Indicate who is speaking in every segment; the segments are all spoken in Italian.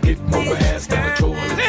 Speaker 1: Get more ass down the toilet.
Speaker 2: Sì!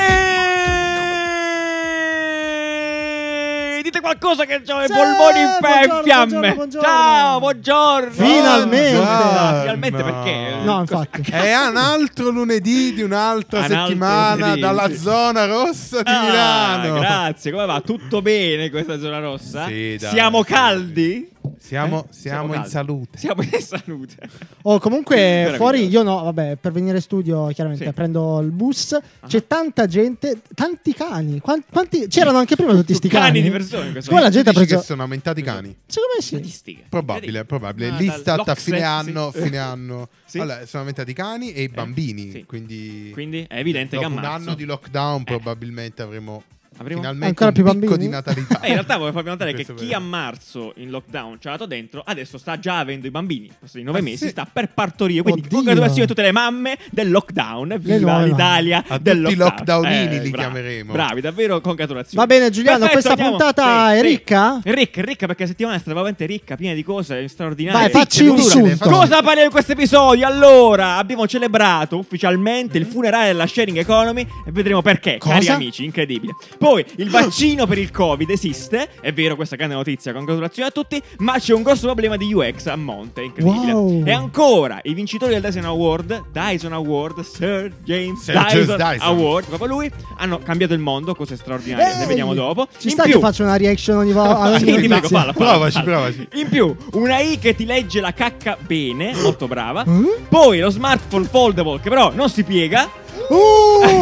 Speaker 2: Dite qualcosa che ho i polmoni in, fe- in
Speaker 3: buongiorno,
Speaker 2: fiamme.
Speaker 3: buongiorno, buongiorno.
Speaker 2: Ciao, buongiorno.
Speaker 3: Finalmente.
Speaker 2: No, finalmente perché? Ecco.
Speaker 3: No, infatti.
Speaker 4: È un altro lunedì di un'altra
Speaker 2: Un altro
Speaker 4: settimana
Speaker 2: lunedì,
Speaker 4: dalla
Speaker 2: sì.
Speaker 4: zona rossa di
Speaker 2: Ah,
Speaker 4: Milano.
Speaker 2: Grazie, come va? Tutto bene questa zona rossa?
Speaker 4: Sì, dai.
Speaker 2: Siamo caldi?
Speaker 4: Siamo,
Speaker 2: Eh?
Speaker 4: siamo in
Speaker 2: caldi.
Speaker 4: salute.
Speaker 2: Siamo in salute.
Speaker 3: Oh,
Speaker 2: Sì,
Speaker 3: comunque fuori io
Speaker 2: meraviglioso.
Speaker 3: no, vabbè, per venire in studio chiaramente
Speaker 2: Sì. Ah.
Speaker 3: prendo il bus. C'è tanta gente, tanti cani. Quan- Quanti, c'erano anche prima tutti sti
Speaker 2: Cani
Speaker 3: cani.
Speaker 2: di persone in questo
Speaker 3: Come la
Speaker 4: Tu
Speaker 3: gente ha
Speaker 4: dici
Speaker 3: preso
Speaker 4: che sono aumentati i cani?
Speaker 3: Secondo me sì.
Speaker 2: Statistica.
Speaker 4: Probabile, probabile.
Speaker 2: Esatto. Ah,
Speaker 4: L'Istat a
Speaker 2: dall'Ocse,
Speaker 4: fine
Speaker 2: sì.
Speaker 4: anno, fine anno.
Speaker 2: Sì. Eh,
Speaker 4: Allora, sono aumentati i cani e i bambini.
Speaker 2: sì.
Speaker 4: Quindi,
Speaker 2: Quindi è evidente
Speaker 4: dopo
Speaker 2: che
Speaker 4: un
Speaker 2: ammazzo. Eh.
Speaker 4: anno di lockdown probabilmente avremo,
Speaker 2: Avremo-
Speaker 4: finalmente
Speaker 3: Ancora
Speaker 4: un
Speaker 3: più
Speaker 4: picco
Speaker 3: bambini?
Speaker 4: di natalità.
Speaker 2: Eh, in realtà voglio farvi notare che
Speaker 4: Questo è
Speaker 2: chi
Speaker 4: vero.
Speaker 2: a marzo in lockdown ci ha dato dentro, adesso sta già avendo i bambini. Questi nove
Speaker 4: Ah,
Speaker 2: mesi
Speaker 4: sì.
Speaker 2: sta per partorire. Quindi,
Speaker 3: Oddio.
Speaker 2: congratulazioni a tutte le mamme del lockdown. Viva
Speaker 3: nuove
Speaker 2: l'Italia!
Speaker 4: mamme. A
Speaker 2: del
Speaker 4: tutti i
Speaker 2: lockdown.
Speaker 4: lockdownini li
Speaker 2: bravi,
Speaker 4: chiameremo.
Speaker 2: Bravi, davvero, congratulazioni.
Speaker 3: Va bene, Giuliano, questa
Speaker 2: andiamo.
Speaker 3: puntata
Speaker 2: Sì,
Speaker 3: è
Speaker 2: sì.
Speaker 3: ricca?
Speaker 2: È ricca, è ricca perché la settimana è veramente ricca, piena di cose straordinarie.
Speaker 3: Vai,
Speaker 4: Eh,
Speaker 3: facci
Speaker 4: sì,
Speaker 3: un
Speaker 4: dura,
Speaker 3: sunto.
Speaker 4: facci-
Speaker 2: Cosa parliamo in questo episodio? Allora, abbiamo celebrato ufficialmente il funerale della sharing economy e vedremo perché,
Speaker 3: Mm. Cosa? Ah.
Speaker 2: cari amici, incredibile. Poi, il vaccino per il Covid esiste, è vero questa grande notizia, congratulazioni a tutti, ma c'è un grosso problema di UX a monte, incredibile.
Speaker 3: Wow.
Speaker 2: E ancora, i vincitori del Dyson Award, Dyson Award, Sir James
Speaker 4: Sir
Speaker 2: Dyson,
Speaker 4: James Dyson.
Speaker 2: Award, proprio lui, hanno cambiato il mondo, cose straordinarie,
Speaker 3: Ehi!
Speaker 2: ne vediamo dopo.
Speaker 3: Eh, Ci
Speaker 2: In
Speaker 3: sta che
Speaker 2: più-
Speaker 3: faccio una reaction ogni volta. Ah,
Speaker 2: sì, ti prego,
Speaker 4: Grazie.
Speaker 2: falla, falla,
Speaker 4: Provaci,
Speaker 2: falla.
Speaker 4: provaci.
Speaker 2: In più, una I che ti legge la cacca bene, molto brava.
Speaker 3: Eh?
Speaker 2: Poi lo smartphone foldable che però non si piega.
Speaker 3: Uh!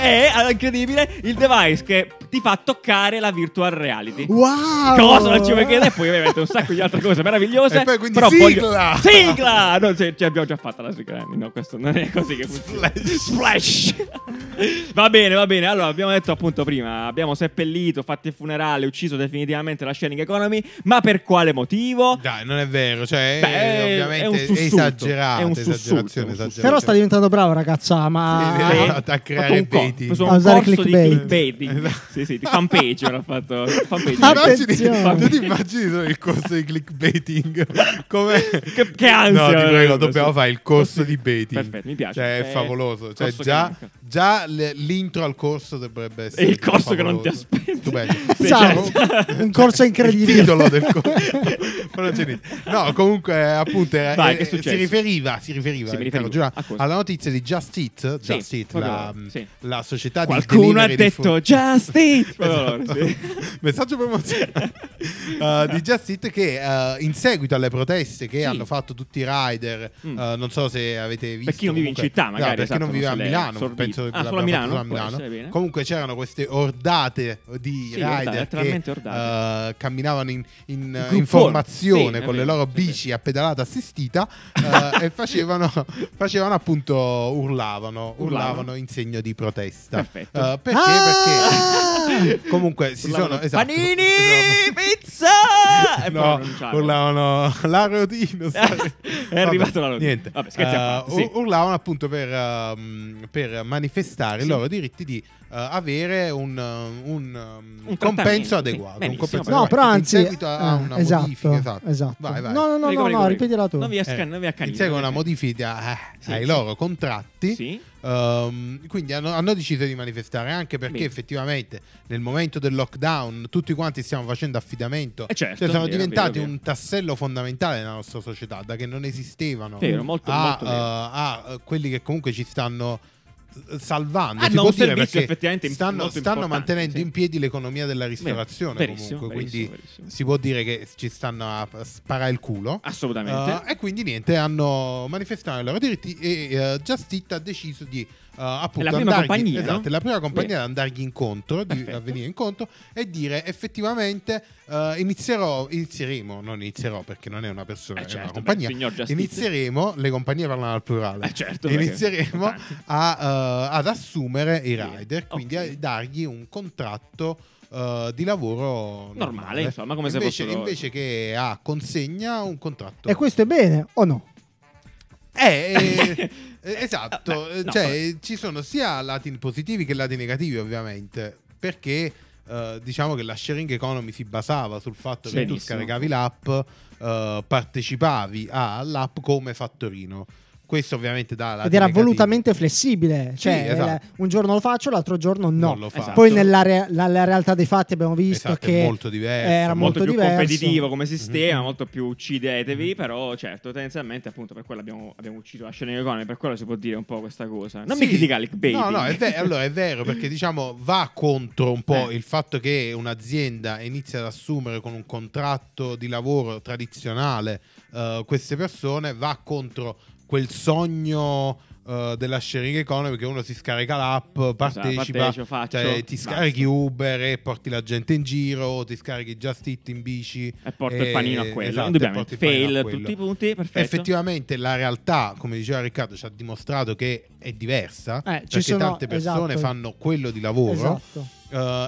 Speaker 2: e, allora, incredibile, il device che ti fa toccare la virtual reality.
Speaker 3: wow!
Speaker 2: Cosa non ci vuoi chiedere? E Poi ovviamente un sacco di altre cose meravigliose.
Speaker 4: E poi quindi
Speaker 2: però
Speaker 4: sigla!
Speaker 2: voglio- Sigla! No, cioè, cioè, abbiamo già fatto la sigla. No, questo non è così che funziona. Splash! va bene, va bene. Allora, abbiamo detto appunto prima, abbiamo seppellito, fatto il funerale, ucciso definitivamente la sharing economy, ma per quale motivo?
Speaker 4: Dai, non è vero, cioè
Speaker 2: Beh,
Speaker 4: eh,
Speaker 2: è-
Speaker 4: ovviamente
Speaker 2: è un
Speaker 4: è
Speaker 2: sussulto.
Speaker 4: esagerata,
Speaker 2: È un sussulto,
Speaker 4: esagerazione,
Speaker 2: è
Speaker 3: Però
Speaker 2: un sussulto.
Speaker 3: sta
Speaker 4: esagerazione.
Speaker 3: diventando bravo, ragazza.
Speaker 4: Sì,
Speaker 3: Ma
Speaker 4: sì,
Speaker 2: Sì.
Speaker 4: sì. a Ah, creare
Speaker 2: Ho fatto un co-
Speaker 4: baiting. Esatto.
Speaker 2: sono
Speaker 3: A
Speaker 2: un
Speaker 3: usare
Speaker 2: corso di
Speaker 3: clickbait.
Speaker 2: clickbaiting. sì, sì, di fanpage ora ho fatto fanpage.
Speaker 4: Ti immagini-
Speaker 3: Attenzione.
Speaker 4: tu ti immagini solo il corso di clickbaiting? Come...
Speaker 2: Che- che ansia,
Speaker 4: No, ti prego,
Speaker 2: veramente,
Speaker 4: dobbiamo
Speaker 2: sì.
Speaker 4: fare il corso
Speaker 2: Sì.
Speaker 4: di baiting.
Speaker 2: Perfetto, mi piace.
Speaker 4: Cioè, è
Speaker 2: Eh,
Speaker 4: favoloso. Cioè,
Speaker 2: corso che
Speaker 4: già,
Speaker 2: manca.
Speaker 4: già le- l'intro al corso dovrebbe essere.
Speaker 2: il corso che non ti
Speaker 4: favoloso.
Speaker 2: aspetti.
Speaker 4: Stupendo.
Speaker 2: Sì,
Speaker 3: Ciao.
Speaker 2: cioè-
Speaker 3: Un corso
Speaker 4: Il
Speaker 3: incredibile.
Speaker 4: titolo del corso. Ma non c'è niente. No, comunque, eh, appunto, era-
Speaker 2: Vai,
Speaker 4: eh,
Speaker 2: che è
Speaker 4: si
Speaker 2: successo?
Speaker 4: riferiva, si riferiva,
Speaker 2: Sì, mi
Speaker 4: Carlo
Speaker 2: riferivo.
Speaker 4: Giura,
Speaker 2: A cosa?
Speaker 4: alla notizia di Just Eat,
Speaker 2: Sì,
Speaker 4: Just Eat,
Speaker 2: proprio
Speaker 4: la,
Speaker 2: loro, sì.
Speaker 4: la società di
Speaker 2: Qualcuno ha
Speaker 4: delivery di
Speaker 2: detto
Speaker 4: food.
Speaker 2: Just Eat! Proprio
Speaker 4: Esatto.
Speaker 2: loro, sì.
Speaker 4: Messaggio promozionale Uh, di Just Eat che uh, in seguito alle proteste che
Speaker 2: Sì.
Speaker 4: hanno fatto tutti i rider, uh,
Speaker 2: Mm.
Speaker 4: non so se avete visto.
Speaker 2: Per chi non vive in
Speaker 4: comunque-
Speaker 2: città, magari,
Speaker 4: No, perché
Speaker 2: esatto,
Speaker 4: non vive
Speaker 2: non
Speaker 4: a
Speaker 2: se l'è
Speaker 4: Milano,
Speaker 2: assorbito.
Speaker 4: penso che
Speaker 2: Ah, solo a
Speaker 4: l'abbiamo
Speaker 2: Milano?
Speaker 4: fatto solo a
Speaker 2: Può
Speaker 4: Milano.
Speaker 2: essere, bene.
Speaker 4: Comunque c'erano queste ordate di
Speaker 2: Sì, ordate,
Speaker 4: rider
Speaker 2: letteralmente
Speaker 4: che
Speaker 2: ordate.
Speaker 4: uh, camminavano in, in, uh,
Speaker 2: grupponi.
Speaker 4: in formazione
Speaker 2: Sì, è
Speaker 4: con le
Speaker 2: vero,
Speaker 4: loro
Speaker 2: è vero.
Speaker 4: bici a pedalata assistita uh, e facevano, facevano appunto urlavano, urlavano,
Speaker 2: Urlavano.
Speaker 4: in segno di protesta.
Speaker 2: Perfetto.
Speaker 4: Uh, perché?
Speaker 3: Ah!
Speaker 4: Perché comunque si sono
Speaker 2: Urlavano,
Speaker 4: esatto.
Speaker 2: Panini!
Speaker 4: Urlavano-
Speaker 2: Pizza! Ah, E poi
Speaker 4: No,
Speaker 2: pronunciavano.
Speaker 4: urlavano l'arotino. sai.
Speaker 2: È arrivato l'arotino.
Speaker 4: Niente.
Speaker 2: Vabbè, scherzi a parte,
Speaker 4: Eh,
Speaker 2: sì.
Speaker 4: u- Urlavano appunto per, ehm, per manifestare
Speaker 2: Sì.
Speaker 4: i loro diritti di eh, avere un, eh, un, ehm,
Speaker 2: Un trattamento,
Speaker 4: compenso
Speaker 2: sì.
Speaker 4: adeguato. un
Speaker 2: Benissimo,
Speaker 4: compenso
Speaker 3: No,
Speaker 2: bravo.
Speaker 3: però
Speaker 4: adeguato.
Speaker 3: anzi,
Speaker 4: In seguito a
Speaker 3: eh,
Speaker 4: una
Speaker 3: esatto,
Speaker 4: modifica, esatto.
Speaker 3: esatto.
Speaker 4: Vai, vai.
Speaker 3: No, no, no,
Speaker 2: Prego,
Speaker 3: no,
Speaker 2: prego,
Speaker 3: no,
Speaker 2: prego.
Speaker 3: ripetila tu.
Speaker 2: Non vi
Speaker 4: Eh,
Speaker 2: ascan- non vi accanite.
Speaker 4: in seguito a una modifica eh,
Speaker 2: Sì,
Speaker 4: ai
Speaker 2: sì.
Speaker 4: loro contratti,
Speaker 2: Sì.
Speaker 4: Ehm, quindi hanno, hanno deciso di manifestare anche perché
Speaker 2: Bene.
Speaker 4: effettivamente nel momento del lockdown tutti quanti stiamo facendo affidamento
Speaker 2: Eh certo,
Speaker 4: Cioè, sono
Speaker 2: vero,
Speaker 4: diventati
Speaker 2: vero, vero.
Speaker 4: un tassello fondamentale della nostra società da che non esistevano
Speaker 2: Vero, molto,
Speaker 4: a,
Speaker 2: molto vero.
Speaker 4: eh, a, eh, quelli che comunque ci stanno eh, salvando
Speaker 2: Hanno
Speaker 4: si può
Speaker 2: Ah, un
Speaker 4: dire,
Speaker 2: servizio
Speaker 4: perché
Speaker 2: effettivamente im-
Speaker 4: stanno,
Speaker 2: molto
Speaker 4: stanno
Speaker 2: importante,
Speaker 4: mantenendo
Speaker 2: sì.
Speaker 4: in piedi l'economia della ristorazione
Speaker 2: verissimo,
Speaker 4: comunque
Speaker 2: verissimo,
Speaker 4: quindi
Speaker 2: verissimo.
Speaker 4: si può dire che ci stanno a sparare il culo
Speaker 2: Assolutamente.
Speaker 4: Uh, e quindi niente, hanno manifestato i loro diritti e uh, Just Eat ha deciso di uh, appunto
Speaker 2: È la prima
Speaker 4: andargli-
Speaker 2: compagnia,
Speaker 4: esatto,
Speaker 2: no?
Speaker 4: è la prima compagnia
Speaker 2: Bene.
Speaker 4: ad andargli incontro, di
Speaker 2: Perfetto.
Speaker 4: a venire incontro e dire effettivamente uh, inizierò, inizieremo, non inizierò perché non è una persona,
Speaker 2: Eh,
Speaker 4: è
Speaker 2: certo,
Speaker 4: una
Speaker 2: beh,
Speaker 4: compagnia.
Speaker 2: signor Just Eat.
Speaker 4: inizieremo, le compagnie parlano al plurale.
Speaker 2: Eh, certo, perché-
Speaker 4: inizieremo a, uh, ad assumere i
Speaker 2: Bene,
Speaker 4: rider, quindi
Speaker 2: ok.
Speaker 4: a dargli un contratto uh, di lavoro
Speaker 2: Normale, insomma, come se
Speaker 4: invece,
Speaker 2: fossero-
Speaker 4: invece che a consegna un contratto
Speaker 3: E questo è bene o no?
Speaker 4: eh, eh, eh, esatto,
Speaker 2: Eh, no,
Speaker 4: cioè
Speaker 2: vabbè.
Speaker 4: ci sono sia lati positivi che lati negativi ovviamente, perché eh, diciamo che la sharing economy si basava sul fatto che tu
Speaker 2: Benissimo.
Speaker 4: scaricavi l'app, eh, partecipavi all'app come fattorino. Questo ovviamente dà la
Speaker 3: Ed era
Speaker 4: negativa.
Speaker 3: volutamente flessibile,
Speaker 4: Sì,
Speaker 3: cioè
Speaker 4: esatto.
Speaker 3: eh, un giorno lo faccio, l'altro giorno no.
Speaker 4: Non lo fa.
Speaker 2: Esatto.
Speaker 3: Poi nella, re- la- la realtà dei fatti abbiamo visto
Speaker 4: Esatto, è
Speaker 3: che
Speaker 4: molto Mm-hmm. diverso,
Speaker 3: era
Speaker 2: molto,
Speaker 3: molto,
Speaker 2: più
Speaker 3: diverso.
Speaker 2: competitivo come sistema, molto più uccidetevi, però certo, tendenzialmente appunto per quello abbiamo, abbiamo ucciso la scena di Conan, per quello si può dire un po' questa cosa. Non mi
Speaker 4: Sì.
Speaker 2: criticare il clickbaiting.
Speaker 4: No, no, è vero, allora è vero perché diciamo va contro un po'
Speaker 2: Eh.
Speaker 4: il fatto che un'azienda inizia ad assumere con un contratto di lavoro tradizionale eh, queste persone, va contro quel sogno eh, della sharing economy che uno si scarica l'app, partecipa,
Speaker 2: Esatto, partecipo, faccio,
Speaker 4: cioè, ti scarichi Uber e porti la gente in giro, ti scarichi Just Eat in bici
Speaker 2: E porto il panino a quello,
Speaker 4: esatto, e
Speaker 2: indubbiamente.
Speaker 4: porti il panino a
Speaker 2: Fail,
Speaker 4: quello.
Speaker 2: tutti i punti, perfetto.
Speaker 4: Effettivamente la realtà, come diceva Riccardo, ci ha dimostrato che è diversa.
Speaker 3: Eh, ci
Speaker 4: perché
Speaker 3: sono-
Speaker 4: tante persone
Speaker 3: esatto.
Speaker 4: fanno quello di lavoro
Speaker 3: Esatto.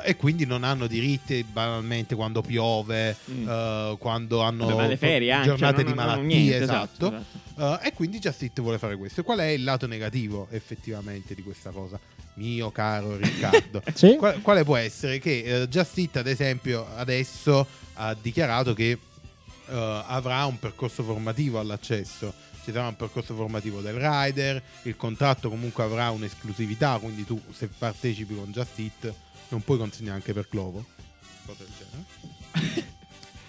Speaker 4: eh, e quindi non hanno diritti banalmente quando piove,
Speaker 2: Mm.
Speaker 4: eh, quando hanno
Speaker 2: Vabbè, ma le ferie anche,
Speaker 4: giornate
Speaker 2: cioè,
Speaker 4: di
Speaker 2: non- non- non-
Speaker 4: malattie.
Speaker 2: niente,
Speaker 4: esatto.
Speaker 2: esatto.
Speaker 4: Eh, e quindi Just Eat vuole fare questo. E Qual è il lato negativo effettivamente di questa cosa? Mio caro Riccardo.
Speaker 3: Sì?
Speaker 4: Qua- quale può essere? Che eh, Just Eat, ad esempio, adesso ha dichiarato che eh, avrà un percorso formativo all'accesso. Ci sarà un percorso formativo del rider, il contratto comunque avrà un'esclusività, quindi tu se partecipi con Just Eat non puoi consegnare anche per Clovo. Cosa del genere.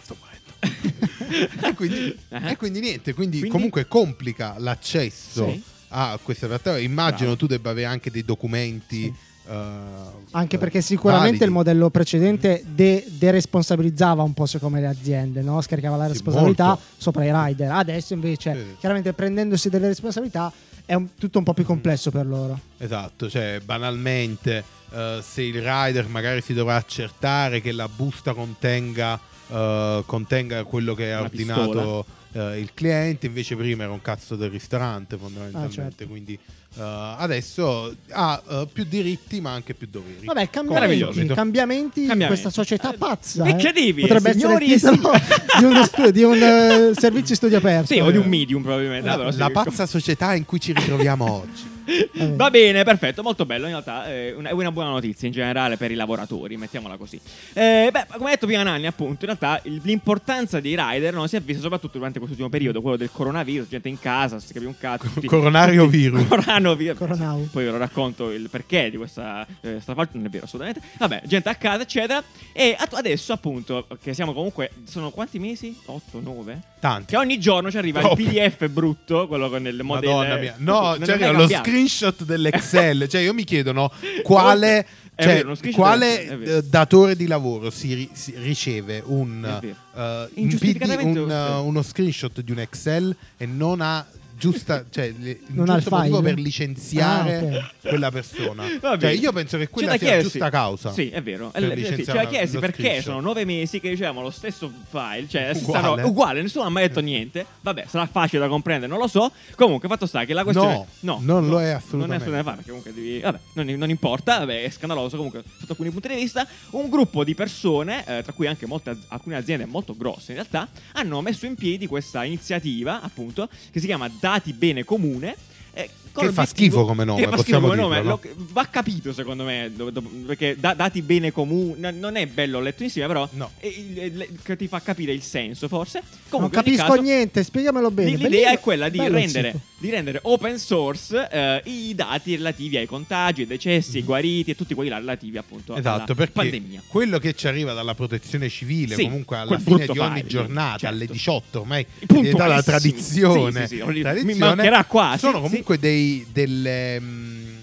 Speaker 4: Sto morendo. esatto. e, quindi,
Speaker 2: Ah.
Speaker 4: e quindi niente, quindi,
Speaker 2: Quindi?
Speaker 4: comunque complica l'accesso
Speaker 2: Sì.
Speaker 4: a questa realtà. Immagino
Speaker 2: Bravo.
Speaker 4: tu debba avere anche dei documenti.
Speaker 3: Sì.
Speaker 4: eh,
Speaker 3: Anche
Speaker 4: eh,
Speaker 3: perché sicuramente
Speaker 4: validi.
Speaker 3: il modello precedente de- deresponsabilizzava un po' secondo me le aziende, no? scaricava la
Speaker 4: Sì,
Speaker 3: responsabilità
Speaker 4: molto.
Speaker 3: sopra i rider. Adesso invece,
Speaker 4: Sì. Mm.
Speaker 3: chiaramente prendendosi delle responsabilità, è un- tutto un po' più complesso per loro.
Speaker 4: Esatto, cioè banalmente eh, se il rider magari si dovrà accertare che la busta contenga, eh, contenga quello che ha
Speaker 2: Una
Speaker 4: ordinato eh, il cliente, invece prima era un cazzo del ristorante fondamentalmente,
Speaker 3: Ah, certo.
Speaker 4: quindi eh, adesso ha eh, più diritti ma anche più doveri.
Speaker 3: Vabbè, cambiamenti,
Speaker 4: Meraviglioso.
Speaker 3: cambiamenti in
Speaker 2: Cambiamenti.
Speaker 3: questa società pazza.
Speaker 2: Eh,
Speaker 3: eh.
Speaker 2: incredibile,
Speaker 3: Potrebbe essere il
Speaker 2: signori e
Speaker 3: titolo di, uno stu- di un eh, servizio studio aperto.
Speaker 2: Sì, o di un medium probabilmente.
Speaker 4: La,
Speaker 2: però sì,
Speaker 4: la
Speaker 2: com-
Speaker 4: pazza società in cui ci ritroviamo oggi.
Speaker 2: Va bene, perfetto, molto bello. In realtà eh, una- è una buona notizia in generale per i lavoratori, mettiamola così. Eh, beh, come ha detto prima Nanni, appunto, in realtà il- l'importanza dei rider no, si è vista soprattutto durante quest'ultimo periodo, quello del coronavirus, gente in casa, si capisce un cazzo. tutti-
Speaker 4: Coronario virus.
Speaker 2: Coronavirus.
Speaker 3: Coronau.
Speaker 2: Poi ve lo racconto il perché di questa eh, strafac- non è vero assolutamente. Vabbè, gente a casa, eccetera. E att- adesso, appunto, che siamo comunque, sono quanti mesi? 8, 9?
Speaker 4: Tanti.
Speaker 2: Che ogni giorno ci arriva il
Speaker 4: Troppo.
Speaker 2: PDF brutto, quello con il modello.
Speaker 4: Madonna mia. No,
Speaker 2: Non
Speaker 4: cioè,
Speaker 2: abbiamo
Speaker 4: lo
Speaker 2: cambiato.
Speaker 4: screenshot dell'Excel. cioè, io mi chiedo, no, quale,
Speaker 2: È
Speaker 4: cioè,
Speaker 2: vero, uno screenshot
Speaker 4: quale
Speaker 2: dell'Excel, è vero.
Speaker 4: eh, datore di lavoro si, ri- si riceve un,
Speaker 2: È vero.
Speaker 4: eh, un
Speaker 2: Ingiustificatamente-
Speaker 4: PD, un, eh, uno screenshot di un Excel e non ha giusta, cioè, le- il
Speaker 3: Non ha il
Speaker 4: giusto motivo
Speaker 3: file?
Speaker 4: per licenziare
Speaker 3: Ah, ok.
Speaker 4: quella persona.
Speaker 2: Va
Speaker 4: Cioè,
Speaker 2: bene.
Speaker 4: io penso che quella
Speaker 2: Ce la
Speaker 4: sia
Speaker 2: chiesi.
Speaker 4: giusta causa.
Speaker 2: Sì, è vero.
Speaker 4: per
Speaker 2: L- sì,
Speaker 4: licenziare
Speaker 2: ce la
Speaker 4: una-
Speaker 2: chiesi
Speaker 4: uno
Speaker 2: perché
Speaker 4: screenshot.
Speaker 2: sono nove mesi che dicevamo lo stesso file, cioè la stessa
Speaker 4: Uguale.
Speaker 2: roba- uguale, nessuno ha mai detto niente. Vabbè, sarà facile da comprendere, non lo so. Comunque, fatto sta che la questione.
Speaker 4: No, non lo è assolutamente.
Speaker 2: Non è assolutamente vero, perché comunque devi. Vabbè, non, non importa, vabbè, è scandaloso. Comunque, sotto alcuni punti di vista, un gruppo di persone, eh, tra cui anche molte, az- alcune aziende molto grosse in realtà, hanno messo in piedi questa iniziativa, appunto, che si chiama Dati Bene Comune. eh, con
Speaker 4: Che fa
Speaker 2: l'obiettivo-
Speaker 4: schifo come nome,
Speaker 2: che fa schifo
Speaker 4: possiamo
Speaker 2: come
Speaker 4: dirlo,
Speaker 2: nome,
Speaker 4: no?
Speaker 2: lo- va capito secondo me do- do- perché da- dati bene comuni no- non è bello letto insieme però
Speaker 4: No.
Speaker 2: e- il- le- che ti fa capire il senso forse
Speaker 3: non
Speaker 2: Comunque, in ogni
Speaker 3: capisco
Speaker 2: caso,
Speaker 3: niente, spiegamelo bene.
Speaker 2: l- L'idea
Speaker 3: Bellissimo.
Speaker 2: è quella di
Speaker 3: Bello il
Speaker 2: rendere,
Speaker 3: sito.
Speaker 2: di rendere open source eh, i dati relativi ai contagi, ai decessi, ai guariti e tutti quelli là relativi appunto
Speaker 4: Mm-hmm. Esatto,
Speaker 2: alla
Speaker 4: perché
Speaker 2: pandemia.
Speaker 4: quello che ci arriva dalla protezione civile,
Speaker 2: Sì,
Speaker 4: comunque alla
Speaker 2: quel
Speaker 4: fine
Speaker 2: brutto
Speaker 4: di ogni
Speaker 2: file,
Speaker 4: giornata,
Speaker 2: certo.
Speaker 4: alle 18 ormai
Speaker 2: Puntualissimi.
Speaker 4: è la tradizione.
Speaker 2: Eh Sì, sì, sì, voglio dire,
Speaker 4: tradizione.
Speaker 2: mi mancherà quasi.
Speaker 4: Sono
Speaker 2: sì.
Speaker 4: comunque dei, delle, mh,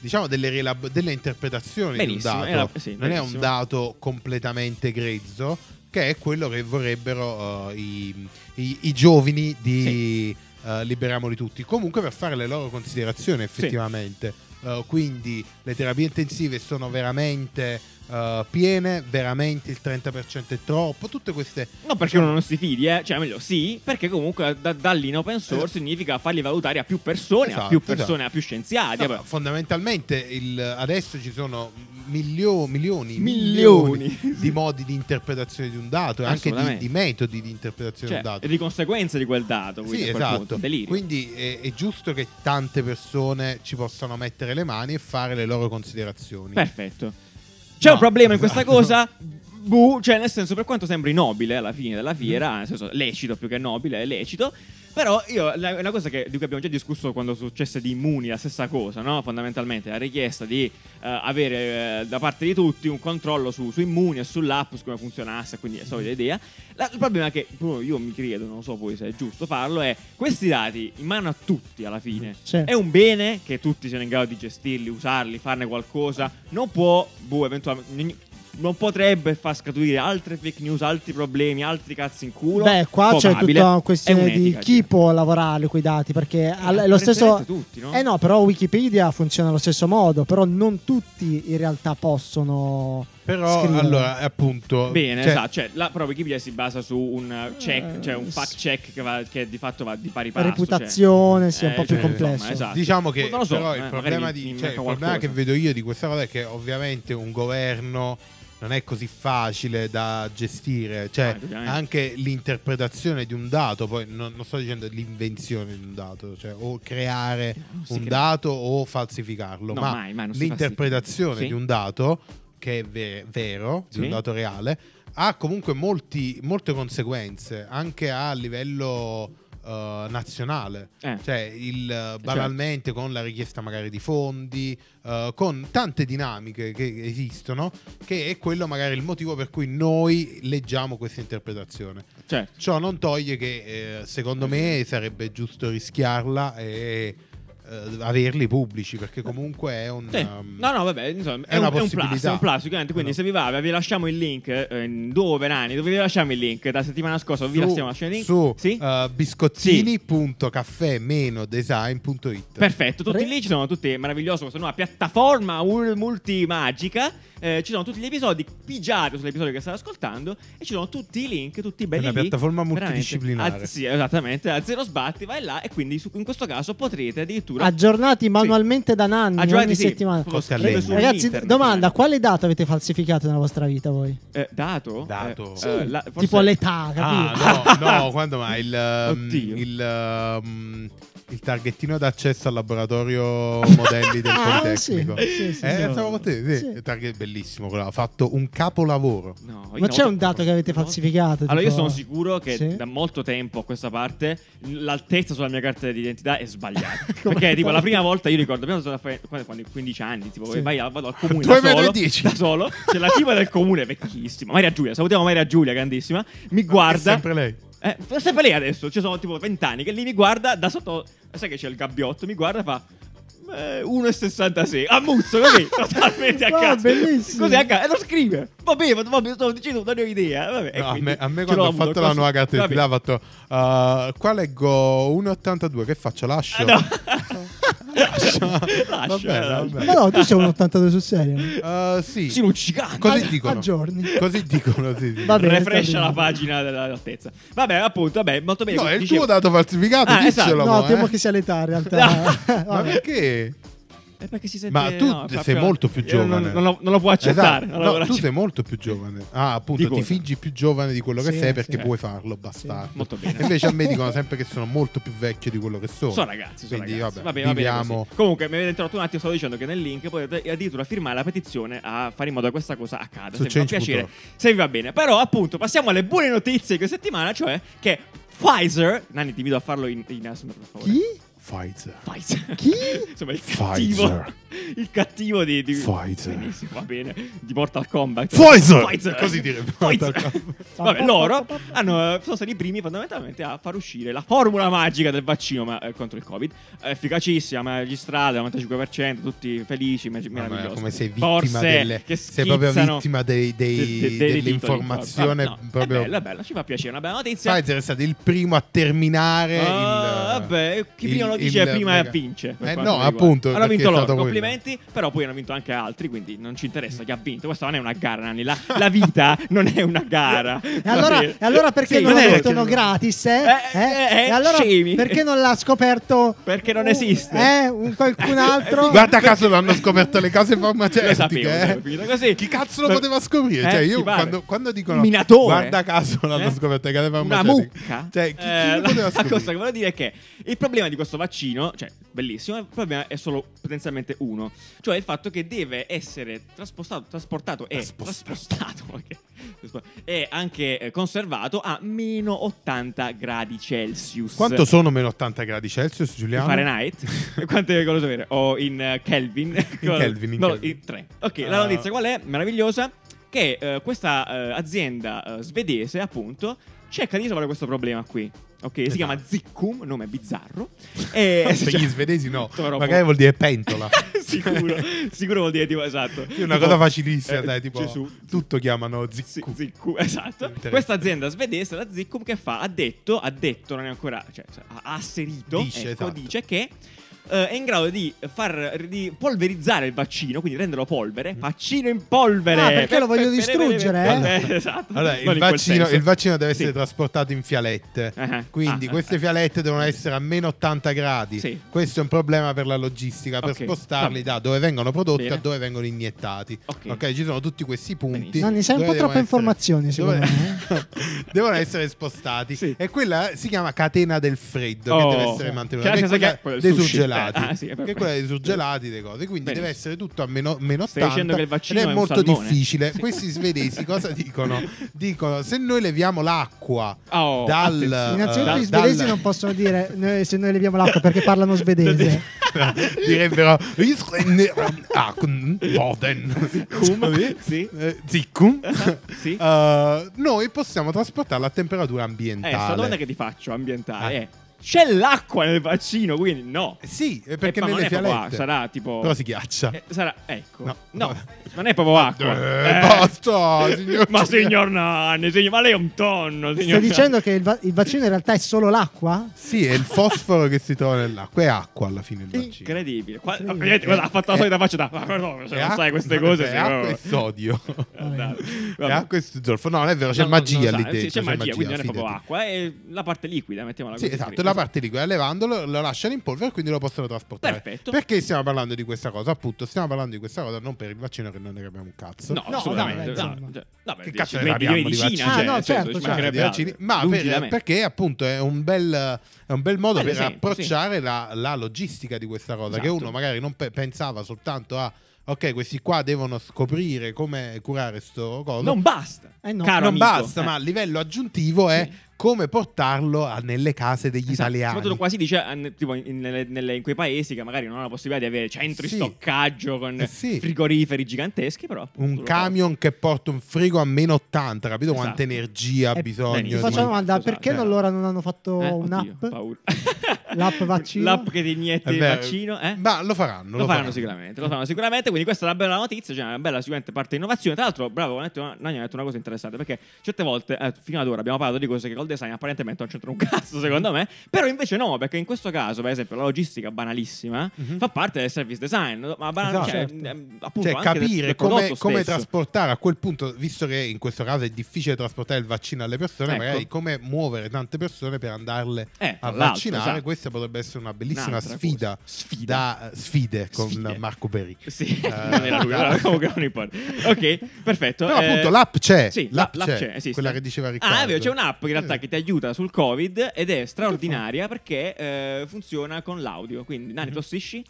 Speaker 4: diciamo, delle, rielab- delle interpretazioni
Speaker 2: Benissimo,
Speaker 4: di un
Speaker 2: era-
Speaker 4: dato.
Speaker 2: sì,
Speaker 4: non è un
Speaker 2: benissimo.
Speaker 4: dato completamente grezzo, che è quello che vorrebbero eh, i, i- i giovani di eh, Liberiamoli Tutti. Comunque per fare le loro considerazioni effettivamente. Eh, quindi le terapie intensive sono veramente eh, piene, veramente il 30% è troppo, tutte queste
Speaker 2: No, perché uno non si fidi, eh. Cioè, meglio, sì, perché comunque da, darli in open source significa farli valutare a più persone, a
Speaker 4: Esatto,
Speaker 2: più persone,
Speaker 4: esatto.
Speaker 2: a più scienziati.
Speaker 4: No,
Speaker 2: vabbè.
Speaker 4: ma fondamentalmente il- adesso ci sono milio- milioni,
Speaker 2: Milioni.
Speaker 4: di modi di interpretazione di un dato e anche di,
Speaker 2: Assolutamente.
Speaker 4: di metodi di interpretazione
Speaker 2: Cioè,
Speaker 4: di un dato.
Speaker 2: e di conseguenza di quel dato. Quindi
Speaker 4: Sì,
Speaker 2: a quel
Speaker 4: esatto.
Speaker 2: punto, delirio.
Speaker 4: Quindi è, è giusto che tante persone ci possano mettere le mani e fare le loro considerazioni.
Speaker 2: Perfetto. C'è
Speaker 4: No,
Speaker 2: un problema in questa
Speaker 4: esatto.
Speaker 2: cosa?
Speaker 4: Mm.
Speaker 2: Buh, cioè nel senso per quanto sembri nobile alla fine della fiera, nel senso lecito più che nobile, è lecito. Però io, la- una cosa che- di cui abbiamo già discusso quando successe di Immuni, la stessa cosa, no? fondamentalmente, la richiesta di eh, avere eh, da parte di tutti un controllo su, su Immuni e sull'app, su come funzionasse, quindi è solida idea. La- il problema è che, boh, io mi credo, non so poi se è giusto farlo, è questi dati in mano a tutti alla fine.
Speaker 3: Sì.
Speaker 2: È un bene che tutti siano in grado di gestirli, usarli, farne qualcosa. Non può, boh, eventualmente... Non potrebbe far scaturire altre fake news, altri problemi, altri cazzi in culo.
Speaker 3: Beh, qua c'è
Speaker 2: Probabile.
Speaker 3: tutta una
Speaker 2: È
Speaker 3: questione di
Speaker 2: un'etica,
Speaker 3: chi
Speaker 2: cioè.
Speaker 3: può lavorare quei dati, perché al- è lo
Speaker 2: apparentemente
Speaker 3: stesso...
Speaker 2: tutti, no?
Speaker 3: Eh no, però Wikipedia funziona allo stesso modo, però non tutti in realtà possono...
Speaker 4: Però
Speaker 3: scrivere.
Speaker 4: allora, appunto,
Speaker 2: Bene,
Speaker 4: cioè,
Speaker 2: esatto. Cioè, la propria Wikipedia si basa su un
Speaker 3: Eh,
Speaker 2: check, cioè un fact check che, va- che di fatto va di pari passo.
Speaker 3: Reputazione, sì, è un po' più
Speaker 2: cioè. insomma,
Speaker 3: complesso.
Speaker 2: esatto.
Speaker 4: Diciamo che
Speaker 2: Non lo so,
Speaker 4: però
Speaker 2: eh,
Speaker 4: il
Speaker 2: magari
Speaker 4: problema,
Speaker 2: mi-
Speaker 4: di- cioè,
Speaker 2: mi manca
Speaker 4: il problema che
Speaker 2: qualcosa.
Speaker 4: vedo io di questa cosa è che ovviamente un governo non è così facile da gestire,
Speaker 2: Ah,
Speaker 4: cioè
Speaker 2: indubbiamente.
Speaker 4: anche l'interpretazione di un dato, poi non, non sto dicendo l'invenzione di un dato, cioè o creare
Speaker 2: Non si
Speaker 4: un
Speaker 2: crea.
Speaker 4: dato o falsificarlo,
Speaker 2: No,
Speaker 4: ma
Speaker 2: mai, mai, non si
Speaker 4: l'interpretazione
Speaker 2: falsifica.
Speaker 4: di un dato che è ve- vero, di
Speaker 2: Sì.
Speaker 4: un dato reale, ha comunque molti- molte conseguenze anche a livello eh, nazionale.
Speaker 2: Eh.
Speaker 4: Cioè, il, eh, banalmente con la richiesta magari di fondi, eh, con tante dinamiche che esistono, che è quello magari il motivo per cui noi leggiamo questa interpretazione.
Speaker 2: Cioè,
Speaker 4: Ciò non toglie che eh, secondo me sarebbe giusto rischiarla e eh, averli pubblici, perché comunque è un...
Speaker 2: Sì.
Speaker 4: um,
Speaker 2: No, no, vabbè, insomma, è,
Speaker 4: è
Speaker 2: un,
Speaker 4: una
Speaker 2: è un plus, è
Speaker 4: possibilità.
Speaker 2: un plus, sicuramente. Quindi,
Speaker 4: No.
Speaker 2: se vi va, vi lasciamo il link. eh, dove, Nani? Dove vi lasciamo il link? Da settimana scorsa vi
Speaker 4: su-
Speaker 2: lasciamo lasciamo il link.
Speaker 4: su
Speaker 2: Sì?
Speaker 4: eh, biscozzini.caffè-design.it
Speaker 2: Perfetto, tutti
Speaker 3: Re-
Speaker 2: lì ci sono tutti meraviglioso questa nuova piattaforma ul- multimagica. eh, ci sono tutti gli episodi pigiati sull'episodio che state ascoltando e ci sono tutti i link, tutti i belli
Speaker 4: È una
Speaker 2: lì,
Speaker 4: piattaforma
Speaker 2: veramente.
Speaker 4: multidisciplinare.
Speaker 2: A- sì, esattamente, a zero sbatti vai là e quindi su- in questo caso potrete addirittura
Speaker 3: Aggiornati manualmente da Nanni
Speaker 2: Aggiornati,
Speaker 3: ogni
Speaker 2: sì.
Speaker 3: settimana.
Speaker 2: Proprio
Speaker 4: scrivete
Speaker 3: Ragazzi,
Speaker 4: su
Speaker 3: Ragazzi,
Speaker 2: internet.
Speaker 3: domanda, quale dato avete falsificato nella vostra vita voi?
Speaker 2: Eh, dato?
Speaker 4: Dato.
Speaker 2: Eh,
Speaker 4: Sì,
Speaker 2: eh, la- forse-
Speaker 3: Tipo l'età, capito?
Speaker 4: Ah, no, no, quando mai il, um,
Speaker 2: Oddio.
Speaker 4: il, um, il targhettino d'accesso al laboratorio modelli del
Speaker 3: Ah,
Speaker 4: Politecnico.
Speaker 3: sì, sì, sì,
Speaker 4: eh,
Speaker 3: sì.
Speaker 4: stavo con te, sì.
Speaker 3: Sì.
Speaker 4: Il target bellissimo, quello, ha fatto un capolavoro.
Speaker 2: No, io
Speaker 3: Ma
Speaker 2: una
Speaker 3: c'è
Speaker 2: volta-
Speaker 3: un dato che avete
Speaker 2: una volta-
Speaker 3: falsificato?
Speaker 2: Allora, io
Speaker 3: tipo-
Speaker 2: sono sicuro che
Speaker 3: Sì?
Speaker 2: da molto tempo a questa parte l'altezza sulla mia carta d'identità è sbagliata. perché,
Speaker 3: Completamente.
Speaker 2: tipo, la prima volta io ricordo, prima sono stato a fare- quando avevo 15 anni, tipo,
Speaker 3: Sì.
Speaker 2: vai, vado al comune
Speaker 4: Due
Speaker 2: da
Speaker 4: metri e
Speaker 2: solo,
Speaker 4: dieci.
Speaker 2: da solo, c'è la tipa del comune vecchissima, Maria Giulia, salutiamo Maria Giulia, grandissima, mi guarda...
Speaker 4: È sempre lei.
Speaker 2: Eh, fa sempre lei adesso, ci sono tipo vent'anni che lì mi guarda da sotto, sai che c'è il gabbiotto, mi guarda e fa "Eh, 1,66 ammuzzo così, totalmente a
Speaker 3: Wow,
Speaker 2: caso.
Speaker 3: Ah, bellissimo.
Speaker 2: Così a caso e lo scrive. Vabbè, ma- vabbè, stavo dicendo, non ne ho idea. Eh, Vabbè, e
Speaker 4: No, a,
Speaker 2: quindi
Speaker 4: me, a me
Speaker 2: ce
Speaker 4: quando
Speaker 2: l'ho
Speaker 4: ho
Speaker 2: avuto
Speaker 4: fatto la
Speaker 2: così.
Speaker 4: nuova carta
Speaker 2: Vabbè.
Speaker 4: d'identità ha fatto uh, qua leggo 1,82 che faccio? Lascio?
Speaker 2: Ah, no.
Speaker 4: Lascio. Va
Speaker 2: Lascia,
Speaker 4: bene, va
Speaker 2: lascia.
Speaker 4: bene.
Speaker 3: Ma no, tu sei un 82 sul serio.
Speaker 4: Uh, sì.
Speaker 2: Sì, un gigante.
Speaker 4: Così
Speaker 3: a-
Speaker 4: dicono.
Speaker 3: a giorni.
Speaker 4: Così dicono, sì, sì.
Speaker 3: Va bene,
Speaker 2: Refrescia
Speaker 3: sta
Speaker 2: la
Speaker 3: bene.
Speaker 2: pagina dell'altezza. Vabbè, appunto, vabbè, molto bene.
Speaker 4: No, è il
Speaker 2: dicevo-
Speaker 4: tuo dato falsificato,
Speaker 2: Ah, esatto.
Speaker 4: diccelo.
Speaker 3: No,
Speaker 4: mo,
Speaker 3: temo
Speaker 4: eh.
Speaker 3: che sia l'età in realtà.
Speaker 4: Ma
Speaker 3: Vabbè.
Speaker 4: perché?
Speaker 2: Eh, perché si sente-
Speaker 4: Ma tu
Speaker 2: no,
Speaker 4: sei
Speaker 2: proprio-
Speaker 4: molto più
Speaker 2: Io non-
Speaker 4: giovane.
Speaker 2: Non, lo, non lo può
Speaker 4: Esatto.
Speaker 2: accettare. non lo
Speaker 4: No,
Speaker 2: può
Speaker 4: tu sei molto più giovane. Ah, appunto,
Speaker 2: Di
Speaker 4: ti
Speaker 2: cosa?
Speaker 4: fingi più giovane di quello che
Speaker 3: Sì,
Speaker 4: sei perché
Speaker 2: sì.
Speaker 4: puoi farlo, bastardo.
Speaker 2: Molto bene.
Speaker 4: Invece a me dicono sempre che sono molto più vecchio di quello che sono.
Speaker 2: Sono ragazzi, sono
Speaker 4: Quindi,
Speaker 2: ragazzi.
Speaker 4: vabbè,
Speaker 2: va bene, va bene
Speaker 4: viviamo.
Speaker 2: così. Comunque, mi avete interrotto un attimo, stavo dicendo che nel link potete addirittura firmare la petizione a fare in modo che questa cosa accada.
Speaker 4: Su
Speaker 2: se vi fa
Speaker 4: change.org.
Speaker 2: piacere, se vi va bene. Però, appunto, passiamo alle buone notizie di questa settimana, cioè che Pfizer. Nani, ti invito a farlo in, in ASMR, per favore.
Speaker 3: Chi?
Speaker 4: Pfizer.
Speaker 2: Pfizer.
Speaker 3: Chi?
Speaker 2: Insomma, il cattivo. Il cattivo di. di
Speaker 4: Pfizer.
Speaker 2: Benissimo, va bene. Di Mortal Kombat.
Speaker 4: Pfizer!
Speaker 2: Pfizer.
Speaker 4: Così direbbe
Speaker 2: Pfizer.
Speaker 4: Mortal Kombat.
Speaker 2: Vabbè, loro hanno, eh, sono stati i primi fondamentalmente a far uscire la formula magica del vaccino ma, eh, contro il Covid. Efficacissima, magistrale, 95%, tutti felici, mer-
Speaker 4: Mamma mia,
Speaker 2: meravigliosi.
Speaker 4: come sei vittima
Speaker 2: Forse
Speaker 4: delle-
Speaker 2: che
Speaker 4: sei proprio
Speaker 2: schizzano
Speaker 4: vittima dei- dei- dell'informazione
Speaker 2: titoli. Vabbè, no,
Speaker 4: proprio-
Speaker 2: È bella, è bella, ci fa piacere, una bella notizia.
Speaker 4: Pfizer è stato il primo a terminare il.
Speaker 2: Ah, vabbè, chi
Speaker 4: il-
Speaker 2: prima lo dice
Speaker 4: il-
Speaker 2: prima
Speaker 4: mega-
Speaker 2: vince. per
Speaker 4: Eh,
Speaker 2: quanto
Speaker 4: no,
Speaker 2: mi riguarda.
Speaker 4: appunto,
Speaker 2: Hanno
Speaker 4: perché è
Speaker 2: vinto loro,
Speaker 4: stato quello.
Speaker 2: complimenti, però poi hanno vinto anche altri, quindi non ci interessa chi ha vinto. Questa non è una gara, Nani, la, la vita non è una gara. Cioè,
Speaker 3: E allora, e allora perché
Speaker 2: Sì,
Speaker 3: non
Speaker 2: non è
Speaker 3: lo
Speaker 2: perché
Speaker 3: mettono
Speaker 2: non-
Speaker 3: gratis? Eh?
Speaker 2: Eh,
Speaker 3: Eh?
Speaker 2: eh,
Speaker 3: e allora
Speaker 2: scemi.
Speaker 3: perché non l'ha scoperto?
Speaker 2: Perché non
Speaker 3: un-
Speaker 2: esiste.
Speaker 3: Eh, un qualcun altro.
Speaker 4: Guarda caso l'hanno scoperto le case
Speaker 2: Lo sapevo,
Speaker 4: farmaceutiche. eh.
Speaker 2: sarebbe finita così.
Speaker 4: Chi cazzo lo
Speaker 2: Per-
Speaker 4: poteva scoprire?
Speaker 2: Eh,
Speaker 4: cioè, io
Speaker 2: chi pare?
Speaker 4: quando, quando dicono
Speaker 2: Un minatore.
Speaker 4: guarda caso l'hanno
Speaker 2: Eh?
Speaker 4: scoperto le case
Speaker 2: una
Speaker 4: farmaceutiche.
Speaker 2: mucca.
Speaker 4: Cioè, chi, chi
Speaker 2: Eh,
Speaker 4: lo poteva
Speaker 2: la cosa
Speaker 4: scoprire?
Speaker 2: che volevo dire è che il problema di questo vaccino, cioè bellissimo, il problema è solo potenzialmente uno, cioè il fatto che deve essere trasportato, trasportato e
Speaker 4: Trasportato.
Speaker 2: trasportato, ok, è anche eh, conservato a meno 80 gradi Celsius.
Speaker 4: Quanto sono meno 80 gradi Celsius,
Speaker 2: In
Speaker 4: Giuliano?
Speaker 2: Fahrenheit? Quanto è quello sapere? O in eh, Kelvin? Cosa-
Speaker 4: Kelvin, in
Speaker 2: no,
Speaker 4: Kelvin.
Speaker 2: in 3. Ok, la
Speaker 4: Ah.
Speaker 2: notizia qual è? Meravigliosa. Che eh, questa eh, azienda eh, svedese, appunto, cerca di risolvere questo problema qui. Ok, si
Speaker 4: Esatto.
Speaker 2: chiama Zickum, nome bizzarro. e,
Speaker 4: Per gli svedesi no,
Speaker 2: Troppo.
Speaker 4: magari vuol dire pentola.
Speaker 2: sicuro, sicuro vuol dire tipo esatto.
Speaker 4: È una
Speaker 2: Tipo,
Speaker 4: cosa facilissima,
Speaker 2: eh,
Speaker 4: dai, tipo
Speaker 2: Gesù,
Speaker 4: tutto chiamano
Speaker 2: Zi-
Speaker 4: ziccu.
Speaker 2: Ziccu, esatto.
Speaker 4: Interessante.
Speaker 2: Questa azienda svedese, la Zickum, che fa? Ha detto, ha detto, non è ancora, cioè, cioè, ha ha asserito,
Speaker 4: Dice,
Speaker 2: ecco,
Speaker 4: esatto.
Speaker 2: dice che eh, è in grado di far di polverizzare il vaccino, quindi renderlo polvere,
Speaker 4: Mm.
Speaker 2: vaccino in polvere.
Speaker 3: Ah, perché lo voglio distruggere, eh?
Speaker 2: Vabbè, esatto.
Speaker 4: Allora,
Speaker 2: Non
Speaker 4: il
Speaker 2: in quel
Speaker 4: vaccino,
Speaker 2: senso.
Speaker 4: il vaccino deve
Speaker 2: Sì.
Speaker 4: essere trasportato in fialette.
Speaker 2: Ah, ah.
Speaker 4: Quindi
Speaker 2: Ah,
Speaker 4: queste
Speaker 2: ah,
Speaker 4: fialette devono essere a meno 80 gradi.
Speaker 2: Sì.
Speaker 4: Questo è un problema per la logistica, per
Speaker 2: Ok,
Speaker 4: spostarli
Speaker 2: vabbè.
Speaker 4: da dove vengono prodotti
Speaker 2: Bene.
Speaker 4: a dove vengono iniettati.
Speaker 2: Ok.
Speaker 4: ok, ci sono tutti questi punti.
Speaker 2: Benissimo.
Speaker 3: Nanni, sei un
Speaker 4: dove
Speaker 3: po' troppe
Speaker 4: devono
Speaker 3: informazioni, secondo
Speaker 4: dove- devono essere spostati.
Speaker 2: Sì.
Speaker 4: E quella si chiama catena del freddo
Speaker 2: Oh.
Speaker 4: che deve essere mantenuta.
Speaker 2: Che
Speaker 4: Che
Speaker 2: la
Speaker 4: è
Speaker 2: stessa
Speaker 4: quella
Speaker 2: che- quella
Speaker 4: dei
Speaker 2: del sushi.
Speaker 4: surgelati.
Speaker 2: Eh, ah, sì, è
Speaker 4: che è
Speaker 2: perfetto.
Speaker 4: quella dei surgelati, dei cose. Quindi
Speaker 2: Benissimo.
Speaker 4: deve essere tutto a meno, meno
Speaker 2: Stai dicendo
Speaker 4: 80.
Speaker 2: che il vaccino
Speaker 4: ed
Speaker 2: è
Speaker 4: è
Speaker 2: un
Speaker 4: molto
Speaker 2: salmone?
Speaker 4: difficile.
Speaker 2: Sì.
Speaker 4: Questi svedesi cosa dicono? Dicono se noi leviamo l'acqua
Speaker 2: Oh,
Speaker 4: dal
Speaker 2: attenzione.
Speaker 3: Innanzitutto
Speaker 4: da-
Speaker 3: gli svedesi
Speaker 4: Eh, dal-
Speaker 3: non possono dire noi- se noi leviamo l'acqua perché parlano svedese.
Speaker 4: direbbero Ah, con- Boden.
Speaker 2: Zickum, sì.
Speaker 4: Eh, Ziccu.
Speaker 2: Ah, sì.
Speaker 4: Eh, noi possiamo trasportarla a temperatura
Speaker 2: Eh, sta
Speaker 4: ambientale.
Speaker 2: domanda che ti faccio, ambientale,
Speaker 4: Ah.
Speaker 2: è, c'è l'acqua nel vaccino, quindi no.
Speaker 4: Sì, eh,
Speaker 2: Eh,
Speaker 4: perché
Speaker 2: ma non
Speaker 4: nelle
Speaker 2: è proprio
Speaker 4: fialette
Speaker 2: acqua, sarà tipo
Speaker 4: Però si ghiaccia.
Speaker 2: Eh, sarà ecco.
Speaker 4: No.
Speaker 2: No, non è proprio acqua.
Speaker 4: Eh,
Speaker 2: Eh,
Speaker 4: basta, signor-
Speaker 2: ma signor Nanni, signor- ma lei è un tonno, signor
Speaker 3: Stai dicendo che il, va- il vaccino in realtà è solo l'acqua?
Speaker 4: Sì, è il fosforo che si trova nell'acqua. È acqua alla fine il
Speaker 2: Nanni.
Speaker 4: vaccino.
Speaker 2: Incredibile. Qua-
Speaker 3: Incredibile.
Speaker 2: ovviamente, guarda, ha fatto la
Speaker 4: Eh,
Speaker 2: solita faccia da "Ma no,
Speaker 4: È
Speaker 2: se non
Speaker 4: acqua-
Speaker 2: sai queste cose
Speaker 4: è
Speaker 2: sei
Speaker 4: acqua e
Speaker 2: proprio-
Speaker 4: sodio.
Speaker 2: Andate.
Speaker 4: È
Speaker 2: Vabbè.
Speaker 4: acqua e zolfo. No, non è vero, c'è
Speaker 2: No, no,
Speaker 4: magia
Speaker 2: non lo
Speaker 4: lì
Speaker 2: sa.
Speaker 4: dentro.
Speaker 2: Sì, C'è magia, quindi non è proprio
Speaker 4: fidati.
Speaker 2: acqua, è la parte liquida, mettiamola
Speaker 4: Sì,
Speaker 2: così.
Speaker 4: esatto, la parte liquida, levandolo lo lasciano in polvere, quindi lo possono trasportare.
Speaker 2: Perfetto.
Speaker 4: Perché stiamo parlando di questa cosa? Appunto, stiamo parlando di questa cosa non per il vaccino che non ne capiamo un cazzo.
Speaker 2: No,
Speaker 3: No,
Speaker 2: assolutamente.
Speaker 3: vabbè,
Speaker 2: No,
Speaker 3: insomma.
Speaker 2: cioè- no, beh,
Speaker 4: Che
Speaker 2: dici-
Speaker 4: cazzo ne
Speaker 2: di- di
Speaker 4: abbiamo di
Speaker 2: medicina,
Speaker 4: vaccini?
Speaker 2: cioè,
Speaker 3: Ah, no,
Speaker 2: nel senso,
Speaker 3: certo,
Speaker 2: ci
Speaker 3: certo.
Speaker 4: Cioè,
Speaker 2: mancherebbe
Speaker 4: dei vaccini,
Speaker 2: altro.
Speaker 4: ma
Speaker 2: Lungi
Speaker 4: per-
Speaker 2: da me.
Speaker 4: perché appunto è un bel, è un bel modo
Speaker 2: Bello
Speaker 4: per
Speaker 2: esempio,
Speaker 4: approcciare la, la logistica di questa cosa che
Speaker 2: Eh, Esatto.
Speaker 4: uno magari non pe- pensava soltanto a ok questi qua devono scoprire come curare sto coso
Speaker 2: Non basta.
Speaker 3: Eh no.
Speaker 2: caro
Speaker 4: Oh, Non
Speaker 2: amico.
Speaker 4: basta
Speaker 2: Eh.
Speaker 4: ma a livello aggiuntivo è come portarlo a- nelle case degli
Speaker 2: Esatto,
Speaker 4: italiani
Speaker 2: Soprattutto quasi dice eh, tipo in, nelle- nelle- in quei paesi che magari non hanno la possibilità di avere centri
Speaker 4: Sì.
Speaker 2: stoccaggio con
Speaker 4: Eh sì.
Speaker 2: frigoriferi giganteschi, però appunto,
Speaker 4: un
Speaker 2: lo
Speaker 4: camion che porta un frigo a meno 80 capito
Speaker 2: Esatto.
Speaker 4: quanta energia ha
Speaker 3: Eh,
Speaker 4: bisogno
Speaker 3: Ti
Speaker 2: benissimo.
Speaker 3: faccio una
Speaker 4: di...
Speaker 3: domanda,
Speaker 2: Scusate,
Speaker 3: perché
Speaker 2: eh.
Speaker 3: non loro non hanno fatto
Speaker 2: fanno. Eh,
Speaker 3: un'app?
Speaker 2: oddio, paura.
Speaker 3: L'app vaccino?
Speaker 2: L'app che ti inietti
Speaker 4: Eh
Speaker 2: il
Speaker 4: beh,
Speaker 2: vaccino, eh?
Speaker 4: ma lo faranno
Speaker 2: Lo, faranno sicuramente, lo faranno sicuramente, quindi questa è una bella notizia, cioè una bella sicuramente parte di innovazione. Tra l'altro, bravo, Nanni ha detto una cosa interessante, perché certe volte, eh, fino ad ora, abbiamo parlato di cose che col design apparentemente non c'entrano un cazzo, secondo me, però invece no, perché in questo caso, per esempio, la logistica banalissima
Speaker 4: Mhm.
Speaker 2: fa parte del service design, ma banal-
Speaker 4: Esatto.
Speaker 2: cioè,
Speaker 3: Certo.
Speaker 2: ehm, appunto,
Speaker 4: Cioè,
Speaker 2: anche del-
Speaker 4: capire
Speaker 2: del
Speaker 4: come,
Speaker 2: prodotto
Speaker 4: come
Speaker 2: stesso.
Speaker 4: trasportare a quel punto, visto che in questo caso è difficile trasportare il vaccino alle persone,
Speaker 2: Ecco.
Speaker 4: magari come muovere tante persone per andarle
Speaker 2: Eh, tra
Speaker 4: a
Speaker 2: l'altro,
Speaker 4: vaccinare.
Speaker 2: esatto.
Speaker 4: Questa potrebbe essere una bellissima
Speaker 2: Un'altra
Speaker 4: sfida.
Speaker 2: cosa. Sfida.
Speaker 4: Da, eh, sfide con
Speaker 2: Sfide.
Speaker 4: Marco Perì.
Speaker 2: Sì,
Speaker 4: Eh,
Speaker 2: non era lui, allora, comunque non importa. Ok, perfetto.
Speaker 4: Però
Speaker 2: eh,
Speaker 4: appunto l'app c'è,
Speaker 2: Sì,
Speaker 4: l'app
Speaker 2: l'app
Speaker 4: c'è,
Speaker 2: c'è, esiste.
Speaker 4: quella che diceva Riccardo.
Speaker 2: Ah, è vero, c'è un'app in realtà
Speaker 4: Eh.
Speaker 2: che ti aiuta sul Covid ed è straordinaria perché eh, funziona con l'audio. Quindi,
Speaker 4: Mhm.
Speaker 2: Nani, tossisci,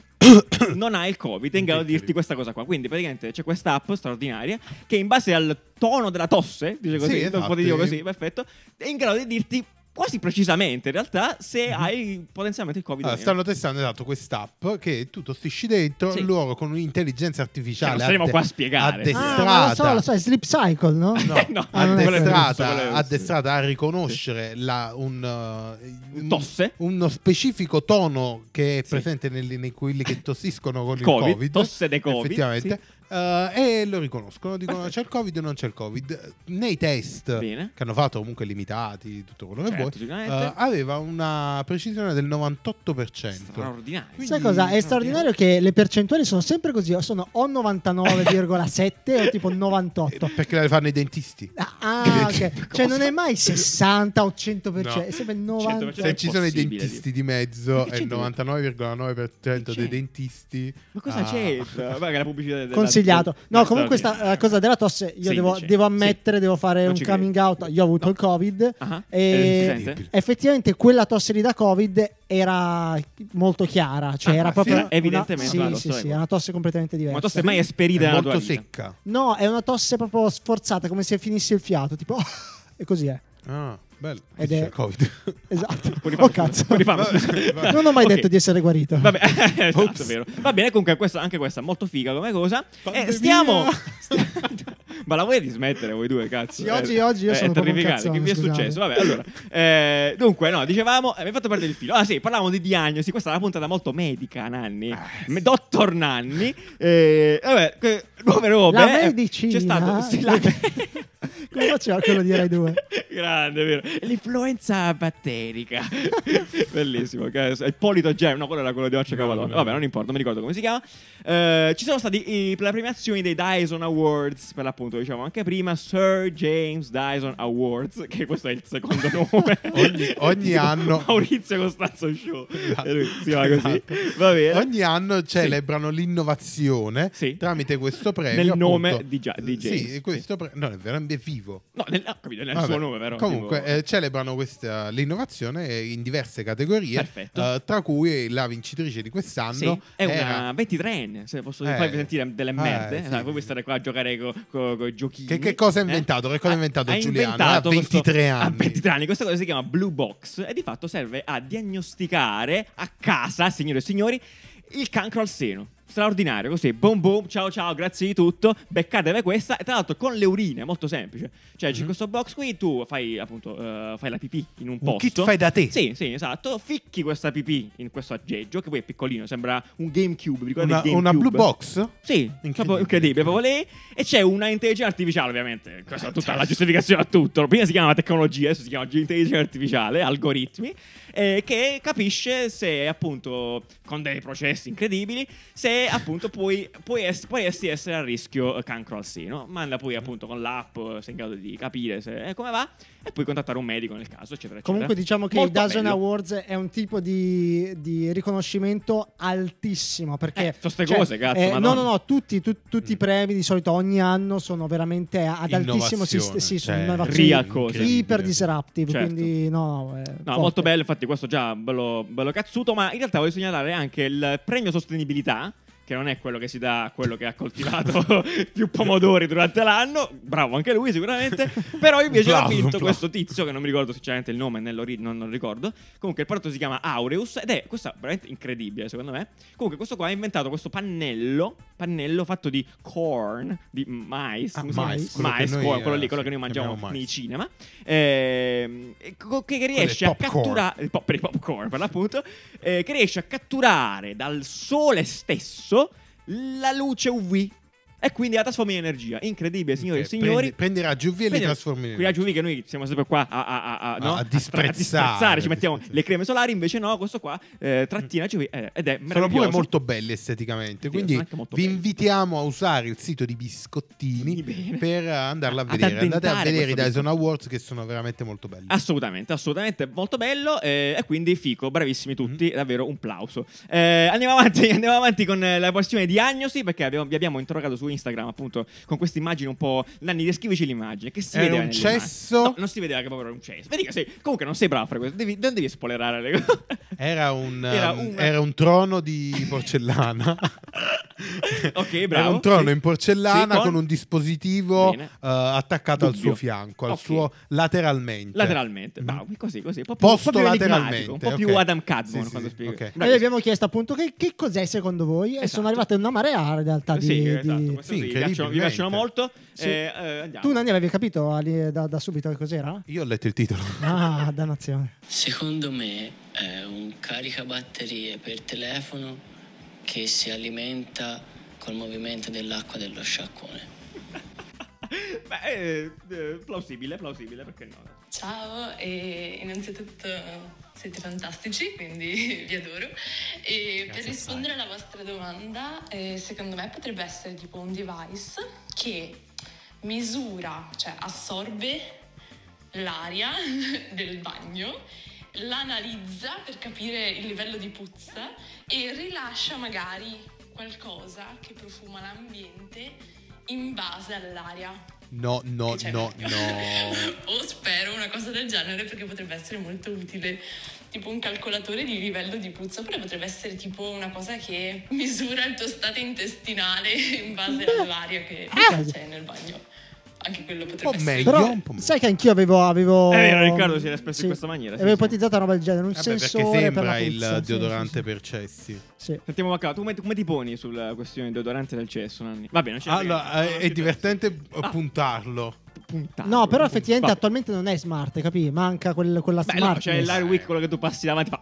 Speaker 2: non hai il Covid, è in grado di dirti questa cosa qua. Quindi, praticamente c'è questa app straordinaria che in base al tono della tosse, dice così,
Speaker 4: Sì,
Speaker 2: un
Speaker 4: esatto.
Speaker 2: po' di dire così, perfetto, è in grado di dirti quasi precisamente in realtà se hai potenzialmente il Covid. o
Speaker 4: Allora,
Speaker 2: meno.
Speaker 4: Mhm. stanno testando esatto quest'app che tu tossisci dentro
Speaker 2: Sì.
Speaker 4: loro con un'intelligenza artificiale
Speaker 2: Cioè, non saremo
Speaker 4: adde-
Speaker 2: qua a spiegare.
Speaker 3: Ah, ma lo so,
Speaker 4: addestrata.
Speaker 3: lo so, è Sleep Cycle, no?
Speaker 4: No,
Speaker 2: Eh, no,
Speaker 3: Ah, non è quello
Speaker 4: addestrata,
Speaker 2: giusto, quello è-
Speaker 4: addestrata a riconoscere la- un, eh, un-
Speaker 2: Tosse.
Speaker 4: uno specifico tono che è
Speaker 2: Sì.
Speaker 4: presente nelle- nei quelli che tossiscono con
Speaker 2: Covid,
Speaker 4: il Covid.
Speaker 2: tosse dei Covid,
Speaker 4: Effettivamente. eh, e lo riconoscono, dicono
Speaker 2: Perfetto.
Speaker 4: c'è il Covid o non c'è il Covid. Nei test
Speaker 2: Bene.
Speaker 4: che hanno fatto, comunque limitati, tutto quello che
Speaker 2: Certo,
Speaker 4: vuoi,
Speaker 2: sicuramente.
Speaker 4: eh, aveva una precisione del 98%.
Speaker 2: straordinario.
Speaker 3: Sai cosa? È straordinario che le percentuali sono sempre così, o sono o 99,7 o tipo 98.
Speaker 4: Eh, Perché la fanno i dentisti.
Speaker 3: Ah,
Speaker 4: Che-
Speaker 3: ok. Cioè non è mai 60 o 100%, è sempre
Speaker 2: 100%.
Speaker 3: 90.
Speaker 2: Cioè,
Speaker 4: Se ci sono i
Speaker 2: impossibile,
Speaker 4: dentisti di
Speaker 2: Dio.
Speaker 4: mezzo
Speaker 2: Perché
Speaker 4: e
Speaker 2: c'è
Speaker 4: il 99,9%
Speaker 2: Che c'è?
Speaker 4: dei dentisti.
Speaker 2: Ma cosa
Speaker 4: Ah.
Speaker 2: c'entra? Guarda, la pubblicità della-
Speaker 3: Consigliato. No,
Speaker 2: della-
Speaker 3: comunque
Speaker 2: della-
Speaker 3: sta eh, la cosa della tosse, io
Speaker 2: Sì,
Speaker 3: devo,
Speaker 2: dice.
Speaker 3: devo ammettere,
Speaker 2: Sì.
Speaker 3: devo fare
Speaker 2: Non
Speaker 3: un
Speaker 2: ci
Speaker 3: coming
Speaker 2: credo.
Speaker 3: out. Io ho avuto
Speaker 2: No.
Speaker 3: il Covid
Speaker 2: Ah, eh,
Speaker 3: e
Speaker 4: incredibile.
Speaker 3: effettivamente quella tosse lì da Covid era molto chiara, cioè
Speaker 2: Ah,
Speaker 3: era
Speaker 2: sì,
Speaker 3: proprio
Speaker 2: era
Speaker 3: una-
Speaker 2: evidentemente
Speaker 3: sì,
Speaker 2: una
Speaker 3: sì,
Speaker 2: tosse
Speaker 3: sì,
Speaker 2: da
Speaker 3: è una tosse completamente diversa.
Speaker 2: Ma tu sei mai esperita
Speaker 4: È
Speaker 2: nella tua
Speaker 4: molto
Speaker 2: vita?
Speaker 4: secca.
Speaker 3: No, è una tosse proprio sforzata, come se finisse il fiato, tipo e così è.
Speaker 4: Ah, bello.
Speaker 3: Ed
Speaker 4: Ed è
Speaker 3: è-
Speaker 4: il Covid.
Speaker 3: Esatto.
Speaker 2: Puoi rifarlo,
Speaker 3: Oh cazzo.
Speaker 2: puoi rifarlo, scusa.
Speaker 4: Vabbè.
Speaker 3: Non ho mai
Speaker 2: Ok.
Speaker 3: detto di essere guarito.
Speaker 2: Vabbè, esatto,
Speaker 4: Ops.
Speaker 2: vero. Va bene, comunque questa, anche questa è molto figa come cosa.
Speaker 4: Pandemia.
Speaker 2: E stiamo... Ma la vuoi di smettere voi due, cazzo?
Speaker 3: Sì, oggi- oggi io
Speaker 2: è
Speaker 3: sono proprio un
Speaker 2: terrificante.
Speaker 3: cazzone,
Speaker 2: Che vi è
Speaker 3: scusate.
Speaker 2: successo? Vabbè, allora. eh, dunque, no, dicevamo... eh, Mi hai fatto perdere il filo. Ah sì, parlavamo di diagnosi. Questa è una puntata molto medica, Nanni.
Speaker 4: Ah,
Speaker 2: Me- Dottor Nanni. Eh, vabbè, che- come eravamo
Speaker 3: La
Speaker 2: bene, eh,
Speaker 3: medicina.
Speaker 2: C'è stato... sì, la-
Speaker 3: Come faceva quello di Rai 2?
Speaker 2: Grande, vero? L'influenza batterica. Bellissimo. che è- è Ippolito Gem. No, quello era quello di Orcio Cavallo. Vabbè, non importa, non mi ricordo come si chiama. Eh, ci sono stati i- le premiazioni dei Dyson Awards, per l'appunto, diciamo anche prima. Sir James Dyson Awards, che questo è il secondo nome.
Speaker 4: Ogni- ogni anno-
Speaker 2: Maurizio Costanzo Show.
Speaker 4: Esatto.
Speaker 2: E lui si chiama così.
Speaker 4: Esatto.
Speaker 2: Va bene.
Speaker 4: Ogni anno
Speaker 2: Eh? Sì.
Speaker 4: celebrano l'innovazione
Speaker 2: Sì.
Speaker 4: tramite questo premio.
Speaker 2: Nel
Speaker 4: appunto.
Speaker 2: nome di Gia- di James.
Speaker 4: Sì, questo premio. No, è veramente vivo.
Speaker 2: No, nel, ho capito, nel
Speaker 4: Vabbè.
Speaker 2: suo nome, però.
Speaker 4: Comunque
Speaker 2: tipo-
Speaker 4: eh, celebrano questa, l'innovazione eh, in diverse categorie,
Speaker 2: Perfetto.
Speaker 4: eh, tra cui la vincitrice di quest'anno
Speaker 2: Sì, è
Speaker 4: era-
Speaker 2: una 23enne, se posso
Speaker 4: Eh.
Speaker 2: farvi sentire delle
Speaker 4: Eh,
Speaker 2: merde.
Speaker 4: sì,
Speaker 2: Sai, voi
Speaker 4: sì.
Speaker 2: stare qua a giocare con i giochini.
Speaker 4: Che- che cosa ha
Speaker 2: eh?
Speaker 4: inventato? Che cosa ha inventato Giuliano?
Speaker 2: inventato
Speaker 4: Ha 23
Speaker 2: questo-
Speaker 4: anni.
Speaker 2: Ha 23 anni. Questa cosa si chiama Blue Box e di fatto serve a diagnosticare a casa, signore e signori, il cancro al seno. Straordinario, così, boom boom, ciao ciao, grazie di tutto, beccatevi questa, e tra l'altro con le urine, molto semplice. Cioè
Speaker 4: Mm-hmm.
Speaker 2: c'è questo box qui, tu fai appunto, eh, fai la pipì in un,
Speaker 4: Un
Speaker 2: posto.
Speaker 4: kit fai da te.
Speaker 2: Sì, sì, esatto. Ficchi questa pipì in questo aggeggio, che poi è piccolino, sembra un GameCube. vi
Speaker 4: Una,
Speaker 2: ricordate il
Speaker 4: una
Speaker 2: GameCube?
Speaker 4: blue box?
Speaker 2: Sì, proprio incredibile, proprio lei. E c'è una intelligenza artificiale, ovviamente. Questa è tutta la giustificazione a tutto. Prima si chiamava tecnologia, adesso si chiama intelligenza artificiale, algoritmi, eh, che capisce se, appunto, con dei processi incredibili, se, appunto, puoi, puoi, es- puoi ess- essere a rischio eh, cancro al seno. Manda poi, appunto, con l'app, eh, sei in grado di capire se, eh, come va, e puoi contattare un medico nel caso, eccetera, eccetera.
Speaker 3: Comunque diciamo che
Speaker 2: Molto
Speaker 3: i Dazon
Speaker 2: bello.
Speaker 3: Awards è un tipo di, di riconoscimento altissimo perché cioè,
Speaker 2: Eh, sono ste cose, cazzo,
Speaker 3: no,
Speaker 2: madonna. Mm.
Speaker 3: no, no, tutti, tu- tutti i premi di solito ogni anno sono veramente ad altissimo sistema, sì,
Speaker 2: cioè,
Speaker 3: sono
Speaker 4: Cioè,
Speaker 3: innovazioni
Speaker 2: real cose.
Speaker 3: iper disruptive,
Speaker 2: Certo.
Speaker 3: quindi no, no, è
Speaker 2: No,
Speaker 3: forte.
Speaker 2: molto bello, infatti questo già bello, bello cazzuto, ma in realtà voglio segnalare anche il premio sostenibilità, che non è quello che si dà a quello che ha coltivato più pomodori durante l'anno, bravo anche lui sicuramente, però invece ha
Speaker 4: Bravo,
Speaker 2: vinto
Speaker 4: bravo.
Speaker 2: questo tizio che non mi ricordo sinceramente il nome, nell'ori- non, non ricordo, comunque il prodotto si chiama Aureus ed è questo è veramente incredibile secondo me, comunque questo qua ha inventato questo pannello, pannello fatto di corn, di mais,
Speaker 4: Ah,
Speaker 2: come si chiama?
Speaker 4: mais, quello che
Speaker 2: mais,
Speaker 4: noi,
Speaker 2: corn, quello
Speaker 4: eh,
Speaker 2: lì, quello
Speaker 4: sì,
Speaker 2: che noi mangiamo
Speaker 4: chiamiamo mais.
Speaker 2: nei cinema, ehm, e co- che, che riesce
Speaker 4: è
Speaker 2: a
Speaker 4: popcorn.
Speaker 2: catturare il pop- per i popcorn per l'appunto eh, che riesce a catturare dal sole stesso la luce UV e quindi la trasforma in energia incredibile signori
Speaker 4: Ok,
Speaker 2: e signori
Speaker 4: Eh, prendi- prenderà GV e li
Speaker 2: Quindi,
Speaker 4: trasformi in
Speaker 2: quella GV che noi siamo sempre qua a, a, a, a- no?
Speaker 4: a
Speaker 2: a- a
Speaker 4: disprezzare,
Speaker 2: ci mettiamo
Speaker 4: disprezzare.
Speaker 2: le creme solari invece no questo qua eh, trattina GV eh, ed è
Speaker 4: sono pure
Speaker 2: meraviglioso
Speaker 4: molto belli esteticamente,
Speaker 2: Sì,
Speaker 4: quindi
Speaker 2: sono anche molto
Speaker 4: vi
Speaker 2: belli.
Speaker 4: invitiamo a usare il sito di
Speaker 2: Sì, bene.
Speaker 4: Biscottini per eh, andarla a
Speaker 2: Ad
Speaker 4: vedere. Andate a
Speaker 2: addentare
Speaker 4: vedere i
Speaker 2: questo Ah.
Speaker 4: Dyson Awards che sono veramente molto belli.
Speaker 2: Assolutamente, assolutamente, molto bello eh, e quindi fico, bravissimi
Speaker 4: Mm-hmm.
Speaker 2: tutti, davvero un plauso. Eh, andiamo, avanti, andiamo avanti con eh, la questione diagnosi perché abbiamo- vi abbiamo interrogato su Instagram appunto con queste immagini un po'... Nanni, descrivici l'immagine, che si
Speaker 4: Era
Speaker 2: vedeva
Speaker 4: un
Speaker 2: nelle immagini?
Speaker 4: cesso?
Speaker 2: No, non si vedeva che proprio era un cesso. Vedi che sei- comunque non sei bravo a fare questo, devi- non devi spoilerare le cose.
Speaker 4: Era un,
Speaker 2: Era
Speaker 4: um,
Speaker 2: un-
Speaker 4: era un trono di porcellana.
Speaker 2: ok, bravo.
Speaker 4: Era Eh, un trono
Speaker 2: Sì.
Speaker 4: in porcellana
Speaker 2: Sì,
Speaker 4: con... un dispositivo
Speaker 2: Bene.
Speaker 4: eh, attaccato al
Speaker 2: Dubbio.
Speaker 4: suo fianco, al
Speaker 2: Ok.
Speaker 4: suo lateralmente.
Speaker 2: Lateralmente,
Speaker 4: Mm.
Speaker 2: bravo, così, così. Un po' più, un po'
Speaker 4: Posto
Speaker 2: più
Speaker 4: lateralmente.
Speaker 2: enigmatico, un po' più
Speaker 4: ok.
Speaker 2: Adam Cadmon
Speaker 4: Sì, sì,
Speaker 2: quando
Speaker 4: sì,
Speaker 2: spiega.
Speaker 4: ok.
Speaker 3: Noi vi abbiamo chiesto appunto che, che cos'è secondo voi e sono
Speaker 2: Esatto.
Speaker 3: arrivate una marea in realtà di...
Speaker 2: Sì,
Speaker 3: di-
Speaker 2: esatto, questo
Speaker 4: Sì,
Speaker 2: sì, vi piacciono, vi piacciono
Speaker 4: incredibilmente.
Speaker 2: molto.
Speaker 3: Sì.
Speaker 2: Eh, eh, andiamo.
Speaker 3: Tu Nani avevi capito Ali, da, da subito che cos'era?
Speaker 4: Io ho letto il titolo.
Speaker 3: Ah, dannazione.
Speaker 5: Secondo me è un caricabatterie per telefono che si alimenta col movimento dell'acqua dello sciacquone.
Speaker 2: Beh, eh, eh, plausibile, plausibile, perché no?
Speaker 6: Ciao e innanzitutto siete fantastici, quindi vi adoro. E per rispondere alla vostra domanda, eh, secondo me potrebbe essere tipo un device che misura, cioè assorbe l'aria del bagno, l'analizza per capire il livello di puzza e rilascia magari qualcosa che profuma l'ambiente in base all'aria.
Speaker 4: No, no,
Speaker 2: Eh,
Speaker 6: Cioè,
Speaker 2: certo.
Speaker 4: no,
Speaker 6: proprio.
Speaker 4: no.
Speaker 6: o spero una cosa del genere perché potrebbe essere molto utile. Tipo un calcolatore di livello di puzza, oppure potrebbe essere tipo una cosa che misura il tuo stato intestinale in base all'aria che
Speaker 3: Ah.
Speaker 6: c'è nel bagno. Anche quello
Speaker 4: po'
Speaker 6: potrebbe essere.
Speaker 4: meglio.
Speaker 3: Però
Speaker 4: un po' meno.
Speaker 3: sai che anch'io avevo, avevo...
Speaker 2: È vero, Riccardo si era espresso in
Speaker 3: Sì.
Speaker 2: questa maniera, sì,
Speaker 3: avevo
Speaker 2: sì.
Speaker 3: ipotizzato una roba del genere, un
Speaker 4: Vabbè, perché
Speaker 3: sensore per la
Speaker 4: sembra
Speaker 3: puzza,
Speaker 4: il
Speaker 3: sì,
Speaker 4: deodorante
Speaker 3: sì,
Speaker 4: per cessi.
Speaker 3: sì, sì.
Speaker 2: Sentiamo Macca, tu come, come ti poni sulla questione deodorante del cesso, Nanni? Va bene, non c'è
Speaker 4: Allora,
Speaker 2: niente,
Speaker 4: eh,
Speaker 2: non
Speaker 4: è
Speaker 2: ci
Speaker 4: divertente eh, puntarlo.
Speaker 2: penso. Puntare,
Speaker 3: No, però
Speaker 2: puntare.
Speaker 3: effettivamente
Speaker 2: Va-
Speaker 3: attualmente non è smart, capi? Manca quel- quella
Speaker 2: Beh,
Speaker 3: smart.
Speaker 2: no, c'è l'air wick, quello che tu passi davanti, fa...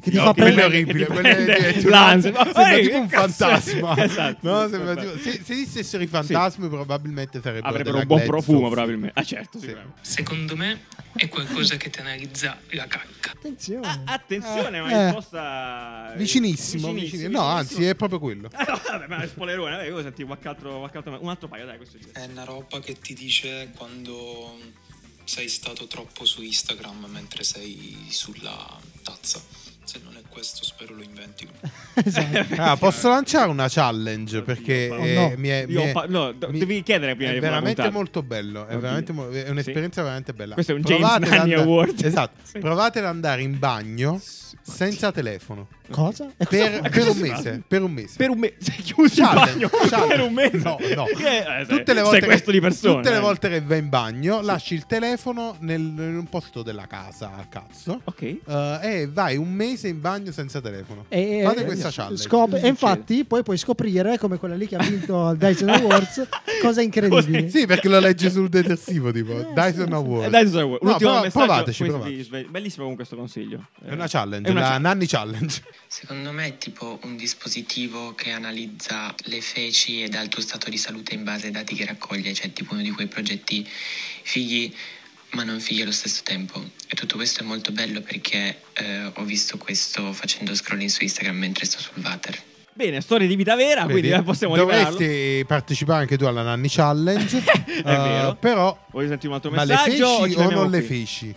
Speaker 3: che ti
Speaker 4: No,
Speaker 3: fa
Speaker 4: quello è
Speaker 3: prendere...
Speaker 4: orribile,
Speaker 2: che ti
Speaker 4: quello è
Speaker 2: prende
Speaker 4: diventa un-
Speaker 2: l'ansia.
Speaker 4: Sembra
Speaker 2: Ehi,
Speaker 4: tipo un
Speaker 2: che cazzo è?
Speaker 4: fantasma.
Speaker 2: Esatto.
Speaker 4: No, sembra tipo-
Speaker 2: Sì.
Speaker 4: se, se esistessero i fantasmi, probabilmente sarebbero
Speaker 2: Avrebbero
Speaker 4: della
Speaker 2: un buon
Speaker 4: Gladstone.
Speaker 2: profumo, probabilmente. Ah, certo,
Speaker 4: Sì.
Speaker 2: sicuramente.
Speaker 7: Secondo me è qualcosa che ti analizza la cacca.
Speaker 3: Attenzione.
Speaker 2: Ah, attenzione, ma
Speaker 4: Eh.
Speaker 2: una risposta...
Speaker 4: Vicinissimo, vicini- No, anzi, è proprio quello.
Speaker 2: Ah, no, vabbè, ma è spoilerone, vabbè, io senti quattro, quattro, un altro paio, dai, questo è giusto.
Speaker 4: Eh,
Speaker 7: È una roba che ti dice quando sei stato troppo su Instagram mentre sei sulla tazza. Se non è questo, spero lo inventi.
Speaker 3: esatto.
Speaker 4: Ah, posso lanciare una challenge
Speaker 2: Oddio,
Speaker 4: perché
Speaker 2: però-
Speaker 4: eh,
Speaker 3: Oh, no.
Speaker 4: mi è,
Speaker 2: Io
Speaker 4: mi è-
Speaker 2: pa- no, do-
Speaker 4: mi-
Speaker 2: devi chiedere prima
Speaker 4: è
Speaker 2: di fare la
Speaker 4: veramente
Speaker 2: puntata.
Speaker 4: molto bello, è,
Speaker 2: Oddio.
Speaker 4: veramente mo- è un'esperienza
Speaker 2: Sì.
Speaker 4: veramente bella.
Speaker 2: Questo è un James
Speaker 4: Provate ad
Speaker 2: Nanni
Speaker 4: andare-
Speaker 2: Award.
Speaker 4: Esatto,
Speaker 2: Sì.
Speaker 4: provate ad andare in bagno senza telefono
Speaker 3: Cosa? E cosa
Speaker 4: per,
Speaker 3: fa?
Speaker 4: per
Speaker 2: cosa
Speaker 4: un
Speaker 2: si fa?
Speaker 4: mese, per un mese.
Speaker 2: Per un mese. Sei chiuso in
Speaker 4: Challenge,
Speaker 2: bagno
Speaker 4: challenge.
Speaker 2: per un mese.
Speaker 4: No, no.
Speaker 2: Che- eh,
Speaker 4: Tutte le
Speaker 2: sei
Speaker 4: volte
Speaker 2: questo
Speaker 4: che,
Speaker 2: di persone.
Speaker 4: tutte le
Speaker 2: eh.
Speaker 4: volte che vai in bagno, lasci il telefono nel, in un posto della casa, a cazzo.
Speaker 2: Ok.
Speaker 4: eh, e vai un mese in bagno senza telefono.
Speaker 3: E,
Speaker 4: Fate
Speaker 3: e-
Speaker 4: questa
Speaker 3: Eh, s-
Speaker 4: challenge.
Speaker 3: scop-
Speaker 2: Cosa
Speaker 3: e
Speaker 2: succede?
Speaker 3: infatti poi puoi scoprire, come quella lì che ha vinto il Dyson Awards, cose incredibili.
Speaker 4: Sì, perché lo leggi sul detersivo, tipo
Speaker 3: Eh,
Speaker 4: Dyson
Speaker 3: sì,
Speaker 4: Award.
Speaker 2: Eh, dai, Susanna, un
Speaker 4: No,
Speaker 2: ultimo
Speaker 4: prova-
Speaker 2: messaggio.
Speaker 4: provateci,
Speaker 2: questo
Speaker 4: provateci.
Speaker 2: di Sve- Bellissimo comunque questo consiglio.
Speaker 4: È
Speaker 2: Eh,
Speaker 4: una challenge,
Speaker 2: è una
Speaker 4: la
Speaker 2: challenge.
Speaker 4: Nanni Challenge.
Speaker 5: Secondo me è tipo un dispositivo che analizza le feci e dà il tuo stato di salute in base ai dati che raccoglie, cioè tipo uno di quei progetti fighi ma non fighi allo stesso tempo. E tutto questo è molto bello perché eh, ho visto questo facendo scrolling su Instagram mentre sto sul water.
Speaker 2: Bene, storie di vita vera, quindi
Speaker 4: Vedi?
Speaker 2: eh, possiamo
Speaker 4: Dovresti
Speaker 2: rivelarlo.
Speaker 4: partecipare anche tu alla Nanni Challenge. Eh,
Speaker 2: vero.
Speaker 4: Però,
Speaker 2: Voglio sentire un altro
Speaker 4: ma le feci
Speaker 2: messaggio o, ce
Speaker 4: o
Speaker 2: l'abbiamo
Speaker 4: non le
Speaker 2: qui?
Speaker 4: feci?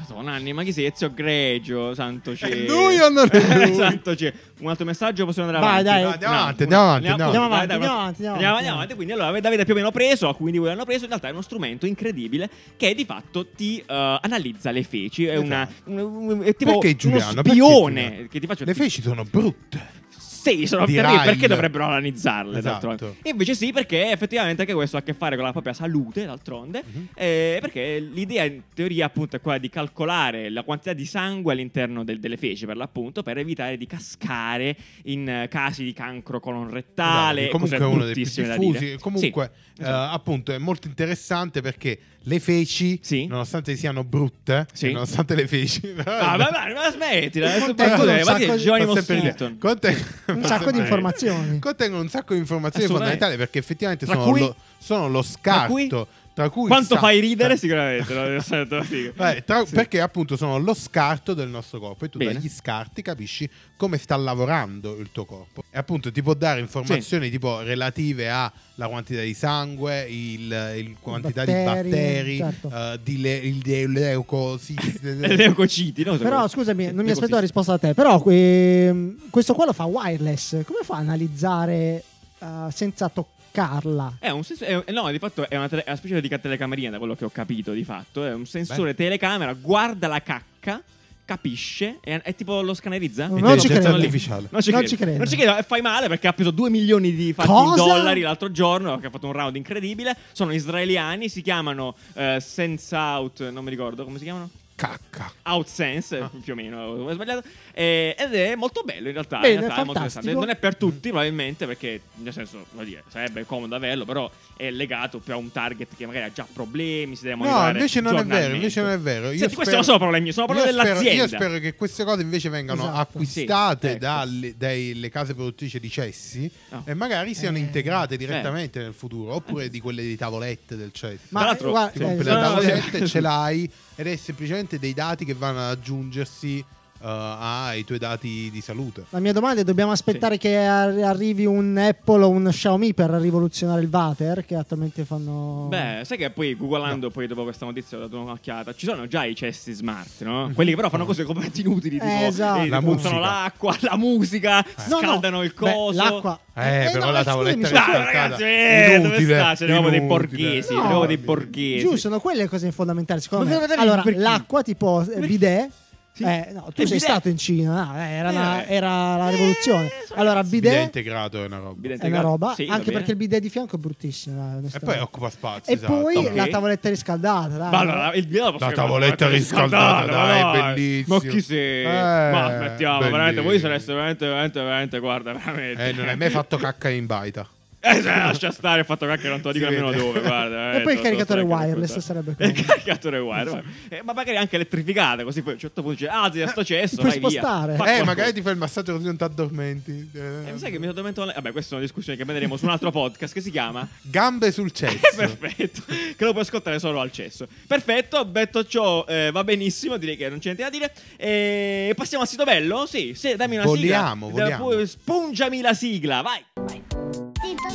Speaker 2: Madonna, Nanni, ma chi sei? Ezio Greggio, santo cielo.
Speaker 4: lui o non è lui?
Speaker 2: santo cielo. Un altro messaggio, possiamo andare
Speaker 3: Vai,
Speaker 2: avanti.
Speaker 3: dai.
Speaker 4: No, andiamo
Speaker 2: Un
Speaker 4: avanti,
Speaker 2: attimo,
Speaker 4: andiamo avanti,
Speaker 2: un attimo,
Speaker 4: andiamo
Speaker 2: dai,
Speaker 3: avanti.
Speaker 2: dai,
Speaker 3: Andiamo avanti, andiamo
Speaker 2: vai. Andiamo
Speaker 3: avanti.
Speaker 2: andiamo avanti. Quindi allora Davide ha più o meno preso, alcuni di voi l'hanno preso, in realtà è uno strumento incredibile che di fatto ti eh, analizza le feci, è una un- un- è
Speaker 4: Esatto.
Speaker 2: tipo
Speaker 4: Perché Giuliano?
Speaker 2: uno
Speaker 4: Perché
Speaker 2: spione
Speaker 4: Giuliano?
Speaker 2: che ti faccio
Speaker 4: Le
Speaker 2: ti-
Speaker 4: feci sono brutte.
Speaker 2: Sì, sono
Speaker 4: Di
Speaker 2: terribili,
Speaker 4: Ryle.
Speaker 2: perché dovrebbero analizzarle
Speaker 4: Esatto.
Speaker 2: d'altronde? E invece sì, perché effettivamente anche questo ha a che fare con la propria salute d'altronde,
Speaker 4: Mhm.
Speaker 2: eh, perché l'idea in teoria appunto è quella di calcolare la quantità di sangue all'interno del- delle feci per l'appunto per evitare di cascare in eh, casi di cancro colonrettale,
Speaker 4: Esatto, comunque
Speaker 2: cose
Speaker 4: è uno dei più
Speaker 2: bruttissime da
Speaker 4: diffusi.
Speaker 2: dire.
Speaker 4: Comunque,
Speaker 2: Sì,
Speaker 4: eh,
Speaker 2: esatto.
Speaker 4: appunto, è molto interessante perché le feci,
Speaker 2: Sì.
Speaker 4: nonostante siano brutte,
Speaker 2: Sì.
Speaker 4: e nonostante le feci,
Speaker 2: Ah, ma, ma, ma smettila, adesso
Speaker 3: Contengono
Speaker 2: parlo di-
Speaker 3: un
Speaker 2: ma
Speaker 3: sacco
Speaker 2: sì,
Speaker 3: di-
Speaker 2: Geronimo
Speaker 4: Fa sempre
Speaker 2: Stilton.
Speaker 4: ridere. Conten-
Speaker 3: Un
Speaker 4: fa
Speaker 3: sacco di
Speaker 4: sempre
Speaker 3: informazioni.
Speaker 4: ridere. Contengono un sacco di informazioni
Speaker 2: Assolutamente.
Speaker 4: fondamentali perché effettivamente
Speaker 2: Tra
Speaker 4: sono,
Speaker 2: cui-
Speaker 4: lo, sono lo
Speaker 2: Tra
Speaker 4: scarto.
Speaker 2: cui-
Speaker 4: tra cui
Speaker 2: Quanto
Speaker 4: sa-
Speaker 2: fai ridere
Speaker 4: tra-
Speaker 2: sicuramente, no? Te lo dico.
Speaker 4: Vabbè, Eh, tra-
Speaker 2: Sì.
Speaker 4: Perché appunto sono lo scarto del nostro corpo e tu
Speaker 2: Bene.
Speaker 4: dagli scarti capisci come sta lavorando il tuo corpo. E appunto ti può dare informazioni tipo relative alla quantità di sangue, il, il quantità
Speaker 3: batteri,
Speaker 4: di batteri,
Speaker 3: certo.
Speaker 4: eh, di, le- il, eh, di leucosi-
Speaker 2: Le leucociti, no?
Speaker 3: Però scusami, non mi aspetto la
Speaker 2: Leucociti.
Speaker 3: risposta da te. Però ehm, questo qua lo fa wireless. Come fa a analizzare eh, senza toccarla?
Speaker 2: È un senso- è- no, di fatto è una, tele- è una specie di telecamerina, da quello che ho capito, di fatto. È un sensore telecamera, guarda la cacca, capisce, e è tipo lo scannerizza.
Speaker 3: Non
Speaker 2: E
Speaker 4: Intelligenza
Speaker 2: te
Speaker 3: ci
Speaker 2: lo
Speaker 3: credo.
Speaker 2: piazzano lì.
Speaker 4: artificiale.
Speaker 2: Non ci,
Speaker 3: Non
Speaker 2: credo.
Speaker 3: ci credo.
Speaker 2: Non ci credo, e fai male perché ha preso 2 milioni di fatti in
Speaker 3: Cosa?
Speaker 2: dollari l'altro giorno, che ha fatto un round incredibile. Sono israeliani, si chiamano eh, Sense Out, non mi ricordo come si chiamano.
Speaker 4: Cacca.
Speaker 2: Outsense,
Speaker 4: Ah.
Speaker 2: eh, più o meno, ho sbagliato. Eh, ed è molto bello in realtà.
Speaker 3: Bene,
Speaker 2: in realtà è molto
Speaker 3: fantastico.
Speaker 2: interessante. Non è per tutti, probabilmente, perché nel senso, voglio dire, sarebbe comodo averlo, però è legato più a un target che magari ha già problemi. Si deve
Speaker 4: No,
Speaker 2: monitorare
Speaker 4: invece non è vero,
Speaker 2: giornalmente.
Speaker 4: invece non è vero. Io
Speaker 2: Senti, queste non sono parole mie, sono parole
Speaker 4: io spero-
Speaker 2: dell'azienda.
Speaker 4: Io spero che queste cose invece vengano
Speaker 3: Esatto.
Speaker 4: acquistate
Speaker 2: Sì, ecco.
Speaker 4: dalle dalle case produttrici di cessi
Speaker 2: Ah.
Speaker 4: e magari siano
Speaker 3: Eh.
Speaker 4: integrate direttamente nel futuro, oppure di quelle di tavolette del cesso.
Speaker 3: Ma
Speaker 2: Tra l'altro,
Speaker 3: guarda,
Speaker 4: Ti
Speaker 3: eh,
Speaker 4: compri
Speaker 3: sì,
Speaker 4: la
Speaker 3: no, no,
Speaker 4: tavoletta e ce l'hai ed è semplicemente dei dati che vanno ad aggiungersi eh, ha i tuoi dati di salute.
Speaker 3: La mia domanda è: dobbiamo aspettare che ar- arrivi un Apple o un Xiaomi per rivoluzionare il Vater? Che attualmente fanno.
Speaker 2: Beh, sai che poi googlando poi dopo questa notizia ho dato un'occhiata. Ci sono già i cesti smart,
Speaker 4: Mhm.
Speaker 2: no? Quelli che però fanno cose completamente inutili, tipo
Speaker 3: Eh, esatto.
Speaker 2: eh,
Speaker 4: La
Speaker 2: puntano
Speaker 4: musica.
Speaker 2: l'acqua, la musica,
Speaker 3: No, no.
Speaker 2: scaldano il
Speaker 3: Beh,
Speaker 2: coso.
Speaker 3: l'acqua.
Speaker 4: Eh, però la tavoletta
Speaker 3: scusami,
Speaker 4: è
Speaker 2: Dai,
Speaker 3: scusami.
Speaker 2: ragazzi,
Speaker 4: Inutile,
Speaker 2: eh, dove sta? Ce ne abbiamo dei
Speaker 4: inutile.
Speaker 2: borghesi,
Speaker 3: No.
Speaker 2: ne abbiamo dei borghesi.
Speaker 3: Giù, sono quelle le cose fondamentali. Secondo
Speaker 2: Ma
Speaker 3: me.
Speaker 2: perché?
Speaker 3: Allora,
Speaker 2: Perché?
Speaker 3: l'acqua, tipo eh,
Speaker 2: Perché?
Speaker 3: bidet.
Speaker 2: Sì.
Speaker 3: Eh, no, tu
Speaker 2: Eh,
Speaker 3: sei
Speaker 2: bidet.
Speaker 3: stato in Cina, no, eh, era,
Speaker 2: Eh,
Speaker 3: la,
Speaker 2: eh.
Speaker 3: era la rivoluzione.
Speaker 2: Eh,
Speaker 3: allora,
Speaker 4: Bidet
Speaker 3: bidet
Speaker 4: integrato è una roba.
Speaker 2: Evidente
Speaker 3: è una
Speaker 2: che-
Speaker 3: roba,
Speaker 2: sì, va
Speaker 3: anche
Speaker 2: bene.
Speaker 3: perché il bidet di fianco è bruttissimo. eh,
Speaker 4: E
Speaker 3: onestamente.
Speaker 4: poi occupa spazio.
Speaker 3: E
Speaker 4: esatto.
Speaker 3: poi
Speaker 2: Ok.
Speaker 3: la tavoletta riscaldata. dai.
Speaker 2: Ma allora, il bidet lo posso
Speaker 4: La
Speaker 2: chiamare
Speaker 4: tavoletta riscaldata, dai,
Speaker 2: ma
Speaker 4: bellissimo.
Speaker 2: Ma chi sei?
Speaker 4: Eh,
Speaker 2: ma aspettiamo, veramente,
Speaker 4: bellissimo.
Speaker 2: voi sareste veramente, veramente, veramente, guarda, veramente.
Speaker 4: Eh, non hai mai fatto cacca in baita.
Speaker 2: Eh, cioè, lascia stare, ho fatto cacca, non te lo dico
Speaker 4: Si
Speaker 2: nemmeno
Speaker 4: vede.
Speaker 2: dove, guarda.
Speaker 3: E poi il
Speaker 2: te lo- te lo
Speaker 3: caricatore
Speaker 2: sto neanche
Speaker 3: wireless
Speaker 2: raccontando.
Speaker 3: sarebbe
Speaker 2: Il
Speaker 3: comodo.
Speaker 2: caricatore wireless, eh, ma magari anche elettrificata, così poi a un certo punto dice, ah, sì, sto cesso,
Speaker 3: puoi
Speaker 2: vai via.
Speaker 3: spostare.
Speaker 2: Fa
Speaker 3: Eh,
Speaker 4: Eh,
Speaker 2: qualcosa.
Speaker 4: magari ti fai il massaggio così non ti addormenti. Eh,
Speaker 2: Eh, mi sai che mi sono addormentato... Vabbè, questa è una discussione che prenderemo su un altro podcast che si chiama...
Speaker 4: Gambe sul cesso.
Speaker 2: Perfetto, che lo puoi ascoltare solo al cesso. Perfetto, detto ciò, eh, va benissimo, direi che non c'è niente da dire. E passiamo al sito bello? Sì, sì, dammi una
Speaker 4: Vogliamo,
Speaker 2: sigla. Da-
Speaker 4: vogliamo.
Speaker 2: pu- Spungiami la sigla, vai.
Speaker 8: Zitto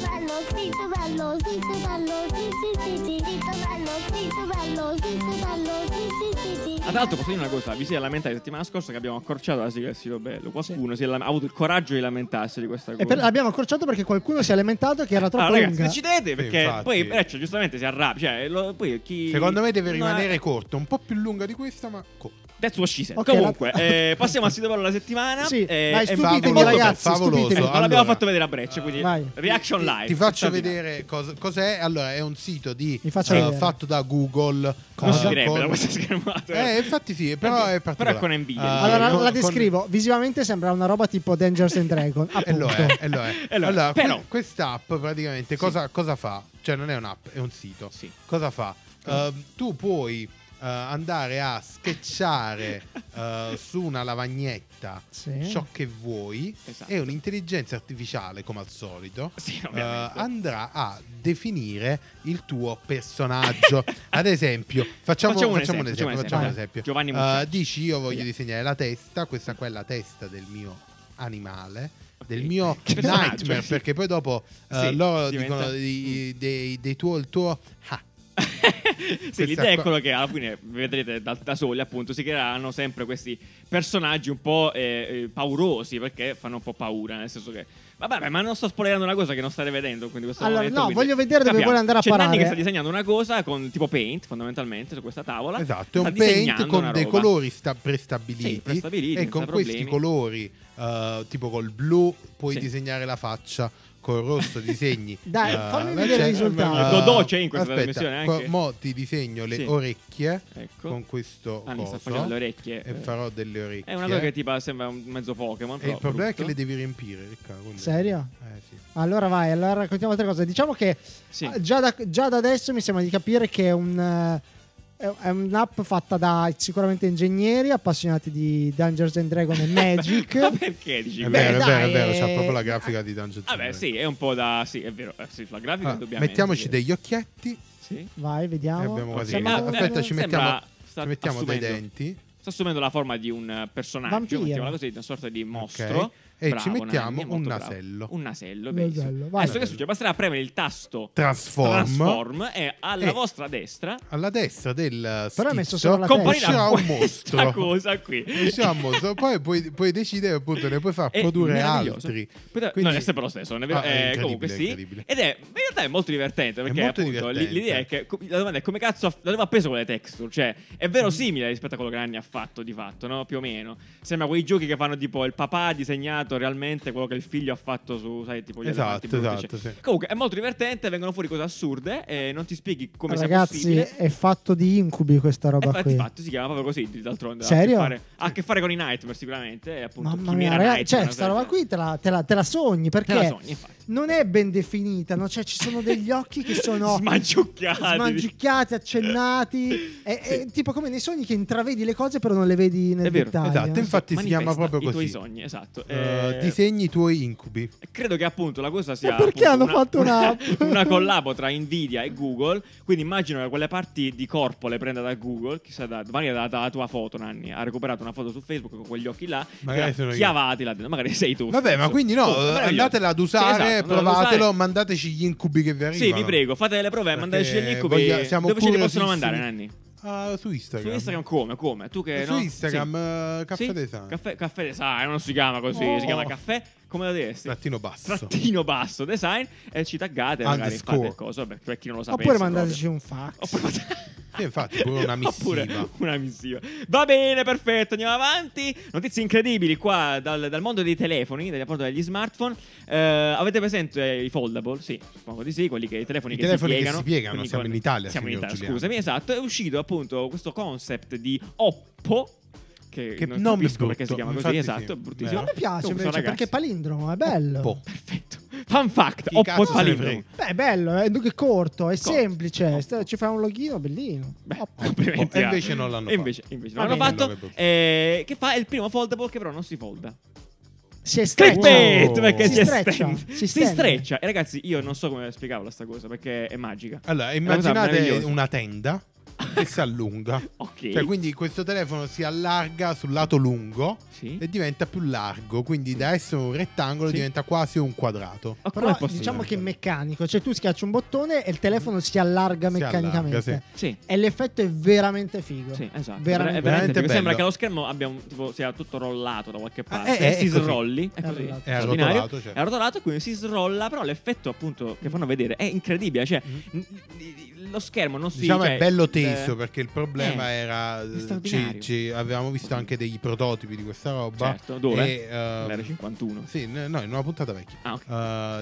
Speaker 8: bello, zitto bello, zitto bello, sì sì sì sì, zitto bello, zitto bello, zitto bello, sì sì sì sì.
Speaker 2: Ah, tra l'altro posso dire una cosa, vi siete lamentati la settimana scorsa che abbiamo accorciato la sigla del sito bello. Qualcuno si è lam- ha avuto il coraggio di lamentarsi di questa cosa.
Speaker 3: E per- l'abbiamo accorciato perché qualcuno si è lamentato che era troppo
Speaker 2: Allora, Ah, ragazzi,
Speaker 3: lunga.
Speaker 2: decidete perché
Speaker 4: infatti.
Speaker 2: poi Breccia giustamente si arrabbia. Cioè, lo- poi chi...
Speaker 4: Secondo me deve
Speaker 2: No,
Speaker 4: rimanere corta, un po' più lunga di questa, ma corta.
Speaker 2: That's what she said.
Speaker 3: Ok,
Speaker 2: Comunque,
Speaker 3: la-
Speaker 2: eh, passiamo al sito bello della settimana.
Speaker 3: Sì,
Speaker 2: eh,
Speaker 3: vai,
Speaker 2: è
Speaker 3: stupitemi,
Speaker 2: molto
Speaker 3: ragazzi,
Speaker 4: favoloso.
Speaker 3: stupitemi.
Speaker 2: Non
Speaker 4: Allora,
Speaker 2: l'abbiamo fatto vedere a Breccia, quindi
Speaker 3: Vai.
Speaker 2: reaction
Speaker 4: Ti-
Speaker 2: live.
Speaker 4: Ti faccio
Speaker 2: Statina.
Speaker 4: vedere cosa- cos'è. Allora, è un sito di,
Speaker 3: Mi faccio
Speaker 4: eh,
Speaker 3: vedere.
Speaker 4: fatto da Google.
Speaker 2: Non si
Speaker 4: eh,
Speaker 2: direbbe
Speaker 4: con-
Speaker 2: da questa schermata.
Speaker 4: Eh, infatti sì, però è particolare.
Speaker 2: Però è Eh, con Nvidia.
Speaker 4: Ah,
Speaker 3: Allora
Speaker 4: con-
Speaker 3: la
Speaker 4: con-
Speaker 3: descrivo. Visivamente sembra una roba tipo Dangerous and Dragon.
Speaker 4: E
Speaker 3: Appunto.
Speaker 4: lo è, e lo è.
Speaker 2: E lo è.
Speaker 4: Allora, que-
Speaker 2: Però-
Speaker 4: quest'app praticamente cosa, cosa fa? Cioè, non è un'app, è un sito.
Speaker 2: Sì.
Speaker 4: Cosa fa?
Speaker 2: Ah.
Speaker 4: Ehm, tu puoi eh, andare a sketchare eh, su una lavagnetta
Speaker 3: Sì.
Speaker 4: ciò che vuoi
Speaker 2: Esatto.
Speaker 4: e un'intelligenza artificiale, come al solito,
Speaker 2: Sì,
Speaker 4: eh,
Speaker 2: ovviamente.
Speaker 4: andrà a definire il tuo personaggio. Ad esempio, facciamo,
Speaker 2: Facciamo un
Speaker 4: facciamo un
Speaker 2: esempio,
Speaker 4: esempio.
Speaker 2: facciamo
Speaker 4: Facciamo
Speaker 2: un
Speaker 4: un esempio.
Speaker 2: esempio. Giovanni
Speaker 4: Eh,
Speaker 2: Mucciacci.
Speaker 4: dici io voglio
Speaker 2: Vediamo.
Speaker 4: disegnare la testa, questa qua è la testa del mio animale,
Speaker 2: Ok.
Speaker 4: del mio
Speaker 2: Che personaggio,
Speaker 4: nightmare,
Speaker 2: sì.
Speaker 4: perché poi dopo eh,
Speaker 2: Sì,
Speaker 4: loro
Speaker 2: diventa-
Speaker 4: dicono dei, dei- dei tuo, il tuo... Ah,
Speaker 2: sì, l'idea è
Speaker 4: qua-
Speaker 2: quello che alla fine vedrete da, da soli, appunto, si creeranno sempre questi personaggi un po' eh, eh, paurosi perché fanno un po' paura, nel senso che. Vabbè, vabbè, ma non sto spoilerando una cosa che non state vedendo. Quindi in questo
Speaker 3: Allora,
Speaker 2: momento,
Speaker 3: no,
Speaker 2: quindi
Speaker 3: voglio vedere dove
Speaker 2: capiamo.
Speaker 3: vuole andare a
Speaker 2: C'è Nanni
Speaker 3: parare.
Speaker 2: che sta disegnando una cosa con tipo paint, fondamentalmente, su questa tavola.
Speaker 4: Esatto, è
Speaker 2: Sta
Speaker 4: un paint
Speaker 2: disegnando
Speaker 4: con
Speaker 2: una
Speaker 4: dei
Speaker 2: roba.
Speaker 4: colori sta- prestabiliti,
Speaker 2: Sì, prestabiliti,
Speaker 4: e
Speaker 2: senza
Speaker 4: con questi
Speaker 2: problemi.
Speaker 4: colori, eh, tipo col blu, puoi
Speaker 2: Sì.
Speaker 4: disegnare la faccia, col rosso disegni.
Speaker 3: Dai,
Speaker 4: eh,
Speaker 3: fammi
Speaker 4: la
Speaker 3: vedere
Speaker 4: cena.
Speaker 3: i risultati.
Speaker 4: Eh,
Speaker 2: Dodò c'è in questa
Speaker 4: aspetta,
Speaker 2: trasmissione
Speaker 4: qua-
Speaker 2: anche?
Speaker 4: Mo ti disegno le
Speaker 2: Sì.
Speaker 4: orecchie
Speaker 2: Ecco.
Speaker 4: con questo
Speaker 2: Ah, mi sta
Speaker 4: coso
Speaker 2: facendo le orecchie.
Speaker 4: e farò delle orecchie.
Speaker 2: È una cosa che tipo sembra un mezzo Pokémon.
Speaker 4: E il
Speaker 2: però
Speaker 4: problema è
Speaker 2: brutto.
Speaker 4: che le devi riempire, Riccardo. quindi-
Speaker 3: Serio?
Speaker 4: Eh sì.
Speaker 3: Allora vai, allora raccontiamo altre cose. Diciamo che
Speaker 2: Sì.
Speaker 4: Ah,
Speaker 3: eh, già, da, già da adesso mi sembra di capire che è un... eh, È è un'app fatta da sicuramente ingegneri appassionati di Dungeons and Dragons e Magic.
Speaker 2: Ma perché dici?
Speaker 4: È
Speaker 2: questo?
Speaker 4: vero, è
Speaker 3: dai,
Speaker 4: vero, è vero,
Speaker 3: eh,
Speaker 4: c'ha proprio la grafica di Dungeons
Speaker 2: Vabbè,
Speaker 4: Dragons.
Speaker 2: sì, è un po' da. Sì, è vero. eh, Sì, sulla grafica
Speaker 4: Ah,
Speaker 2: dobbiamo.
Speaker 4: mettiamoci degli occhietti
Speaker 2: Sì.
Speaker 3: Vai, vediamo.
Speaker 4: e abbiamo quasi
Speaker 2: Sì,
Speaker 4: finito.
Speaker 2: Cioè, ma- eh,
Speaker 4: Aspetta, ci
Speaker 2: sembra-
Speaker 4: mettiamo,
Speaker 2: sta
Speaker 4: ci mettiamo dei
Speaker 2: assumendo.
Speaker 4: denti.
Speaker 2: Sta assumendo la forma di un eh, personaggio,
Speaker 3: Vampiro.
Speaker 2: mettiamola così, di una sorta di mostro.
Speaker 4: ok, E
Speaker 2: Bravo,
Speaker 4: ci mettiamo
Speaker 2: Nanni, è
Speaker 4: un
Speaker 2: molto bravo.
Speaker 4: nasello.
Speaker 2: Un nasello,
Speaker 3: Un
Speaker 2: benissimo.
Speaker 3: nasello, vai.
Speaker 2: Adesso che succede? Basterà premere il tasto
Speaker 4: Transform.
Speaker 2: Transform e alla
Speaker 4: E-
Speaker 2: vostra destra
Speaker 4: Alla destra del
Speaker 3: Però ha messo solo
Speaker 4: schizzo
Speaker 3: la
Speaker 2: comparirà
Speaker 4: uscirà un
Speaker 2: questa
Speaker 4: mostro.
Speaker 2: cosa qui.
Speaker 4: Uscirà un mostro. Poi puoi, puoi decidere, appunto, ne puoi far
Speaker 2: È
Speaker 4: produrre
Speaker 2: meraviglioso.
Speaker 4: altri.
Speaker 2: Però-
Speaker 4: Quindi-
Speaker 2: no, è sempre lo stesso, non è vero?
Speaker 4: Ah, è
Speaker 2: Eh,
Speaker 4: incredibile,
Speaker 2: comunque
Speaker 4: è
Speaker 2: sì.
Speaker 4: incredibile.
Speaker 2: Ed è in realtà è molto divertente perché
Speaker 4: molto
Speaker 2: appunto
Speaker 4: divertente.
Speaker 2: li- l'idea è che co- la domanda è come cazzo ha- da dove ha preso quelle texture? Cioè, è
Speaker 4: Mm-hmm.
Speaker 2: verosimile rispetto a quello che Nanni ha fatto di fatto, no? Più o meno. Sembra quei giochi che fanno tipo il papà ha disegnato realmente quello che il figlio ha fatto su, sai, tipo gli elefanti
Speaker 4: Esatto,
Speaker 2: brutti,
Speaker 4: esatto.
Speaker 2: cioè.
Speaker 4: sì.
Speaker 2: Comunque è molto divertente, vengono fuori cose assurde e non ti spieghi come sia
Speaker 3: Ah, Ragazzi,
Speaker 2: possibile.
Speaker 3: è fatto di incubi questa
Speaker 2: E
Speaker 3: roba
Speaker 2: infatti,
Speaker 3: qui.
Speaker 2: infatti si chiama proprio così, d'altronde.
Speaker 3: Serio?
Speaker 2: Ha a che fare, ha a che fare con i Nightmare sicuramente, e appunto
Speaker 3: Mamma
Speaker 2: chi
Speaker 3: mia,
Speaker 2: era
Speaker 3: ragazzi,
Speaker 2: Nightmare,
Speaker 3: cioè,
Speaker 2: una
Speaker 3: sta
Speaker 2: cosa
Speaker 3: roba
Speaker 2: del genere.
Speaker 3: qui te la, te la- te la sogni perché
Speaker 2: Te la sogni, infatti.
Speaker 3: non è ben definita, no? Cioè, ci sono degli occhi che sono
Speaker 2: smangiucchiati.
Speaker 3: smangiucchiati, accennati, è,
Speaker 2: Sì.
Speaker 3: è tipo come nei sogni che intravedi le cose però non le vedi nel
Speaker 2: È vero,
Speaker 3: dettaglio.
Speaker 4: esatto,
Speaker 3: non so.
Speaker 4: infatti si chiama
Speaker 2: Manifesta
Speaker 4: proprio
Speaker 2: i tuoi
Speaker 4: così.
Speaker 2: sogni, esatto.
Speaker 4: Eh,
Speaker 2: Eh,
Speaker 4: disegni i tuoi incubi.
Speaker 2: Credo che appunto la cosa sia.
Speaker 3: Ma perché
Speaker 2: appunto,
Speaker 3: hanno fatto un'app?
Speaker 2: una collabo tra Nvidia e Google? Quindi immagino che quelle parti di corpo le prenda da Google. Chissà, da, domani è data la tua foto, Nanni. Ha recuperato una foto su Facebook con quegli occhi là.
Speaker 4: Magari sono io.
Speaker 2: chiavati là dentro. Magari sei tu.
Speaker 4: Vabbè, ma
Speaker 2: stesso.
Speaker 4: quindi no, eh,
Speaker 2: Oh, meraviglioso.
Speaker 4: andatela ad
Speaker 2: Sì,
Speaker 4: usare,
Speaker 2: esatto, andatela ad
Speaker 4: provatelo,
Speaker 2: usare.
Speaker 4: mandateci gli incubi che vi arrivano.
Speaker 2: Sì, vi prego, fate delle prove,
Speaker 4: Perché
Speaker 2: mandateci gli incubi.
Speaker 4: voglia- siamo
Speaker 2: Dove ce li possono
Speaker 4: curiosissimi.
Speaker 2: mandare, Nanni?
Speaker 4: Ah, su Instagram.
Speaker 2: Su Instagram come? Come? Tu che
Speaker 4: Su
Speaker 2: no?
Speaker 4: Instagram,
Speaker 2: Sì.
Speaker 4: eh, Caffè
Speaker 2: Sì?
Speaker 4: Design.
Speaker 2: Caffè, caffè Design, non si chiama così,
Speaker 4: Oh.
Speaker 2: si chiama Caffè come la dovresti?
Speaker 4: Trattino basso.
Speaker 2: Trattino basso design e ci taggate magari
Speaker 4: Underscore.
Speaker 2: fate il coso per, per chi non lo sapesse
Speaker 3: Oppure mandateci un fax.
Speaker 2: proprio. Oppure-
Speaker 4: Sì, infatti, pure una missiva.
Speaker 2: Oppure una missiva. Va bene, perfetto, andiamo avanti. Notizie incredibili qua dal, dal mondo dei telefoni, dagli, appunto dagli smartphone. Eh, avete presente i foldable? Sì, suppongo di sì, quelli che i telefoni,
Speaker 4: I
Speaker 2: che,
Speaker 4: telefoni
Speaker 2: si
Speaker 4: che
Speaker 2: piegano,
Speaker 4: si piegano,
Speaker 2: Quindi
Speaker 4: siamo
Speaker 2: con-
Speaker 4: in Italia,
Speaker 2: Siamo in
Speaker 4: signor
Speaker 2: Italia,
Speaker 4: Giuliano.
Speaker 2: scusami, esatto. È uscito appunto questo concept di Oppo. Che,
Speaker 4: Che
Speaker 2: non
Speaker 4: nome
Speaker 2: capisco perché si
Speaker 4: brutto,
Speaker 2: chiama
Speaker 4: infatti
Speaker 2: così,
Speaker 4: sì.
Speaker 2: esatto, è bruttissimo.
Speaker 4: Vero.
Speaker 3: Mi piace
Speaker 2: Comunque,
Speaker 3: invece
Speaker 2: sono ragazzi.
Speaker 3: perché palindromo è bello.
Speaker 4: Oppo.
Speaker 2: Perfetto. Fun fact,
Speaker 4: Chi
Speaker 2: Oppo e
Speaker 4: cazzo se ne
Speaker 2: palindromo.
Speaker 4: frega?
Speaker 3: Beh, è bello, è è corto, è
Speaker 2: Corto.
Speaker 3: semplice.
Speaker 2: Oppo.
Speaker 3: sta- Ci fai un loghino bellino.
Speaker 2: Beh,
Speaker 3: Oppo.
Speaker 2: complimenti
Speaker 4: E
Speaker 2: a-
Speaker 4: invece non l'hanno
Speaker 2: e invece, Invece non
Speaker 3: Va
Speaker 2: l'hanno
Speaker 3: bene.
Speaker 2: fatto.
Speaker 4: Dovrebbe-
Speaker 2: eh, che fa? È il primo foldable che però non si folda.
Speaker 3: Si è
Speaker 2: Clickbait!
Speaker 4: Wow.
Speaker 2: Perché
Speaker 4: Si
Speaker 2: si,
Speaker 3: streccia,
Speaker 2: estende.
Speaker 3: si
Speaker 2: Si,
Speaker 3: stende.
Speaker 2: streccia. E ragazzi, io non so come spiegarla sta cosa perché è magica.
Speaker 4: Allora,
Speaker 2: È una cosa
Speaker 4: immaginate
Speaker 2: meravigliosa.
Speaker 4: una tenda che si allunga.
Speaker 2: Ok.
Speaker 4: Cioè, quindi questo telefono si allarga sul lato lungo
Speaker 2: Sì.
Speaker 4: e diventa più largo. Quindi da essere un rettangolo
Speaker 2: Sì.
Speaker 4: diventà quasi un quadrato.
Speaker 2: Ma com'è
Speaker 3: Però
Speaker 2: Oh, possibile?
Speaker 3: diciamo che è meccanico, cioè tu schiacci un bottone e il telefono si allarga
Speaker 4: Si allarga,
Speaker 3: meccanicamente.
Speaker 4: sì.
Speaker 2: Sì.
Speaker 3: E l'effetto è veramente figo.
Speaker 2: Sì, esatto.
Speaker 3: Veramente.
Speaker 2: È veramente
Speaker 4: Veramente
Speaker 2: figo. Sembra
Speaker 4: bello.
Speaker 2: che lo schermo abbia un, tipo, sia tutto rollato da qualche parte.
Speaker 4: è-
Speaker 2: e
Speaker 4: eh, è
Speaker 2: si
Speaker 4: così.
Speaker 2: srolli. È
Speaker 3: È
Speaker 2: così.
Speaker 3: arrotolato.
Speaker 4: È
Speaker 2: straordinario.
Speaker 4: arrotolato, cioè.
Speaker 2: È arrotolato e quindi si srolla. Però l'effetto, appunto, che fanno vedere è incredibile. Cioè, n- n- lo schermo non si.
Speaker 4: Mm. Diciamo
Speaker 2: cioè,
Speaker 4: è bello
Speaker 2: eh,
Speaker 4: teso perché il problema
Speaker 2: eh,
Speaker 4: era.
Speaker 2: è
Speaker 4: eh, Ci,
Speaker 2: straordinario.
Speaker 4: ci- avevamo visto anche dei prototipi di questa roba.
Speaker 2: Certo, dove?
Speaker 4: E, ehm,
Speaker 2: L'R51.
Speaker 4: Sì, n- no, in una puntata vecchia.
Speaker 2: Ah, ok.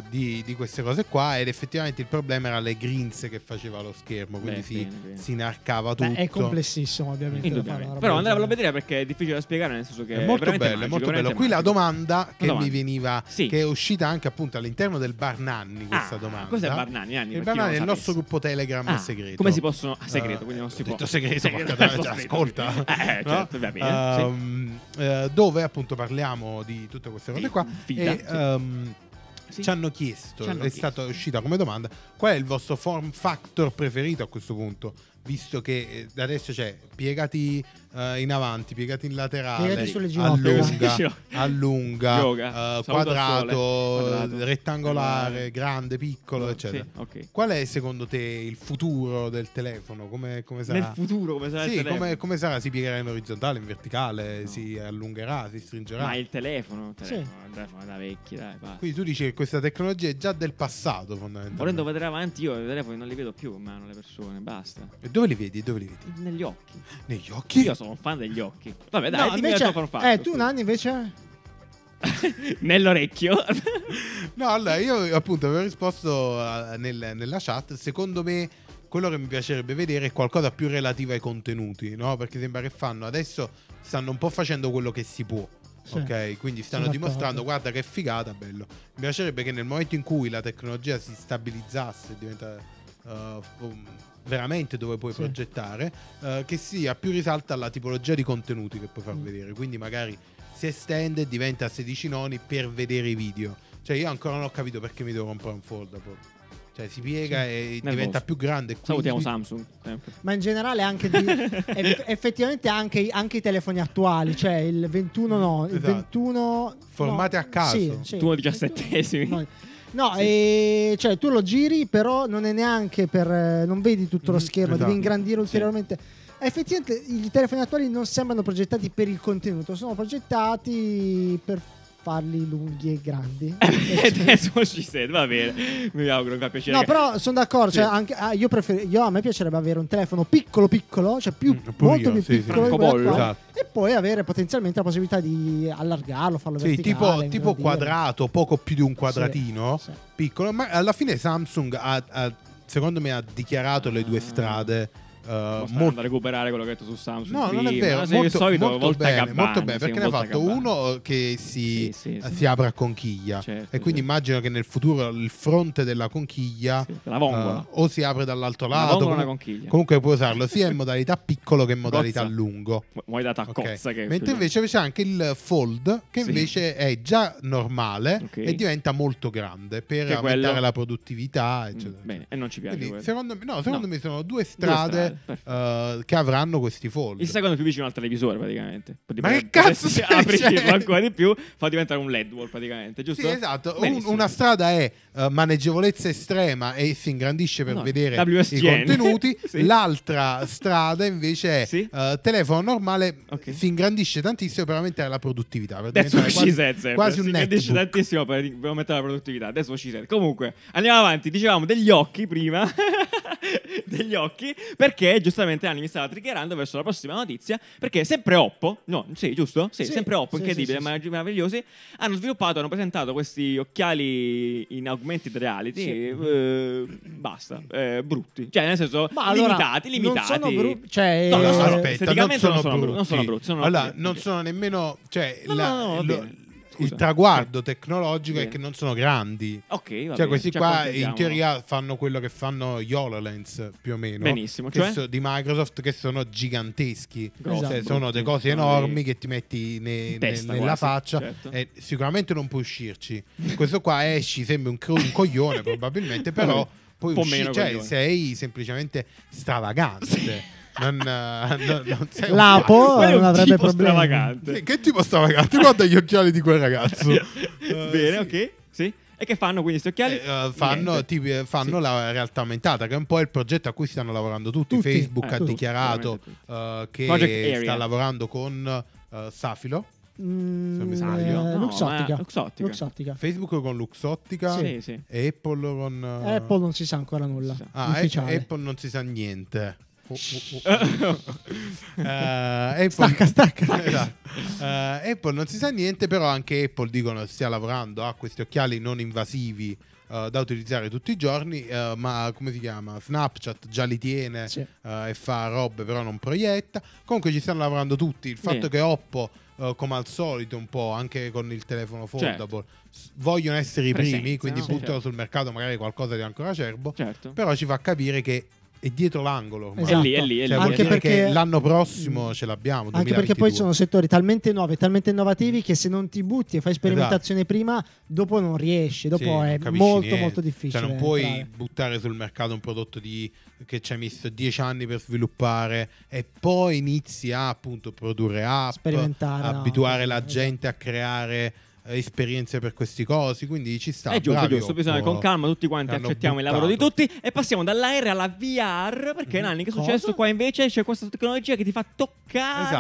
Speaker 4: eh, di, di queste cose qua. Ed effettivamente il problema era le grinze che faceva lo schermo. Quindi
Speaker 2: Beh,
Speaker 4: si,
Speaker 2: bene, bene.
Speaker 4: si inarcava tutto.
Speaker 3: Beh, è complessissimo, ovviamente. da fare una
Speaker 2: Indubbiamente.
Speaker 3: roba
Speaker 2: Però
Speaker 3: del
Speaker 2: andremo a
Speaker 3: genere.
Speaker 2: vedere perché è difficile da spiegare, nel senso che
Speaker 4: È molto
Speaker 2: veramente
Speaker 4: bello, è
Speaker 2: magico,
Speaker 4: molto bello.
Speaker 2: veramente
Speaker 4: Qui la
Speaker 2: magico.
Speaker 4: domanda che
Speaker 2: domanda.
Speaker 4: mi veniva,
Speaker 2: Sì.
Speaker 4: che è uscita anche appunto all'interno del Bar Nanni, questa
Speaker 2: Ah,
Speaker 4: domanda.
Speaker 2: cos'è il Bar Nanni, Nanni,
Speaker 4: Il
Speaker 2: per
Speaker 4: Bar
Speaker 2: chi non
Speaker 4: Nanni è il
Speaker 2: lo
Speaker 4: nostro
Speaker 2: sapesse.
Speaker 4: gruppo Telegram
Speaker 2: Ah,
Speaker 4: segreto.
Speaker 2: come si possono- ah, segreto,
Speaker 4: Eh,
Speaker 2: quindi non si
Speaker 4: ho
Speaker 2: può-
Speaker 4: detto segreto,
Speaker 2: segreto,
Speaker 4: porca troia, cioè,
Speaker 2: porca troia.
Speaker 4: ascolta.
Speaker 2: Eh,
Speaker 4: no?
Speaker 2: certo, va bene, sì.
Speaker 4: Ehm, eh, dove appunto parliamo di tutte queste cose
Speaker 2: Sì,
Speaker 4: qua.
Speaker 2: fida,
Speaker 4: e,
Speaker 2: sì.
Speaker 4: ehm,
Speaker 2: Sì.
Speaker 4: Ci hanno chiesto,
Speaker 2: Ci hanno
Speaker 4: è
Speaker 2: chiesto.
Speaker 4: stata uscita come domanda, qual è il vostro form factor preferito a questo punto? Visto che eh, da adesso c'è piegati eh, in avanti, piegati in laterale,
Speaker 3: Piegati sulle ginocchia.
Speaker 4: allunga,
Speaker 2: Sì.
Speaker 4: allunga,
Speaker 2: Yoga,
Speaker 4: eh,
Speaker 2: saluto al
Speaker 4: quadrato,
Speaker 2: sole, quadrato.
Speaker 4: rettangolare,
Speaker 2: Eh,
Speaker 4: grande, piccolo,
Speaker 2: sì,
Speaker 4: eccetera.
Speaker 2: ok.
Speaker 4: Qual è secondo te il futuro del telefono? Come, come sarà?
Speaker 2: Nel futuro come sarà il
Speaker 4: sì,
Speaker 2: telefono?
Speaker 4: come, come sarà? Si piegherà in orizzontale, in verticale,
Speaker 2: No.
Speaker 4: si allungherà, si stringerà?
Speaker 2: Ma il telefono, il
Speaker 3: Sì.
Speaker 2: telefono, il telefono da vecchi, dai, basta.
Speaker 4: Quindi tu dici che questa tecnologia è già del passato fondamentalmente.
Speaker 2: Volendo vedere avanti io i telefoni non li vedo più in mano le persone, basta.
Speaker 4: E dove li vedi? Dove li vedi?
Speaker 2: Negli occhi.
Speaker 4: Negli occhi?
Speaker 2: Io sono un fan degli occhi. Vabbè, dai,
Speaker 3: No,
Speaker 2: dimmi
Speaker 3: invece-
Speaker 2: la tua fanfare.
Speaker 3: eh, tu Nanni invece?
Speaker 2: Nell'orecchio.
Speaker 4: No, allora io appunto avevo risposto eh, nel- nella chat. Secondo me quello che mi piacerebbe vedere è qualcosa più relativo ai contenuti, no? Perché sembra che fanno adesso stanno un po' facendo quello che si può.
Speaker 3: Sì.
Speaker 4: Ok, quindi stanno
Speaker 3: Sono
Speaker 4: dimostrando,
Speaker 3: d'accordo.
Speaker 4: guarda che figata, bello. Mi piacerebbe che nel momento in cui la tecnologia si stabilizzasse, diventa eh, um, veramente dove puoi
Speaker 3: Sì.
Speaker 4: progettare, eh, che sia più risalta alla tipologia di contenuti che puoi far
Speaker 3: Mm.
Speaker 4: vedere. Quindi magari si estende e diventa 16 noni per vedere i video. Cioè, io ancora non ho capito perché mi devo comprare un foldable. Cioè, si piega e diventa più grande. quindi-
Speaker 2: Salutiamo Samsung. sempre.
Speaker 3: Ma in generale anche di- eff- effettivamente anche, anche i telefoni attuali, cioè il 21 no, il
Speaker 4: Esatto.
Speaker 3: 21
Speaker 4: Formati
Speaker 3: no,
Speaker 4: a caso.
Speaker 3: sì, sì.
Speaker 2: 21 diciassettesimi.
Speaker 3: No, no,
Speaker 2: Sì.
Speaker 3: e cioè tu lo giri, però non è neanche per eh, non vedi tutto lo
Speaker 4: Mm,
Speaker 3: schermo,
Speaker 4: esatto.
Speaker 3: devi ingrandire
Speaker 2: Sì.
Speaker 3: ulteriormente. Effettivamente i telefoni attuali non sembrano progettati per il contenuto, sono progettati per farli lunghi e grandi.
Speaker 2: E adesso ci sei, va bene. Mi auguro che fa piacere.
Speaker 3: No,
Speaker 2: che-
Speaker 3: però sono d'accordo.
Speaker 2: Sì.
Speaker 3: cioè, anche- ah, io prefer- io- a me piacerebbe avere un telefono piccolo, piccolo, cioè più,
Speaker 4: Mm, pure
Speaker 3: molto
Speaker 4: io,
Speaker 3: più
Speaker 4: sì, sì.
Speaker 3: piccolo. di quello
Speaker 2: Francobollo.
Speaker 3: attuale,
Speaker 4: Esatto.
Speaker 3: E poi avere potenzialmente la possibilità di allargarlo, farlo
Speaker 4: Sì,
Speaker 3: verticale.
Speaker 4: tipo, tipo
Speaker 3: ingrandire.
Speaker 4: quadrato, poco più di un quadratino,
Speaker 3: Sì, sì.
Speaker 2: Ah.
Speaker 4: piccolo. Ma alla fine Samsung ha, ha- secondo me ha dichiarato le due strade eh,
Speaker 2: Sta andando
Speaker 4: molto
Speaker 2: a recuperare quello che hai detto su Samsung.
Speaker 4: No, non è
Speaker 2: prima.
Speaker 4: vero.
Speaker 2: Ma sei
Speaker 4: molto,
Speaker 2: il solito
Speaker 4: molto
Speaker 2: volta
Speaker 4: bene,
Speaker 2: gabbana,
Speaker 4: molto bene,
Speaker 2: sei un
Speaker 4: perché ne ha
Speaker 2: volta
Speaker 4: fatto
Speaker 2: gabbana.
Speaker 4: uno eh, che si,
Speaker 2: Sì, sì, sì.
Speaker 4: si apre a conchiglia.
Speaker 2: Certo,
Speaker 4: e quindi
Speaker 2: certo.
Speaker 4: immagino che nel futuro il fronte della conchiglia
Speaker 2: Sì, la vongola.
Speaker 4: eh, o si apre dall'altro
Speaker 2: Una
Speaker 4: lato.
Speaker 2: vongola o una
Speaker 4: comu-
Speaker 2: conchiglia.
Speaker 4: Comunque puoi usarlo sia in modalità piccolo che in modalità
Speaker 2: Cozza.
Speaker 4: lungo.
Speaker 2: Mu- Muoio data a
Speaker 4: Ok.
Speaker 2: cozza. Che
Speaker 4: Mentre invece c'è anche il fold che
Speaker 2: Sì.
Speaker 4: invece è già normale
Speaker 2: Ok.
Speaker 4: e diventa molto grande per
Speaker 2: Che
Speaker 4: aumentare
Speaker 2: quello-
Speaker 4: la produttività,
Speaker 2: Mm,
Speaker 4: eccetera.
Speaker 2: Bene, e non ci piace.
Speaker 4: cioè. Quindi,
Speaker 2: quello.
Speaker 4: secondo me, no, secondo
Speaker 2: No.
Speaker 4: me sono due strade,
Speaker 2: Due perfetto.
Speaker 4: eh, che avranno questi fold.
Speaker 2: Il secondo è più vicino al televisore, praticamente. Poi
Speaker 4: Ma
Speaker 2: dipende-
Speaker 4: che cazzo
Speaker 2: se
Speaker 4: stai
Speaker 2: apri
Speaker 4: dicendo?
Speaker 2: ancora di più, fa diventare un LED wall, praticamente, giusto?
Speaker 4: Sì, esatto. Un-
Speaker 2: Benissimo.
Speaker 4: una strada è eh, maneggevolezza estrema e si ingrandisce per
Speaker 2: No,
Speaker 4: vedere i
Speaker 2: WSGN.
Speaker 4: contenuti.
Speaker 2: Sì.
Speaker 4: L'altra strada invece è
Speaker 2: Sì.
Speaker 4: eh, telefono normale,
Speaker 2: Ok.
Speaker 4: si ingrandisce tantissimo per aumentare la produttività. Per
Speaker 2: That's what
Speaker 4: diventare
Speaker 2: she
Speaker 4: quasi,
Speaker 2: said sempre.
Speaker 4: quasi un
Speaker 2: si capisce
Speaker 4: netbook.
Speaker 2: tantissimo per, per aumentare la produttività. That's what she said. Comunque, andiamo avanti. Dicevamo degli occhi prima. degli occhi. Perché giustamente Anni mi stava triggerando verso la prossima notizia. Perché sempre Oppo, no, sì, giusto? Sì,
Speaker 3: Sì,
Speaker 2: sempre Oppo,
Speaker 3: sì,
Speaker 2: incredibile,
Speaker 3: sì, sì,
Speaker 2: merav- meravigliosi. Hanno sviluppato, hanno presentato questi occhiali in augmented reality.
Speaker 3: Sì.
Speaker 2: eh, basta, eh, brutti. Cioè, nel senso,
Speaker 3: Ma allora,
Speaker 2: limitati,
Speaker 3: non
Speaker 2: limitati.
Speaker 3: sono bru- cioè,
Speaker 2: no,
Speaker 4: No,
Speaker 2: non
Speaker 3: eh,
Speaker 2: sono-
Speaker 4: aspetta, non
Speaker 2: esteticamente
Speaker 4: sono,
Speaker 2: non sono,
Speaker 4: brutti.
Speaker 2: brutti. Non sono brutti. sono
Speaker 4: allora,
Speaker 2: ottimi.
Speaker 4: non
Speaker 2: Ok.
Speaker 4: sono nemmeno. Cioè,
Speaker 2: No,
Speaker 4: la-
Speaker 2: no, no, va
Speaker 4: lo-
Speaker 2: bene.
Speaker 4: il
Speaker 2: Scusa.
Speaker 4: traguardo tecnologico è
Speaker 2: Bene.
Speaker 4: che non sono grandi.
Speaker 2: Ok, va
Speaker 4: Cioè,
Speaker 2: bene,
Speaker 4: questi
Speaker 2: ci
Speaker 4: qua
Speaker 2: accontentiamo.
Speaker 4: in teoria fanno quello che fanno gli HoloLens più o meno.
Speaker 2: Benissimo,
Speaker 4: che
Speaker 2: cioè?
Speaker 4: so- di Microsoft che sono giganteschi.
Speaker 2: Grossi, Esatto.
Speaker 4: Cioè,
Speaker 2: brutti,
Speaker 4: sono delle cose
Speaker 2: sono
Speaker 4: enormi
Speaker 2: dei-
Speaker 4: che ti metti ne-
Speaker 2: in testa
Speaker 4: ne- nella
Speaker 2: quasi,
Speaker 4: faccia
Speaker 2: certo.
Speaker 4: e sicuramente non puoi uscirci. Questo qua esci, sembri un, cro- un coglione probabilmente, però
Speaker 2: Vabbè,
Speaker 4: puoi
Speaker 2: un po'
Speaker 4: uscire,
Speaker 2: meno
Speaker 4: cioè
Speaker 2: coglione.
Speaker 4: sei semplicemente stravagante. Non, eh, non- non sei un
Speaker 3: Lapo.
Speaker 4: pazzo.
Speaker 2: Quello è
Speaker 3: non
Speaker 2: un
Speaker 3: avrebbe
Speaker 2: tipo
Speaker 3: problemi.
Speaker 2: stravagante.
Speaker 4: Sì, Che tipo stravagante? Guarda gli occhiali di quel ragazzo. Eh,
Speaker 2: Bene,
Speaker 4: sì.
Speaker 2: ok. Sì. E che fanno quindi questi occhiali?
Speaker 4: Eh, eh, fanno
Speaker 2: Niente.
Speaker 4: ti- eh, fanno la realtà aumentata, che è un po' il progetto a cui stanno lavorando tutti.
Speaker 3: Tutti.
Speaker 4: Facebook
Speaker 2: Eh,
Speaker 4: ha
Speaker 2: tutti,
Speaker 4: dichiarato eh, che
Speaker 2: Project Area.
Speaker 4: sta lavorando con eh, Safilo.
Speaker 3: Mm,
Speaker 4: mi sbaglio.
Speaker 3: eh,
Speaker 2: No,
Speaker 3: Luxottica.
Speaker 2: ma- Luxottica.
Speaker 3: Luxottica.
Speaker 4: Facebook con Luxottica
Speaker 2: Sì, sì.
Speaker 4: e Apple con... eh,
Speaker 3: Apple non si sa ancora nulla.
Speaker 2: Sì.
Speaker 4: Ah,
Speaker 3: ufficiale.
Speaker 4: Apple, Apple non si sa niente. Oh, oh, oh. Eh, Apple...
Speaker 3: Stacca, stacca.
Speaker 4: Esatto. Eh, Apple non si sa niente, però anche Apple dicono stia lavorando a questi occhiali non invasivi eh, da utilizzare tutti i giorni, eh, ma come si chiama? Snapchat già li tiene
Speaker 3: Sì.
Speaker 4: eh, e fa robe, però non proietta. Comunque ci stanno lavorando tutti. Il fatto
Speaker 2: Bene.
Speaker 4: che Oppo, eh, come al solito, un po' anche con il telefono
Speaker 3: Certo.
Speaker 4: foldable, s- vogliono essere i
Speaker 2: Presenza,
Speaker 4: primi, quindi
Speaker 2: no?
Speaker 4: buttano
Speaker 2: Certo.
Speaker 4: sul mercato magari qualcosa di ancora acerbo.
Speaker 2: Certo.
Speaker 4: Però ci fa capire che è dietro l'angolo ormai.
Speaker 3: Esatto.
Speaker 2: È lì, è lì, è lì.
Speaker 4: Cioè,
Speaker 2: Anche
Speaker 4: vuol dire
Speaker 3: perché-
Speaker 4: che l'anno prossimo ce l'abbiamo.
Speaker 3: Anche perché
Speaker 4: 2022.
Speaker 3: poi sono settori talmente nuovi, talmente
Speaker 4: Mm.
Speaker 3: innovativi che se non ti butti e fai sperimentazione prima, dopo non riesci, dopo
Speaker 4: Esatto. Sì, non
Speaker 3: è
Speaker 4: capisci
Speaker 3: molto
Speaker 4: niente.
Speaker 3: molto difficile.
Speaker 4: Cioè, non puoi
Speaker 3: entrare.
Speaker 4: buttare sul mercato un prodotto di- che ci hai messo 10 anni per sviluppare e poi inizi a appunto produrre app,
Speaker 3: Sperimentare, no,
Speaker 4: abituare
Speaker 3: sì,
Speaker 4: la
Speaker 3: esatto.
Speaker 4: gente a creare eh, esperienze per questi cosi. Quindi ci sta.
Speaker 2: è giusto,
Speaker 4: bravi,
Speaker 2: giusto. Bisogna
Speaker 4: Oppo.
Speaker 2: con calma tutti quanti
Speaker 4: Che hanno
Speaker 2: accettiamo il lavoro di
Speaker 4: buttato. Mm,
Speaker 2: tutti. E passiamo dall'AR alla VR. Perché, Nanni, che è
Speaker 3: Cosa?
Speaker 2: successo? Qua invece c'è questa tecnologia che ti fa toccare.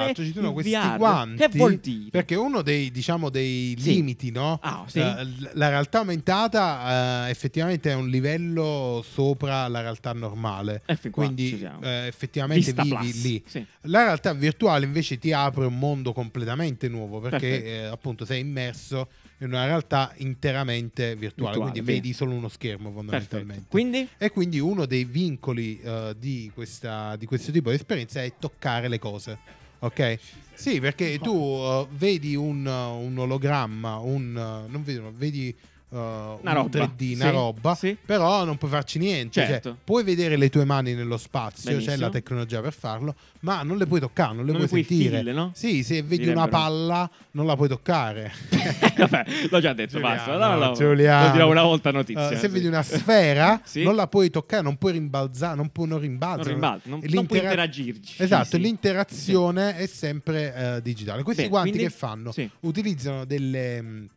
Speaker 4: Esatto, ci sono
Speaker 2: il
Speaker 4: questi
Speaker 2: VR.
Speaker 4: guanti.
Speaker 2: Che vuol dire?
Speaker 4: Perché uno dei, diciamo, dei
Speaker 2: Sì.
Speaker 4: limiti, no?
Speaker 2: Ah, sì.
Speaker 4: Eh, l- la realtà aumentata eh, effettivamente è un livello sopra la realtà normale.
Speaker 2: E fin qua ci
Speaker 4: Quindi
Speaker 2: siamo.
Speaker 4: eh, effettivamente
Speaker 2: Vista
Speaker 4: vivi
Speaker 2: Plus.
Speaker 4: lì.
Speaker 2: Sì.
Speaker 4: La realtà virtuale invece ti apre un mondo completamente nuovo perché
Speaker 2: Perfetto.
Speaker 4: eh, appunto sei immerso in una realtà interamente virtuale,
Speaker 2: Virtuale,
Speaker 4: quindi
Speaker 2: bene.
Speaker 4: vedi solo uno schermo
Speaker 2: Perfetto.
Speaker 4: fondamentalmente.
Speaker 2: Quindi?
Speaker 4: E quindi uno dei vincoli eh, di, questa- di questo tipo di esperienza è toccare le cose. Ok? Sì, perché tu eh, vedi un, eh, un ologramma, un, eh, non vedi, vedi eh, un
Speaker 2: roba.
Speaker 4: 3D, una
Speaker 2: Sì,
Speaker 4: roba,
Speaker 2: sì.
Speaker 4: però non puoi farci niente. cioè,
Speaker 2: Certo.
Speaker 4: puoi vedere le tue mani nello spazio, c'è
Speaker 2: Benissimo.
Speaker 4: la tecnologia per farlo, ma non le puoi toccare, non le
Speaker 2: Non
Speaker 4: puoi
Speaker 2: le puoi
Speaker 4: sentire.
Speaker 2: feel, no?
Speaker 4: Sì, se vedi
Speaker 2: Direbbero.
Speaker 4: una palla non la puoi toccare.
Speaker 2: Vabbè, l'ho già detto,
Speaker 4: Giuliano,
Speaker 2: Cioè, basta. No, no,
Speaker 4: Giuliano.
Speaker 2: Lo dirò una volta notizia.
Speaker 4: Eh, se
Speaker 2: sì.
Speaker 4: vedi una sfera,
Speaker 2: Sì.
Speaker 4: non la puoi toccare, non puoi rimbalzare, non puoi non
Speaker 2: Non
Speaker 4: rimbalzare.
Speaker 2: rimbalzo, non,
Speaker 4: E
Speaker 2: non puoi
Speaker 4: l'intera-
Speaker 2: interagirci.
Speaker 4: Esatto,
Speaker 2: Sì, sì.
Speaker 4: l'interazione è sempre eh, digitale. Questi
Speaker 2: Beh,
Speaker 4: guanti
Speaker 2: quindi-
Speaker 4: che fanno?
Speaker 2: sì.
Speaker 4: Utilizzano delle mh,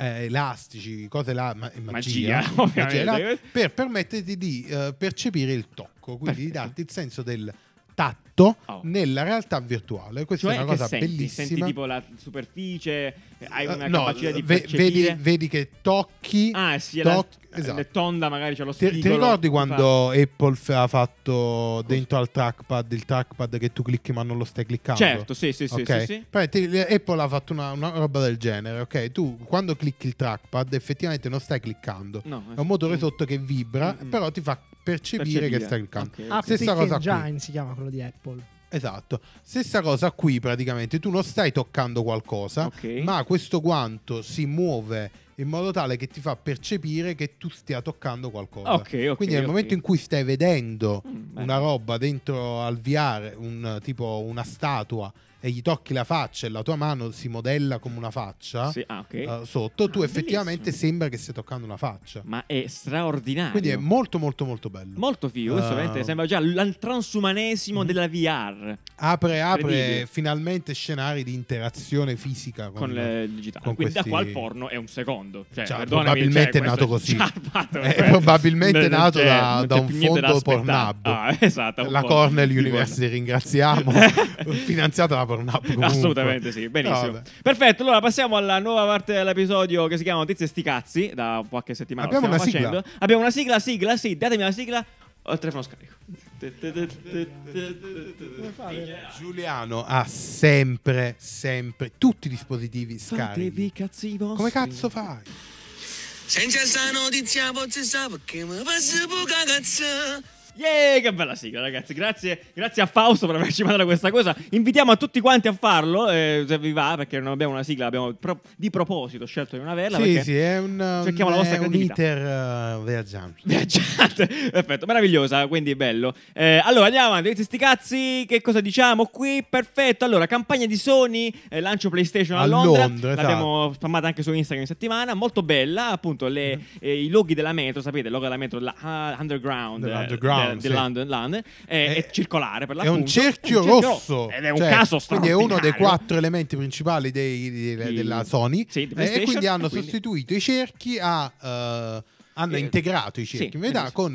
Speaker 4: eh, elastici, cose là, ma- magia,
Speaker 2: Magia, ovviamente.
Speaker 4: là, per permetterti di eh, percepire il tocco, quindi di
Speaker 2: Perfetto.
Speaker 4: darti il senso del tatto
Speaker 2: Oh.
Speaker 4: nella realtà virtuale. Questa
Speaker 2: Cioè,
Speaker 4: è una
Speaker 2: che
Speaker 4: cosa
Speaker 2: senti?
Speaker 4: bellissima. Eh,
Speaker 2: Senti tipo la superficie, hai una
Speaker 4: no,
Speaker 2: capacità di
Speaker 4: ve-
Speaker 2: percepire.
Speaker 4: vedi, vedi che tocchi.
Speaker 2: Ah, sì,
Speaker 4: toc-
Speaker 2: la,
Speaker 4: esatto.
Speaker 2: le tonda magari c'è lo
Speaker 4: Ti,
Speaker 2: spigolo.
Speaker 4: ti ricordi
Speaker 2: che
Speaker 4: quando Apple f- ha fatto dentro al trackpad il trackpad che tu clicchi ma non lo stai
Speaker 2: fa-
Speaker 4: cliccando?
Speaker 2: Certo, sì, sì, sì,
Speaker 4: Ok?
Speaker 2: sì, sì.
Speaker 4: Praticamente l- Apple ha fatto una, una roba del genere, ok? Tu quando clicchi il trackpad effettivamente non stai cliccando.
Speaker 2: No,
Speaker 4: È un motore
Speaker 2: mm,
Speaker 4: sotto che vibra,
Speaker 2: Mm.
Speaker 4: però ti fa percepire,
Speaker 2: percepire.
Speaker 4: che stai cliccando.
Speaker 2: Ok, ok.
Speaker 4: Stessa
Speaker 3: Aptic
Speaker 4: cosa qui.
Speaker 3: Engine si chiama quello di Apple.
Speaker 2: Ah.
Speaker 4: Esatto. Stessa cosa qui praticamente, tu non stai toccando qualcosa,
Speaker 2: Ok.
Speaker 4: ma questo guanto si muove in modo tale che ti fa percepire che tu stia toccando qualcosa.
Speaker 2: Ok, ok,
Speaker 4: Ah, Quindi nel
Speaker 2: ok.
Speaker 4: momento in cui stai vedendo
Speaker 2: Mm, bello.
Speaker 4: una roba dentro al VR, un, eh, tipo una statua, e gli tocchi la faccia e la tua mano si modella come una faccia
Speaker 2: Sì, ah, ok.
Speaker 4: eh, sotto, tu
Speaker 2: Ah,
Speaker 4: effettivamente
Speaker 2: bellissimo.
Speaker 4: sembra che stia toccando una faccia.
Speaker 2: Ma è straordinario.
Speaker 4: Quindi è molto molto molto bello.
Speaker 2: Molto figo, questo
Speaker 4: Ah.
Speaker 2: veramente sembra già l- il
Speaker 4: Mm-hmm.
Speaker 2: transumanesimo della VR
Speaker 4: apre apre
Speaker 2: Incredibile.
Speaker 4: finalmente scenari di interazione fisica con,
Speaker 2: con le- il digitale.
Speaker 4: con
Speaker 2: Quindi
Speaker 4: questi-
Speaker 2: da qua al porno è un secondo. Cioè,
Speaker 4: Cioè,
Speaker 2: perdonami,
Speaker 4: probabilmente
Speaker 2: cioè,
Speaker 4: è nato
Speaker 2: questo-
Speaker 4: così.
Speaker 2: Cioè, fatto-
Speaker 4: È probabilmente
Speaker 2: Non- non
Speaker 4: nato
Speaker 2: c'è-
Speaker 4: da-
Speaker 2: cioè, non
Speaker 4: da
Speaker 2: c'è
Speaker 4: un
Speaker 2: più niente da
Speaker 4: fondo
Speaker 2: aspettare.
Speaker 4: Pornhub.
Speaker 2: Ah, esatto, un
Speaker 4: la
Speaker 2: fondo
Speaker 4: Cornell
Speaker 2: di
Speaker 4: University,
Speaker 2: Pornhub.
Speaker 4: ringraziamo. Finanziata da Pornhub. comunque.
Speaker 2: Assolutamente sì, benissimo.
Speaker 4: Però vabbè.
Speaker 2: Perfetto, allora passiamo alla nuova parte dell'episodio che si chiama Notizie sti cazzi, da qualche settimana lo
Speaker 4: Abbiamo
Speaker 2: stiamo
Speaker 4: una sigla?
Speaker 2: facendo. Abbiamo una sigla, sigla, sì, datemi la sigla, ho il telefono scarico.
Speaker 4: Giuliano ha sempre, sempre tutti i dispositivi
Speaker 2: Fatevi
Speaker 4: scarichi.
Speaker 2: cazzi vostri.
Speaker 4: Come cazzo fai?
Speaker 9: Senza sta notizia posso sapere perché mi passa poca cazzo.
Speaker 2: Yeah, che bella sigla, ragazzi. Grazie, grazie a Fausto per averci mandato questa cosa. Invitiamo a tutti quanti a farlo, eh, se vi va, perché non abbiamo una sigla, abbiamo pro- di proposito scelto di non averla.
Speaker 4: Sì,
Speaker 2: perché-
Speaker 4: sì, è un,
Speaker 2: cerchiamo la
Speaker 4: è
Speaker 2: vostra
Speaker 4: un
Speaker 2: creatività.
Speaker 4: iter eh, viaggiante.
Speaker 2: Viaggiate. certo. Perfetto, meravigliosa, quindi bello. Eh, allora andiamo avanti, questi sti cazzi, che cosa diciamo qui? Perfetto, allora campagna di Sony, eh, lancio PlayStation a,
Speaker 4: A
Speaker 2: Londra,
Speaker 4: Londra, esatto.
Speaker 2: l'abbiamo spammata anche su Instagram in settimana, molto bella, appunto le-
Speaker 4: Mm-hmm.
Speaker 2: eh, i loghi della metro, sapete, il logo della metro, la, ah, underground, eh,
Speaker 4: Dell'underground,
Speaker 2: de- di
Speaker 4: sì.
Speaker 2: London, London, eh, è,
Speaker 4: È-
Speaker 2: circolare per
Speaker 4: È
Speaker 2: l'appunto.
Speaker 4: un cerchio rosso.
Speaker 2: Ed è un
Speaker 4: Cioè,
Speaker 2: caso
Speaker 4: Quindi è
Speaker 2: straordinario.
Speaker 4: uno dei quattro elementi principali dei- di-
Speaker 2: Di-
Speaker 4: della Sony. Eh,
Speaker 2: sì, di
Speaker 4: e
Speaker 2: PlayStation,
Speaker 4: quindi hanno
Speaker 2: e quindi-
Speaker 4: sostituito i cerchi a, eh, hanno
Speaker 2: Eh,
Speaker 4: integrato i cerchi
Speaker 2: sì,
Speaker 4: in verità
Speaker 2: benissimo.
Speaker 4: con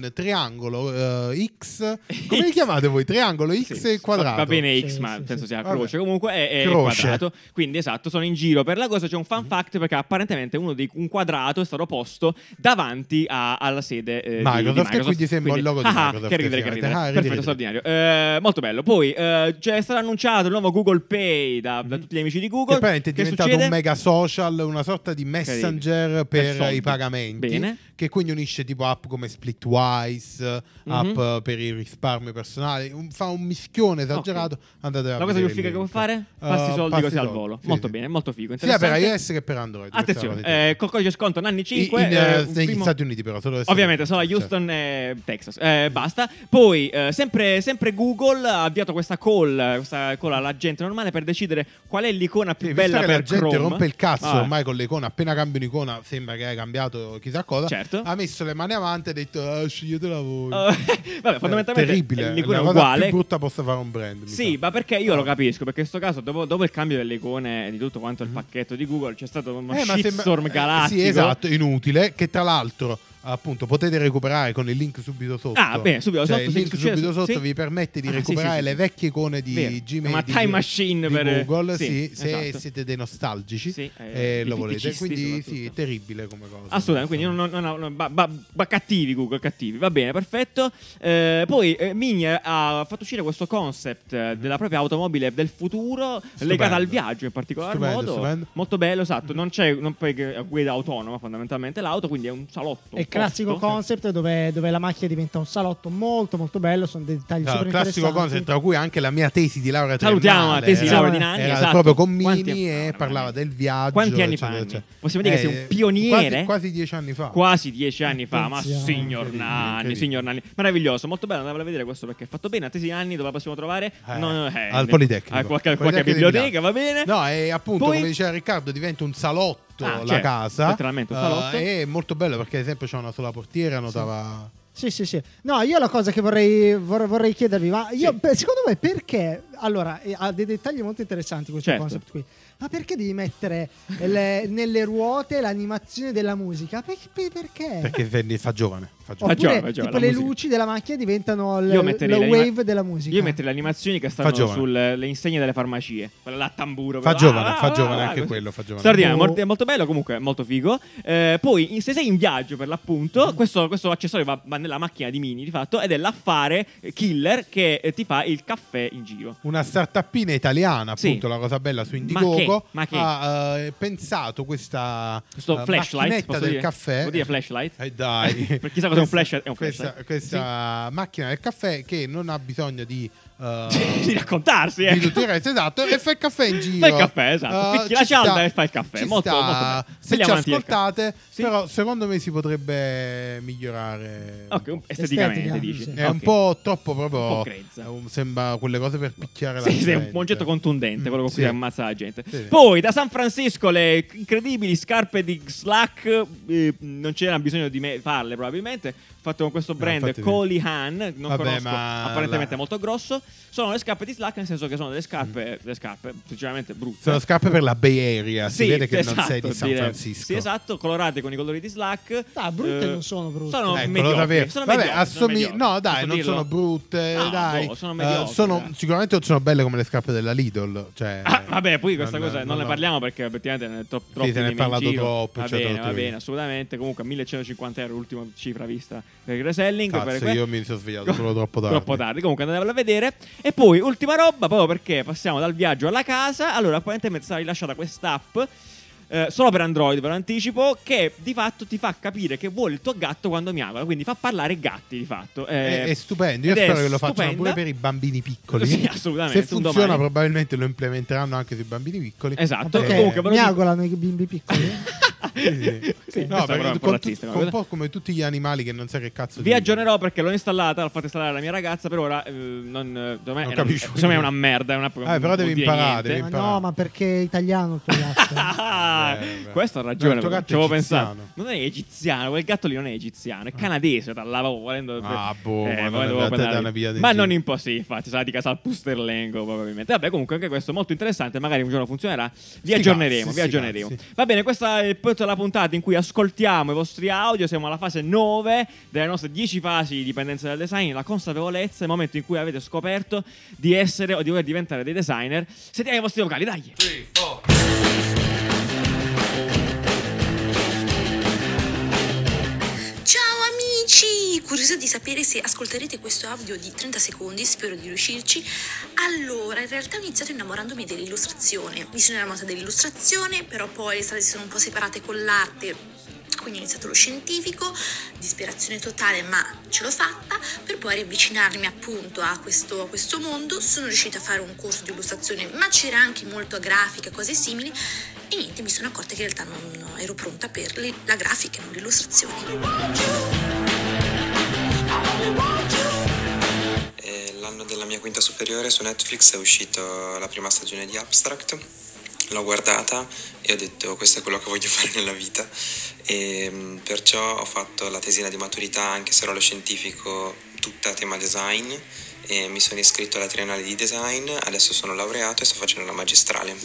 Speaker 4: triangolo eh, X. Come li chiamate voi? Triangolo X
Speaker 2: Sì,
Speaker 4: e quadrato.
Speaker 2: Va bene X,
Speaker 3: Sì,
Speaker 2: ma
Speaker 3: sì,
Speaker 2: penso
Speaker 3: sì.
Speaker 2: sia
Speaker 4: Vabbè.
Speaker 2: croce. Comunque è, è
Speaker 4: Croce. Mm-hmm.
Speaker 2: quadrato. Quindi esatto, sono in giro per la cosa. C'è un fun fact perché apparentemente uno dei, un quadrato è stato posto davanti a- alla sede eh, di- di
Speaker 4: Microsoft, e
Speaker 2: Microsoft.
Speaker 4: quindi sembra il logo di
Speaker 2: ah,
Speaker 4: Microsoft,
Speaker 2: Che ridere, che
Speaker 4: effettivamente.
Speaker 2: ridere.
Speaker 4: Ah, ridere,
Speaker 2: Perfetto,
Speaker 4: ridere.
Speaker 2: straordinario. Eh, molto bello. Poi eh, c'è stato annunciato il nuovo Google Pay da, da tutti gli amici di
Speaker 4: Mm-hmm. Che
Speaker 2: Google.
Speaker 4: apparentemente è
Speaker 2: Che
Speaker 4: diventato
Speaker 2: succede?
Speaker 4: un mega social, una sorta di messenger per,
Speaker 2: soldi.
Speaker 4: i pagamenti.
Speaker 2: Bene.
Speaker 4: Che quindi unisce tipo app come Splitwise,
Speaker 2: Mhm.
Speaker 4: app eh, per il risparmio personale. Un- fa un mischione esagerato. Andate a
Speaker 2: La cosa
Speaker 4: vedere
Speaker 2: più
Speaker 4: il
Speaker 2: figa che può
Speaker 4: link.
Speaker 2: fare?
Speaker 4: Eh,
Speaker 2: Passi i soldi
Speaker 4: passi
Speaker 2: così al
Speaker 4: soldi.
Speaker 2: volo.
Speaker 4: Sì,
Speaker 2: molto
Speaker 4: sì.
Speaker 2: bene, molto figo.
Speaker 4: Sia per
Speaker 2: interessante.
Speaker 4: iOS che per Android. questa è la cosa
Speaker 2: Attenzione, eh, col codice sconto Nanni
Speaker 4: di-
Speaker 2: 5
Speaker 4: In- eh,
Speaker 2: eh, un
Speaker 4: negli
Speaker 2: primo-
Speaker 4: Stati Uniti, però. solo adesso-
Speaker 2: Ovviamente, solo a Houston e Texas. Eh, basta. Poi, eh, sempre, sempre Google ha avviato questa call, eh, questa call alla gente normale per decidere qual è l'icona
Speaker 4: Sì,
Speaker 2: più
Speaker 4: visto
Speaker 2: bella
Speaker 4: che
Speaker 2: per
Speaker 4: la gente
Speaker 2: Chrome.
Speaker 4: rompe il cazzo
Speaker 2: Ah,
Speaker 4: ormai con le icone, appena cambia un'icona sembra che hai cambiato chissà cosa.
Speaker 2: Certo.
Speaker 4: Ha messo le mani avanti e ha detto "Ah, sceglietela voi.
Speaker 2: eh, vabbè, fondamentalmente
Speaker 4: terribile,
Speaker 2: l'icona
Speaker 4: la
Speaker 2: è
Speaker 4: cosa
Speaker 2: uguale.
Speaker 4: più brutta possa fare un brand. mi
Speaker 2: Sì,
Speaker 4: sa.
Speaker 2: ma perché io lo capisco, perché in questo caso dopo, dopo il cambio delle icone di tutto quanto il pacchetto di Google c'è stato uno
Speaker 4: Mm-hmm. Eh, ma sembra-
Speaker 2: shitstorm
Speaker 4: eh,
Speaker 2: galattico.
Speaker 4: Sì, esatto, inutile. Che tra l'altro, appunto, potete recuperare con il link subito sotto.
Speaker 2: Ah, bene, subito
Speaker 4: Cioè,
Speaker 2: sotto,
Speaker 4: Il
Speaker 2: sì,
Speaker 4: link
Speaker 2: succede-
Speaker 4: subito sotto
Speaker 2: sì.
Speaker 4: vi permette di
Speaker 2: Ah, sì,
Speaker 4: recuperare
Speaker 2: sì, sì,
Speaker 4: le
Speaker 2: sì.
Speaker 4: vecchie icone di
Speaker 2: Vero.
Speaker 4: Gmail.
Speaker 2: Una
Speaker 4: di-
Speaker 2: time machine
Speaker 4: di
Speaker 2: per-
Speaker 4: Google.
Speaker 2: sì,
Speaker 4: sì, se
Speaker 2: esatto.
Speaker 4: siete dei nostalgici
Speaker 2: Sì, eh,
Speaker 4: eh,
Speaker 2: i
Speaker 4: lo volete.
Speaker 2: feticisti
Speaker 4: Quindi, sì,
Speaker 2: soprattutto.
Speaker 4: è terribile come cosa.
Speaker 2: Assolutamente, quindi non, non- non- non- ba- ba- ba- cattivi Google, cattivi, va bene, perfetto. Eh, poi eh, Mini ha fatto uscire questo concept eh, della propria automobile del futuro,
Speaker 4: Stupendo.
Speaker 2: legata al viaggio in particolar
Speaker 4: Stupendo,
Speaker 2: modo.
Speaker 4: stupendo.
Speaker 2: Molto bello, esatto, non c'è non poi che- guida autonoma fondamentalmente l'auto, quindi è un salotto.
Speaker 3: È il classico
Speaker 2: concept
Speaker 3: concept dove, dove la macchina diventa un salotto molto molto bello, sono dei dettagli
Speaker 4: Allora,
Speaker 3: super
Speaker 4: classico
Speaker 3: interessanti.
Speaker 4: concept tra cui anche la mia tesi di laurea
Speaker 2: Salutiamo la
Speaker 4: triennale,
Speaker 2: tesi di
Speaker 4: era-
Speaker 2: Laura Di Nanni,
Speaker 4: era
Speaker 2: esatto.
Speaker 4: proprio con Mini
Speaker 2: Quanti-
Speaker 4: e
Speaker 2: no, veramente.
Speaker 4: parlava del viaggio
Speaker 2: Quanti anni fa,
Speaker 4: eccetera,
Speaker 2: Nanni?
Speaker 4: eccetera.
Speaker 2: Possiamo dire che sei
Speaker 4: Eh,
Speaker 2: un pioniere?
Speaker 4: quasi, quasi dieci anni fa
Speaker 2: Quasi dieci anni fa, ma
Speaker 3: Attenzione.
Speaker 2: signor
Speaker 4: Incredibile,
Speaker 2: Nanni,
Speaker 4: incredibile.
Speaker 2: signor Nanni, meraviglioso, molto bello. Andavo a vedere questo perché è fatto bene. A tesi anni dove la possiamo trovare?
Speaker 4: Eh,
Speaker 2: No, eh,
Speaker 4: al Politecnico.
Speaker 2: A qualche,
Speaker 4: Al
Speaker 2: qualche
Speaker 4: Politecnico di
Speaker 2: biblioteca,
Speaker 4: Milano.
Speaker 2: va bene.
Speaker 4: No, e appunto,
Speaker 2: Poi-
Speaker 4: come diceva Riccardo, diventa un salotto
Speaker 2: Ah,
Speaker 4: la
Speaker 2: certo,
Speaker 4: casa.
Speaker 2: letteralmente un salotto.
Speaker 4: Eh, è molto bello perché, ad esempio, c'è una sola portiera, notava...
Speaker 3: Sì, sì, sì. No, io la cosa che vorrei, vor- vorrei chiedervi, ma io,
Speaker 2: Sì.
Speaker 3: per- secondo me perché allora, eh, ha dei dettagli molto interessanti questo
Speaker 2: Certo.
Speaker 3: concept qui. Ma perché devi mettere le- nelle ruote l'animazione della musica? Per- per- perché?
Speaker 4: Perché venne- fa giovane. Fa giovane.
Speaker 3: Eh. Oppure,
Speaker 2: giovane, giovane,
Speaker 3: tipo
Speaker 2: Ah, la
Speaker 3: le
Speaker 2: musica.
Speaker 3: luci della macchina diventano l-
Speaker 2: Io metterei
Speaker 3: la
Speaker 2: l'anima-
Speaker 3: wave della musica.
Speaker 2: Io metterei le animazioni che
Speaker 4: Fa
Speaker 2: stanno
Speaker 4: giovane.
Speaker 2: sulle le insegne delle farmacie. Quella là a tamburo.
Speaker 4: Fa
Speaker 2: quella-
Speaker 4: giovane,
Speaker 2: ah,
Speaker 4: fa
Speaker 2: ah,
Speaker 4: giovane
Speaker 2: ah,
Speaker 4: anche
Speaker 2: così.
Speaker 4: quello, fa giovane. Boh.
Speaker 2: Straordinario,
Speaker 3: Oh.
Speaker 2: mol- è molto bello comunque, è molto figo. Eh, poi, in- se sei in viaggio per l'appunto,
Speaker 4: Mm-hmm.
Speaker 2: questo, questo accessorio va, va nella macchina di Mini di fatto ed è l'affare killer che eh, ti fa il caffè in giro.
Speaker 4: Una startuppina italiana,
Speaker 2: Sì.
Speaker 4: appunto, la cosa bella su
Speaker 2: Ma
Speaker 4: Indiegogo,
Speaker 2: che? Ma che?
Speaker 4: ha eh, pensato questa
Speaker 2: Questo
Speaker 4: eh,
Speaker 2: flashlight,
Speaker 4: macchinetta
Speaker 2: posso
Speaker 4: del
Speaker 2: dire?
Speaker 4: caffè.
Speaker 2: Vuol dire flashlight?
Speaker 4: Eh, dai.
Speaker 2: Per chi sa cos'è un
Speaker 4: Questa-
Speaker 2: flash- è un
Speaker 4: questa,
Speaker 2: flashlight.
Speaker 4: questa macchina del caffè che non ha bisogno di... eh,
Speaker 2: di raccontarsi,
Speaker 4: di
Speaker 2: ecco.
Speaker 4: tutelare, esatto, e fa il caffè in giro.
Speaker 2: Fa il caffè, esatto.
Speaker 4: Eh,
Speaker 2: Picchi la
Speaker 4: ci
Speaker 2: cialda
Speaker 4: sta,
Speaker 2: e fa il caffè.
Speaker 4: ci
Speaker 2: Molto-
Speaker 4: sta.
Speaker 2: molto
Speaker 4: Se
Speaker 2: bello.
Speaker 4: ci
Speaker 2: Andiamo avanti del
Speaker 4: ascoltate,
Speaker 2: Sì.
Speaker 4: però secondo me si potrebbe migliorare. un
Speaker 2: Ok,
Speaker 4: po'.
Speaker 2: un- esteticamente
Speaker 3: Estetica,
Speaker 2: dici. Ah,
Speaker 3: sì.
Speaker 4: È un
Speaker 2: Ok.
Speaker 4: po' troppo proprio.
Speaker 2: Un po' grezza.
Speaker 4: eh, un- sembra quelle cose per picchiare la
Speaker 2: Sì, sì, è un
Speaker 4: gente.
Speaker 2: concetto contundente, quello con
Speaker 4: Mm,
Speaker 2: cui
Speaker 4: sì.
Speaker 2: si ammazza la gente.
Speaker 4: Sì, sì.
Speaker 2: Poi da San Francisco le incredibili scarpe di Slack, eh, non c'era bisogno di me- farle probabilmente, fatto con questo brand
Speaker 4: Eh, infatti sì.
Speaker 2: Coley Han, non
Speaker 4: Vabbè,
Speaker 2: conosco,
Speaker 4: ma
Speaker 2: apparentemente
Speaker 4: la-
Speaker 2: molto grosso, sono le scarpe di Slack nel senso che sono delle scarpe, delle scarpe sinceramente brutte.
Speaker 4: Mm. Sono scarpe per la Bay Area.
Speaker 2: Sì,
Speaker 4: si vede che non
Speaker 2: esatto,
Speaker 4: sei di San
Speaker 2: direi.
Speaker 4: Francisco.
Speaker 2: Sì, esatto, colorate con i colori di Slack. Eh,
Speaker 3: Ah, brutte non sono brutte.
Speaker 2: Sono
Speaker 4: Ecco, lo
Speaker 2: mediocri,
Speaker 4: sapevo.
Speaker 2: sono
Speaker 4: Vabbè,
Speaker 2: mediocri, sono
Speaker 4: assomig-
Speaker 2: mediocri,
Speaker 4: no, dai,
Speaker 2: posso
Speaker 4: non
Speaker 2: dirlo?
Speaker 4: sono brutte.
Speaker 2: No,
Speaker 4: dai,
Speaker 2: boh, sono
Speaker 4: Eh,
Speaker 2: mediocri,
Speaker 4: sono-
Speaker 2: dai.
Speaker 4: sicuramente non sono belle come le scarpe della Lidl. Cioè,
Speaker 2: Ah, vabbè, poi questa
Speaker 4: non-
Speaker 2: cosa non, ne
Speaker 4: no.
Speaker 2: parliamo perché effettivamente ne è tro- troppo.
Speaker 4: se ne è parlato troppo,
Speaker 2: Va
Speaker 4: cioè,
Speaker 2: bene,
Speaker 4: troppo
Speaker 2: va
Speaker 4: di-
Speaker 2: bene, assolutamente. Comunque 1150 euro, l'ultima cifra vista per il reselling. per
Speaker 4: Cazzo,
Speaker 2: que-
Speaker 4: io mi sono svegliato solo troppo tardi.
Speaker 2: Troppo tardi, comunque andatevela a vedere. E poi, ultima roba, proprio perché passiamo dal viaggio alla casa. Allora, apparentemente sarà rilasciata quest'app. eh, solo per Android, ve lo anticipo, che di fatto ti fa capire che vuole il tuo gatto quando miagola, quindi fa parlare i gatti di fatto.
Speaker 4: È,
Speaker 2: Eh,
Speaker 4: è stupendo. Io
Speaker 2: ed è
Speaker 4: spero che lo facciano
Speaker 2: stupenda.
Speaker 4: pure per i bambini piccoli.
Speaker 2: Sì, assolutamente,
Speaker 4: Se
Speaker 2: un
Speaker 4: funziona,
Speaker 2: domani.
Speaker 4: probabilmente lo implementeranno anche sui bambini piccoli.
Speaker 3: Ma
Speaker 2: Esatto,
Speaker 3: perché
Speaker 2: comunque ve lo
Speaker 3: mi
Speaker 2: dico-
Speaker 3: agolano i bimbi piccoli.
Speaker 4: Sì, sì. no, perché
Speaker 2: Sì, questa però è un po'
Speaker 4: con tu-
Speaker 2: razzista,
Speaker 4: con
Speaker 2: ma
Speaker 4: un
Speaker 2: cosa-
Speaker 4: po' come tutti gli animali che non sai che cazzo
Speaker 2: Vi
Speaker 4: dicono.
Speaker 2: aggiornerò perché l'ho installata, l'ho fatta installare la mia ragazza, per ora eh, non, eh, secondo me
Speaker 4: Non
Speaker 2: è una-
Speaker 4: capisco
Speaker 2: secondo me è
Speaker 4: niente.
Speaker 2: una merda, è una
Speaker 4: Eh, però
Speaker 2: non
Speaker 4: devi
Speaker 2: vuol dire
Speaker 4: imparare,
Speaker 2: niente.
Speaker 4: devi
Speaker 3: ma
Speaker 4: imparare.
Speaker 3: no, ma perché è italiano il tuo gatto?
Speaker 2: Ah,
Speaker 4: Eh, beh.
Speaker 2: questo ha
Speaker 4: No,
Speaker 2: ragione,
Speaker 4: il tuo
Speaker 2: però,
Speaker 4: gatto
Speaker 2: ci avevo
Speaker 4: è egiziano.
Speaker 2: pensato. Non è egiziano, quel gatto lì non è egiziano, è canadese, dall'avo volendo
Speaker 4: Ah, boh, ma non
Speaker 2: volevo
Speaker 4: andate
Speaker 2: parlare-
Speaker 4: da una via di
Speaker 2: Ma
Speaker 4: giro.
Speaker 2: non in po' sì, infatti, sarà di casa Pusterlengo probabilmente. Vabbè, comunque anche questo è molto interessante, magari un giorno funzionerà. Vi aggiorneremo,
Speaker 4: cazzi,
Speaker 2: vi
Speaker 4: sti
Speaker 2: aggiorneremo.
Speaker 4: cazzi.
Speaker 2: Va bene, questa è il punto della puntata in cui ascoltiamo i vostri audio, siamo alla fase 9 delle nostre 10 fasi di dipendenza dal design, la consapevolezza, il momento in cui avete scoperto di essere o di voler diventare dei designer. Sentiamo i vostri vocali, dai.
Speaker 10: Ciao amici! Curiosa di sapere se ascolterete questo audio di 30 secondi, spero di riuscirci. Allora, in realtà ho iniziato innamorandomi dell'illustrazione. Mi sono innamorata dell'illustrazione, però poi le strade si sono un po' separate con l'arte. Quindi ho iniziato lo scientifico, disperazione totale, ma ce l'ho fatta. Per poi riavvicinarmi appunto a questo, a questo mondo, sono riuscita a fare un corso di illustrazione, ma c'era anche molto a grafica, cose simili. E niente, mi sono accorta che in realtà non ero pronta per li- la grafica, non l'illustrazione.
Speaker 7: Eh, l'anno della mia quinta superiore su Netflix è uscita la prima stagione di Abstract. L'ho guardata e ho detto questo è quello che voglio fare nella vita e mm, perciò ho fatto la tesina di maturità anche se ero lo scientifico tutta a tema design e mi sono iscritto alla triennale di design, adesso sono laureato e sto facendo la magistrale.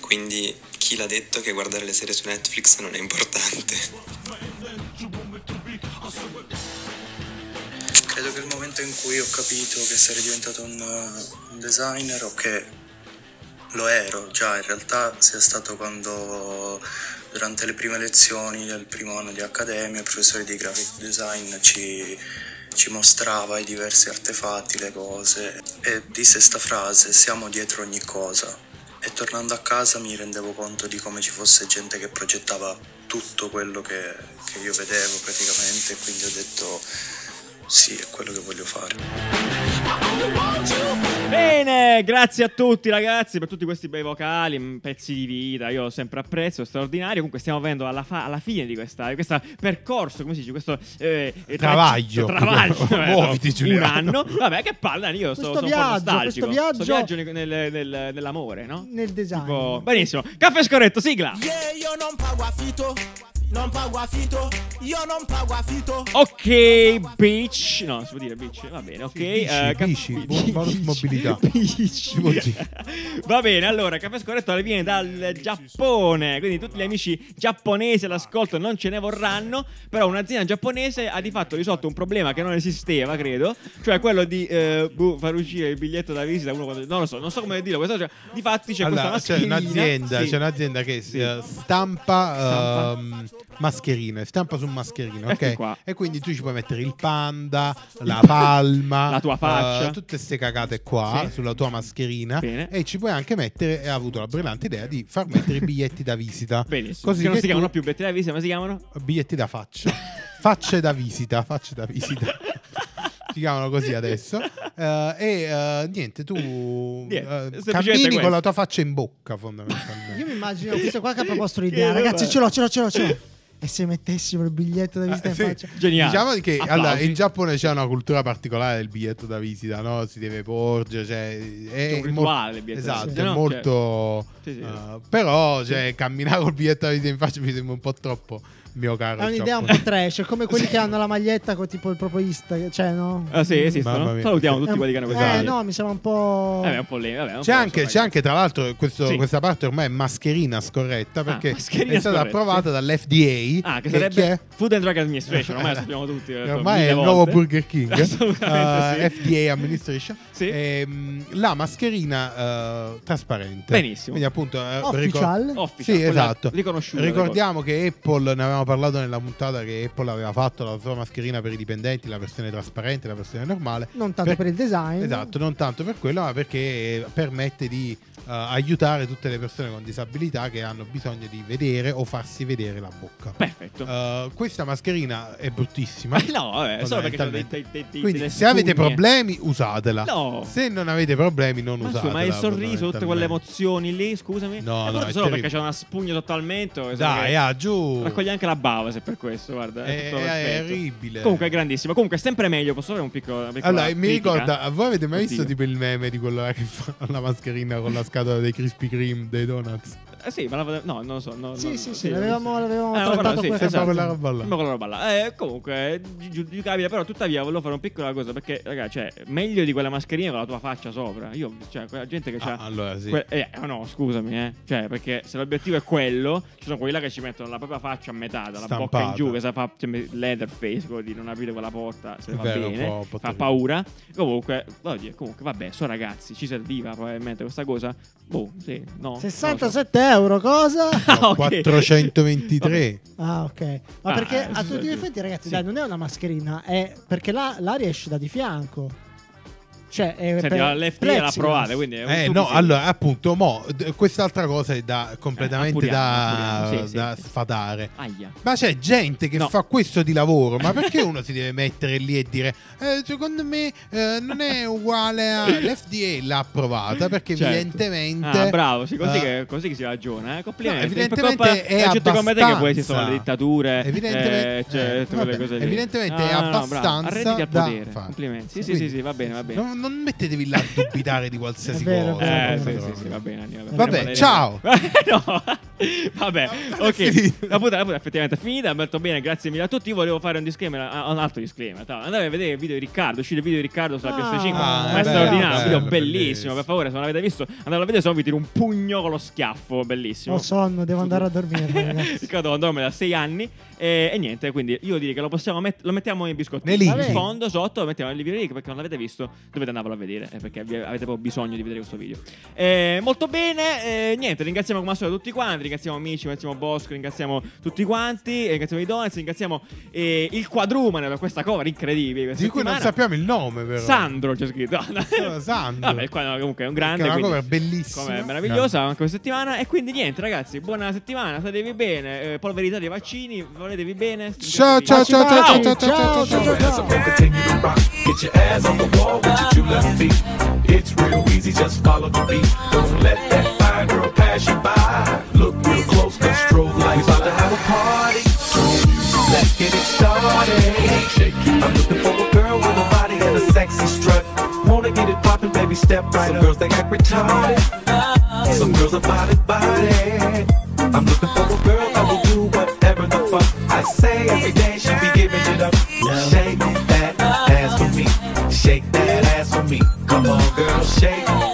Speaker 7: Quindi chi l'ha detto che guardare le serie su Netflix non è importante?
Speaker 9: Credo che il momento in cui ho capito che sarei diventato un, eh, un designer o che lo ero già in realtà sia stato quando durante le prime lezioni del primo anno di accademia il professore di graphic design ci, ci mostrava i diversi artefatti, le cose e disse sta frase siamo dietro ogni cosa e tornando a casa mi rendevo conto di come ci fosse gente che progettava tutto quello che, che io vedevo praticamente quindi ho detto sì, è quello che voglio fare.
Speaker 2: Bene, grazie a tutti ragazzi per tutti questi bei vocali, mm, pezzi di vita, io sempre apprezzo, è straordinario. Comunque stiamo venendo alla, fa- alla fine di questa, di questo percorso, come si dice, questo eh, eh,
Speaker 4: Travaglio.
Speaker 2: tra- travaglio, eh,
Speaker 4: Muoviti,
Speaker 2: un
Speaker 4: Giuliano.
Speaker 2: anno. Vabbè, che palla, io sto,
Speaker 3: Questo
Speaker 2: sono
Speaker 3: viaggio,
Speaker 2: un po' nostalgico.
Speaker 3: questo viaggio-
Speaker 2: Sto viaggio nel- nel- nel- nell'amore, no?
Speaker 4: Esatto.
Speaker 3: Nel design.
Speaker 2: Tipo- benissimo. Caffè Scorretto, sigla.
Speaker 9: io non pago affitto,
Speaker 11: Non pago affitto, io non pago affitto.
Speaker 2: Ok, bitch. No, si può dire bitch. Va bene, ok. eh, cap-
Speaker 4: bici, bu- bonus mobilità.
Speaker 2: Bici.
Speaker 4: vuol dire.
Speaker 2: Va bene, allora, Caffè Scorretto viene dal Giappone, quindi tutti gli amici giapponesi all'ascolto non ce ne vorranno, però un'azienda giapponese ha di fatto risolto un problema che non esisteva, credo, cioè quello di eh, boh, far uscire il biglietto da visita uno quando... Non lo so, non so come dirlo, questa, cioè, di fatti c'è
Speaker 4: allora,
Speaker 2: questa
Speaker 4: c'è
Speaker 2: mascherina.
Speaker 4: un'azienda,
Speaker 2: Sì.
Speaker 4: c'è un'azienda che si, eh, stampa, ehm, mascherine, stampa su mascherine,
Speaker 2: Ecco
Speaker 4: ok?
Speaker 2: qua.
Speaker 4: E quindi tu ci puoi mettere il panda, la
Speaker 2: pa-
Speaker 4: palma,
Speaker 2: la tua faccia.
Speaker 4: eh, tutte queste cagate qua
Speaker 2: Sì.
Speaker 4: sulla tua mascherina
Speaker 2: Bene.
Speaker 4: e ci puoi anche mettere, e ha avuto la brillante idea di far mettere i biglietti da visita.
Speaker 2: Benissimo.
Speaker 4: Così
Speaker 2: che non
Speaker 4: che
Speaker 2: si chiamano
Speaker 4: tu-
Speaker 2: più Bettina Visita, ma si chiamano...
Speaker 4: biglietti da faccia. facce da visita, facce da visita. Si chiamano così adesso. Eh, e eh, niente, tu
Speaker 2: Niente,
Speaker 4: eh,
Speaker 2: semplicemente
Speaker 4: cammini
Speaker 2: questo.
Speaker 4: con la tua faccia in bocca,
Speaker 3: Io
Speaker 4: fondamentalmente.
Speaker 3: mi immagino questo qua che ha proposto l'idea.
Speaker 2: Che
Speaker 3: Ragazzi,
Speaker 2: roba.
Speaker 3: ce l'ho, ce l'ho, ce l'ho, ce l'ho. E se mettessimo il biglietto da visita
Speaker 4: Ah,
Speaker 3: in
Speaker 4: sì.
Speaker 3: faccia.
Speaker 2: Geniale.
Speaker 4: Diciamo che
Speaker 2: Applausi.
Speaker 4: allora, in Giappone c'è una cultura particolare del biglietto da visita, no? Si deve porgere, cioè, è
Speaker 2: C'è un
Speaker 4: mo-
Speaker 2: rituale il biglietto da
Speaker 4: Esatto,
Speaker 2: visita,
Speaker 4: è
Speaker 2: no?
Speaker 4: molto
Speaker 2: Cioè, sì, sì.
Speaker 4: eh, però cioè, camminare col biglietto da visita in faccia mi sembra un po' troppo mio caro.
Speaker 3: È un'idea un po'
Speaker 4: giapponese.
Speaker 3: trash, è come quelli che hanno la maglietta con tipo il proprio Insta, cioè no?
Speaker 2: Ah sì,
Speaker 4: Mamma
Speaker 2: esistono.
Speaker 4: mia.
Speaker 2: Salutiamo tutti
Speaker 3: Eh,
Speaker 2: quelli che hanno questa
Speaker 3: Eh
Speaker 2: maglietta.
Speaker 3: no, mi sembra un po'...
Speaker 2: Eh, beh, un po' lì, vabbè, un
Speaker 4: C'è
Speaker 2: po'
Speaker 4: anche,
Speaker 2: so,
Speaker 4: c'è
Speaker 2: ragazzi.
Speaker 4: anche, tra l'altro, questo-
Speaker 2: Sì. Ah,
Speaker 4: questa parte ormai è mascherina scorretta perché
Speaker 2: mascherina
Speaker 4: è stata
Speaker 2: scorretta,
Speaker 4: approvata dall'FDA.
Speaker 2: Ah, che
Speaker 4: chi
Speaker 2: sarebbe
Speaker 4: è?
Speaker 2: Food and Drug Administration, ormai lo sappiamo tutti. eh,
Speaker 4: Ormai è
Speaker 2: mille
Speaker 4: il nuovo
Speaker 2: volte.
Speaker 4: Burger King,
Speaker 2: Assolutamente
Speaker 4: eh,
Speaker 2: sì.
Speaker 4: FDA Administration.
Speaker 2: Sì.
Speaker 4: Ehm, la mascherina eh, trasparente.
Speaker 2: Benissimo.
Speaker 4: Quindi appunto... eh, ricor-
Speaker 3: Official?
Speaker 2: Official,
Speaker 4: sì,
Speaker 2: quella
Speaker 4: esatto.
Speaker 2: riconosciuta,
Speaker 4: Ricordiamo che Apple, ne avevamo parlato nella puntata, che Apple aveva fatto la sua mascherina per i dipendenti, la versione trasparente, la versione normale.
Speaker 3: Non tanto per il design.
Speaker 4: Esatto, non tanto per quello, ma perché permette di eh, aiutare tutte le persone con disabilità che hanno bisogno di vedere o farsi vedere la bocca.
Speaker 2: Perfetto.
Speaker 4: Eh, questa mascherina è bruttissima.
Speaker 2: Ma no, vabbè, Eh, solo perché c'è dei,
Speaker 4: fondamentalmente.
Speaker 2: dei, dei, dei-
Speaker 4: Quindi
Speaker 2: delle
Speaker 4: se avete
Speaker 2: spugne.
Speaker 4: problemi usatela.
Speaker 2: No.
Speaker 4: Se non avete problemi non
Speaker 2: Ma,
Speaker 4: usatela.
Speaker 2: insomma, il sorriso, tutte quelle emozioni lì, scusami.
Speaker 4: No, no,
Speaker 2: Eh, però
Speaker 4: è
Speaker 2: solo
Speaker 4: terribile.
Speaker 2: perché c'è una spugna totalmente.
Speaker 4: Dai, ah, giù.
Speaker 2: Raccoglie anche la bava se per questo, guarda. È,
Speaker 4: È-
Speaker 2: eh, tutto
Speaker 4: è
Speaker 2: perfetto.
Speaker 4: orribile.
Speaker 2: Comunque è grandissimo. Comunque è sempre meglio. Posso fare un piccolo. una piccola
Speaker 4: Allora, mi
Speaker 2: critica? eh.
Speaker 4: ricorda, voi avete mai visto
Speaker 2: Oddio.
Speaker 4: tipo il meme di quello là che fa la mascherina con la scatola dei Krispy Kreme, dei donuts?
Speaker 2: Eh, sì, ma la- no, non lo so. no,
Speaker 3: Sì,
Speaker 2: no,
Speaker 3: sì,
Speaker 2: no,
Speaker 3: sì, l'avevamo-
Speaker 2: sì.
Speaker 3: l'avevamo
Speaker 2: Eh,
Speaker 3: trattato
Speaker 2: però, sì,
Speaker 3: quella
Speaker 2: esatto.
Speaker 4: roba là. Sembra quella roba là.
Speaker 2: Sembra quella roba là. Eh, comunque, gi- gi- giudicabile, però tuttavia volevo fare una piccola cosa, perché, raga, cioè, meglio di quella mascherina con la tua faccia sopra. Io, cioè, quella gente che c'ha...
Speaker 4: Ah, allora sì.
Speaker 2: que- eh, eh, no, scusami, eh. Cioè, perché se l'obiettivo è quello, ci sono quelli là che ci mettono la propria faccia a metà, dalla bocca in
Speaker 4: Stampata.
Speaker 2: giù, che sa fa cioè, leather face, quello di non aprire quella porta, se
Speaker 4: È
Speaker 2: va
Speaker 4: vero, un
Speaker 2: bene,
Speaker 4: po'- un po'
Speaker 2: fa
Speaker 4: terribile.
Speaker 2: paura. Comunque, voglio dire, comunque, vabbè, so ragazzi, ci serviva probabilmente questa cosa. Boh, sì, no. non lo so.
Speaker 3: 67 euro, cosa?
Speaker 2: Ah, ok.
Speaker 4: 423.
Speaker 3: Ah, ok. Ma
Speaker 2: Ah,
Speaker 3: perché
Speaker 2: eh,
Speaker 3: a tutti
Speaker 2: sì.
Speaker 3: gli effetti, ragazzi,
Speaker 2: Sì.
Speaker 3: dai, non è una mascherina, è perché la- l'aria esce da di fianco. Cioè, è
Speaker 2: Senti,
Speaker 3: per-
Speaker 2: la left era
Speaker 3: plexiglass.
Speaker 2: provata, quindi è un
Speaker 4: Eh
Speaker 2: tubo
Speaker 4: no,
Speaker 2: sì.
Speaker 4: allora appunto, mo, d- quest'altra cosa è da, completamente
Speaker 2: Eh,
Speaker 4: da,
Speaker 2: appuriamo, appuriamo, sì,
Speaker 4: da
Speaker 2: sì, sì.
Speaker 4: sfatare.
Speaker 2: Aia.
Speaker 4: Ma c'è gente che
Speaker 2: No.
Speaker 4: fa questo di lavoro, ma perché uno si deve mettere lì e dire "Eh, secondo me eh, non è uguale all'FDA l'ha approvata perché
Speaker 2: Certo.
Speaker 4: evidentemente
Speaker 2: Ah, bravo, sì, così,
Speaker 4: eh,
Speaker 2: che, così che si ragiona. Eh?
Speaker 4: no,
Speaker 2: Complimenti.
Speaker 4: evidentemente
Speaker 2: Coppa-
Speaker 4: è
Speaker 2: la gente come te
Speaker 4: abbastanza
Speaker 2: che poi ci sono le dittature,
Speaker 4: Evidentemente-
Speaker 2: eh, cioè,
Speaker 4: eh,
Speaker 2: tutte quelle
Speaker 4: vabbè,
Speaker 2: cose lì.
Speaker 4: evidentemente è
Speaker 2: No, no, no, bravo.
Speaker 4: abbastanza
Speaker 2: Arrenditi al
Speaker 4: da
Speaker 2: potere.
Speaker 4: fare.
Speaker 2: Complimenti. Sì, sì,
Speaker 4: Quindi-
Speaker 2: sì, sì, va bene, va bene.
Speaker 4: Non, non mettetevi là a dubitare di qualsiasi
Speaker 3: È vero,
Speaker 4: cosa.
Speaker 2: Eh,
Speaker 3: Esatto,
Speaker 2: sì,
Speaker 3: esatto.
Speaker 2: sì, sì, va bene. Andiamo,
Speaker 4: Vabbè,
Speaker 2: Parleremo.
Speaker 4: ciao.
Speaker 2: no, vabbè,
Speaker 4: puntata è
Speaker 2: ok.
Speaker 4: finita.
Speaker 2: La puntata, la puntata è effettivamente finita. Molto bene, grazie mille a tutti. Io volevo fare un disclaimer, ah, un altro disclaimer. Tra- Andate a vedere il video di Riccardo. Uscite il video di Riccardo sulla
Speaker 3: Ah,
Speaker 2: PS5.
Speaker 4: ah,
Speaker 2: ma è
Speaker 4: bello,
Speaker 2: straordinario. Un video
Speaker 4: bello,
Speaker 2: bellissimo,
Speaker 4: bellissimo.
Speaker 2: Per favore, se non l'avete visto, andate a vedere. Se no, vi tiro un pugno con lo schiaffo. Bellissimo.
Speaker 3: Ho sonno, devo andare a dormire, ragazzi.
Speaker 2: Riccardo andò a 6 anni eh, e, e niente, quindi io direi che lo possiamo met- lo mettiamo in
Speaker 4: Nei
Speaker 2: biscottini
Speaker 4: link.
Speaker 2: in fondo sotto, lo mettiamo nel video link perché non l'avete visto, dovete andarvelo a vedere eh, perché vi- avete proprio bisogno di vedere questo video. Eh, molto bene, eh, niente, ringraziamo come al solito tutti quanti, ringraziamo Amici, ringraziamo Bosco, ringraziamo tutti quanti, eh, ringraziamo i Donuts, ringraziamo eh, il quadrumane per questa cover incredibile. questa
Speaker 4: Di cui non
Speaker 2: settimana.
Speaker 4: sappiamo il nome però.
Speaker 2: Sandro c'è scritto.
Speaker 4: Solo Sandro.
Speaker 2: Vabbè, qua, no, comunque è un grande.
Speaker 4: Che è una
Speaker 2: quindi-
Speaker 4: cover bellissima.
Speaker 2: Com'è meravigliosa anche questa settimana. E quindi niente, ragazzi, buona settimana, statevi bene, eh, polverità dei vaccini, voletevi bene.
Speaker 4: Ciao, ciao, ciao, ciao, ciao, ciao, ciao, ciao, ciao.
Speaker 1: Your ass up and continue to rock. Get your ass on the wall with your two left feet. It's real easy, just follow the beat. Don't let that fine girl pass you by. Look real close, cause strobe lights about to have a party. So let's get it started. Shake it. I'm looking for a girl with a body and a sexy strut. Wanna get it poppin', baby, step right Some up. girls they act retarded. Some girls are body body. I'm looking for a girl that will do whatever the fuck. say every day she be giving it up. Shake that ass for me. Shake that ass for me. Come on, girl, shake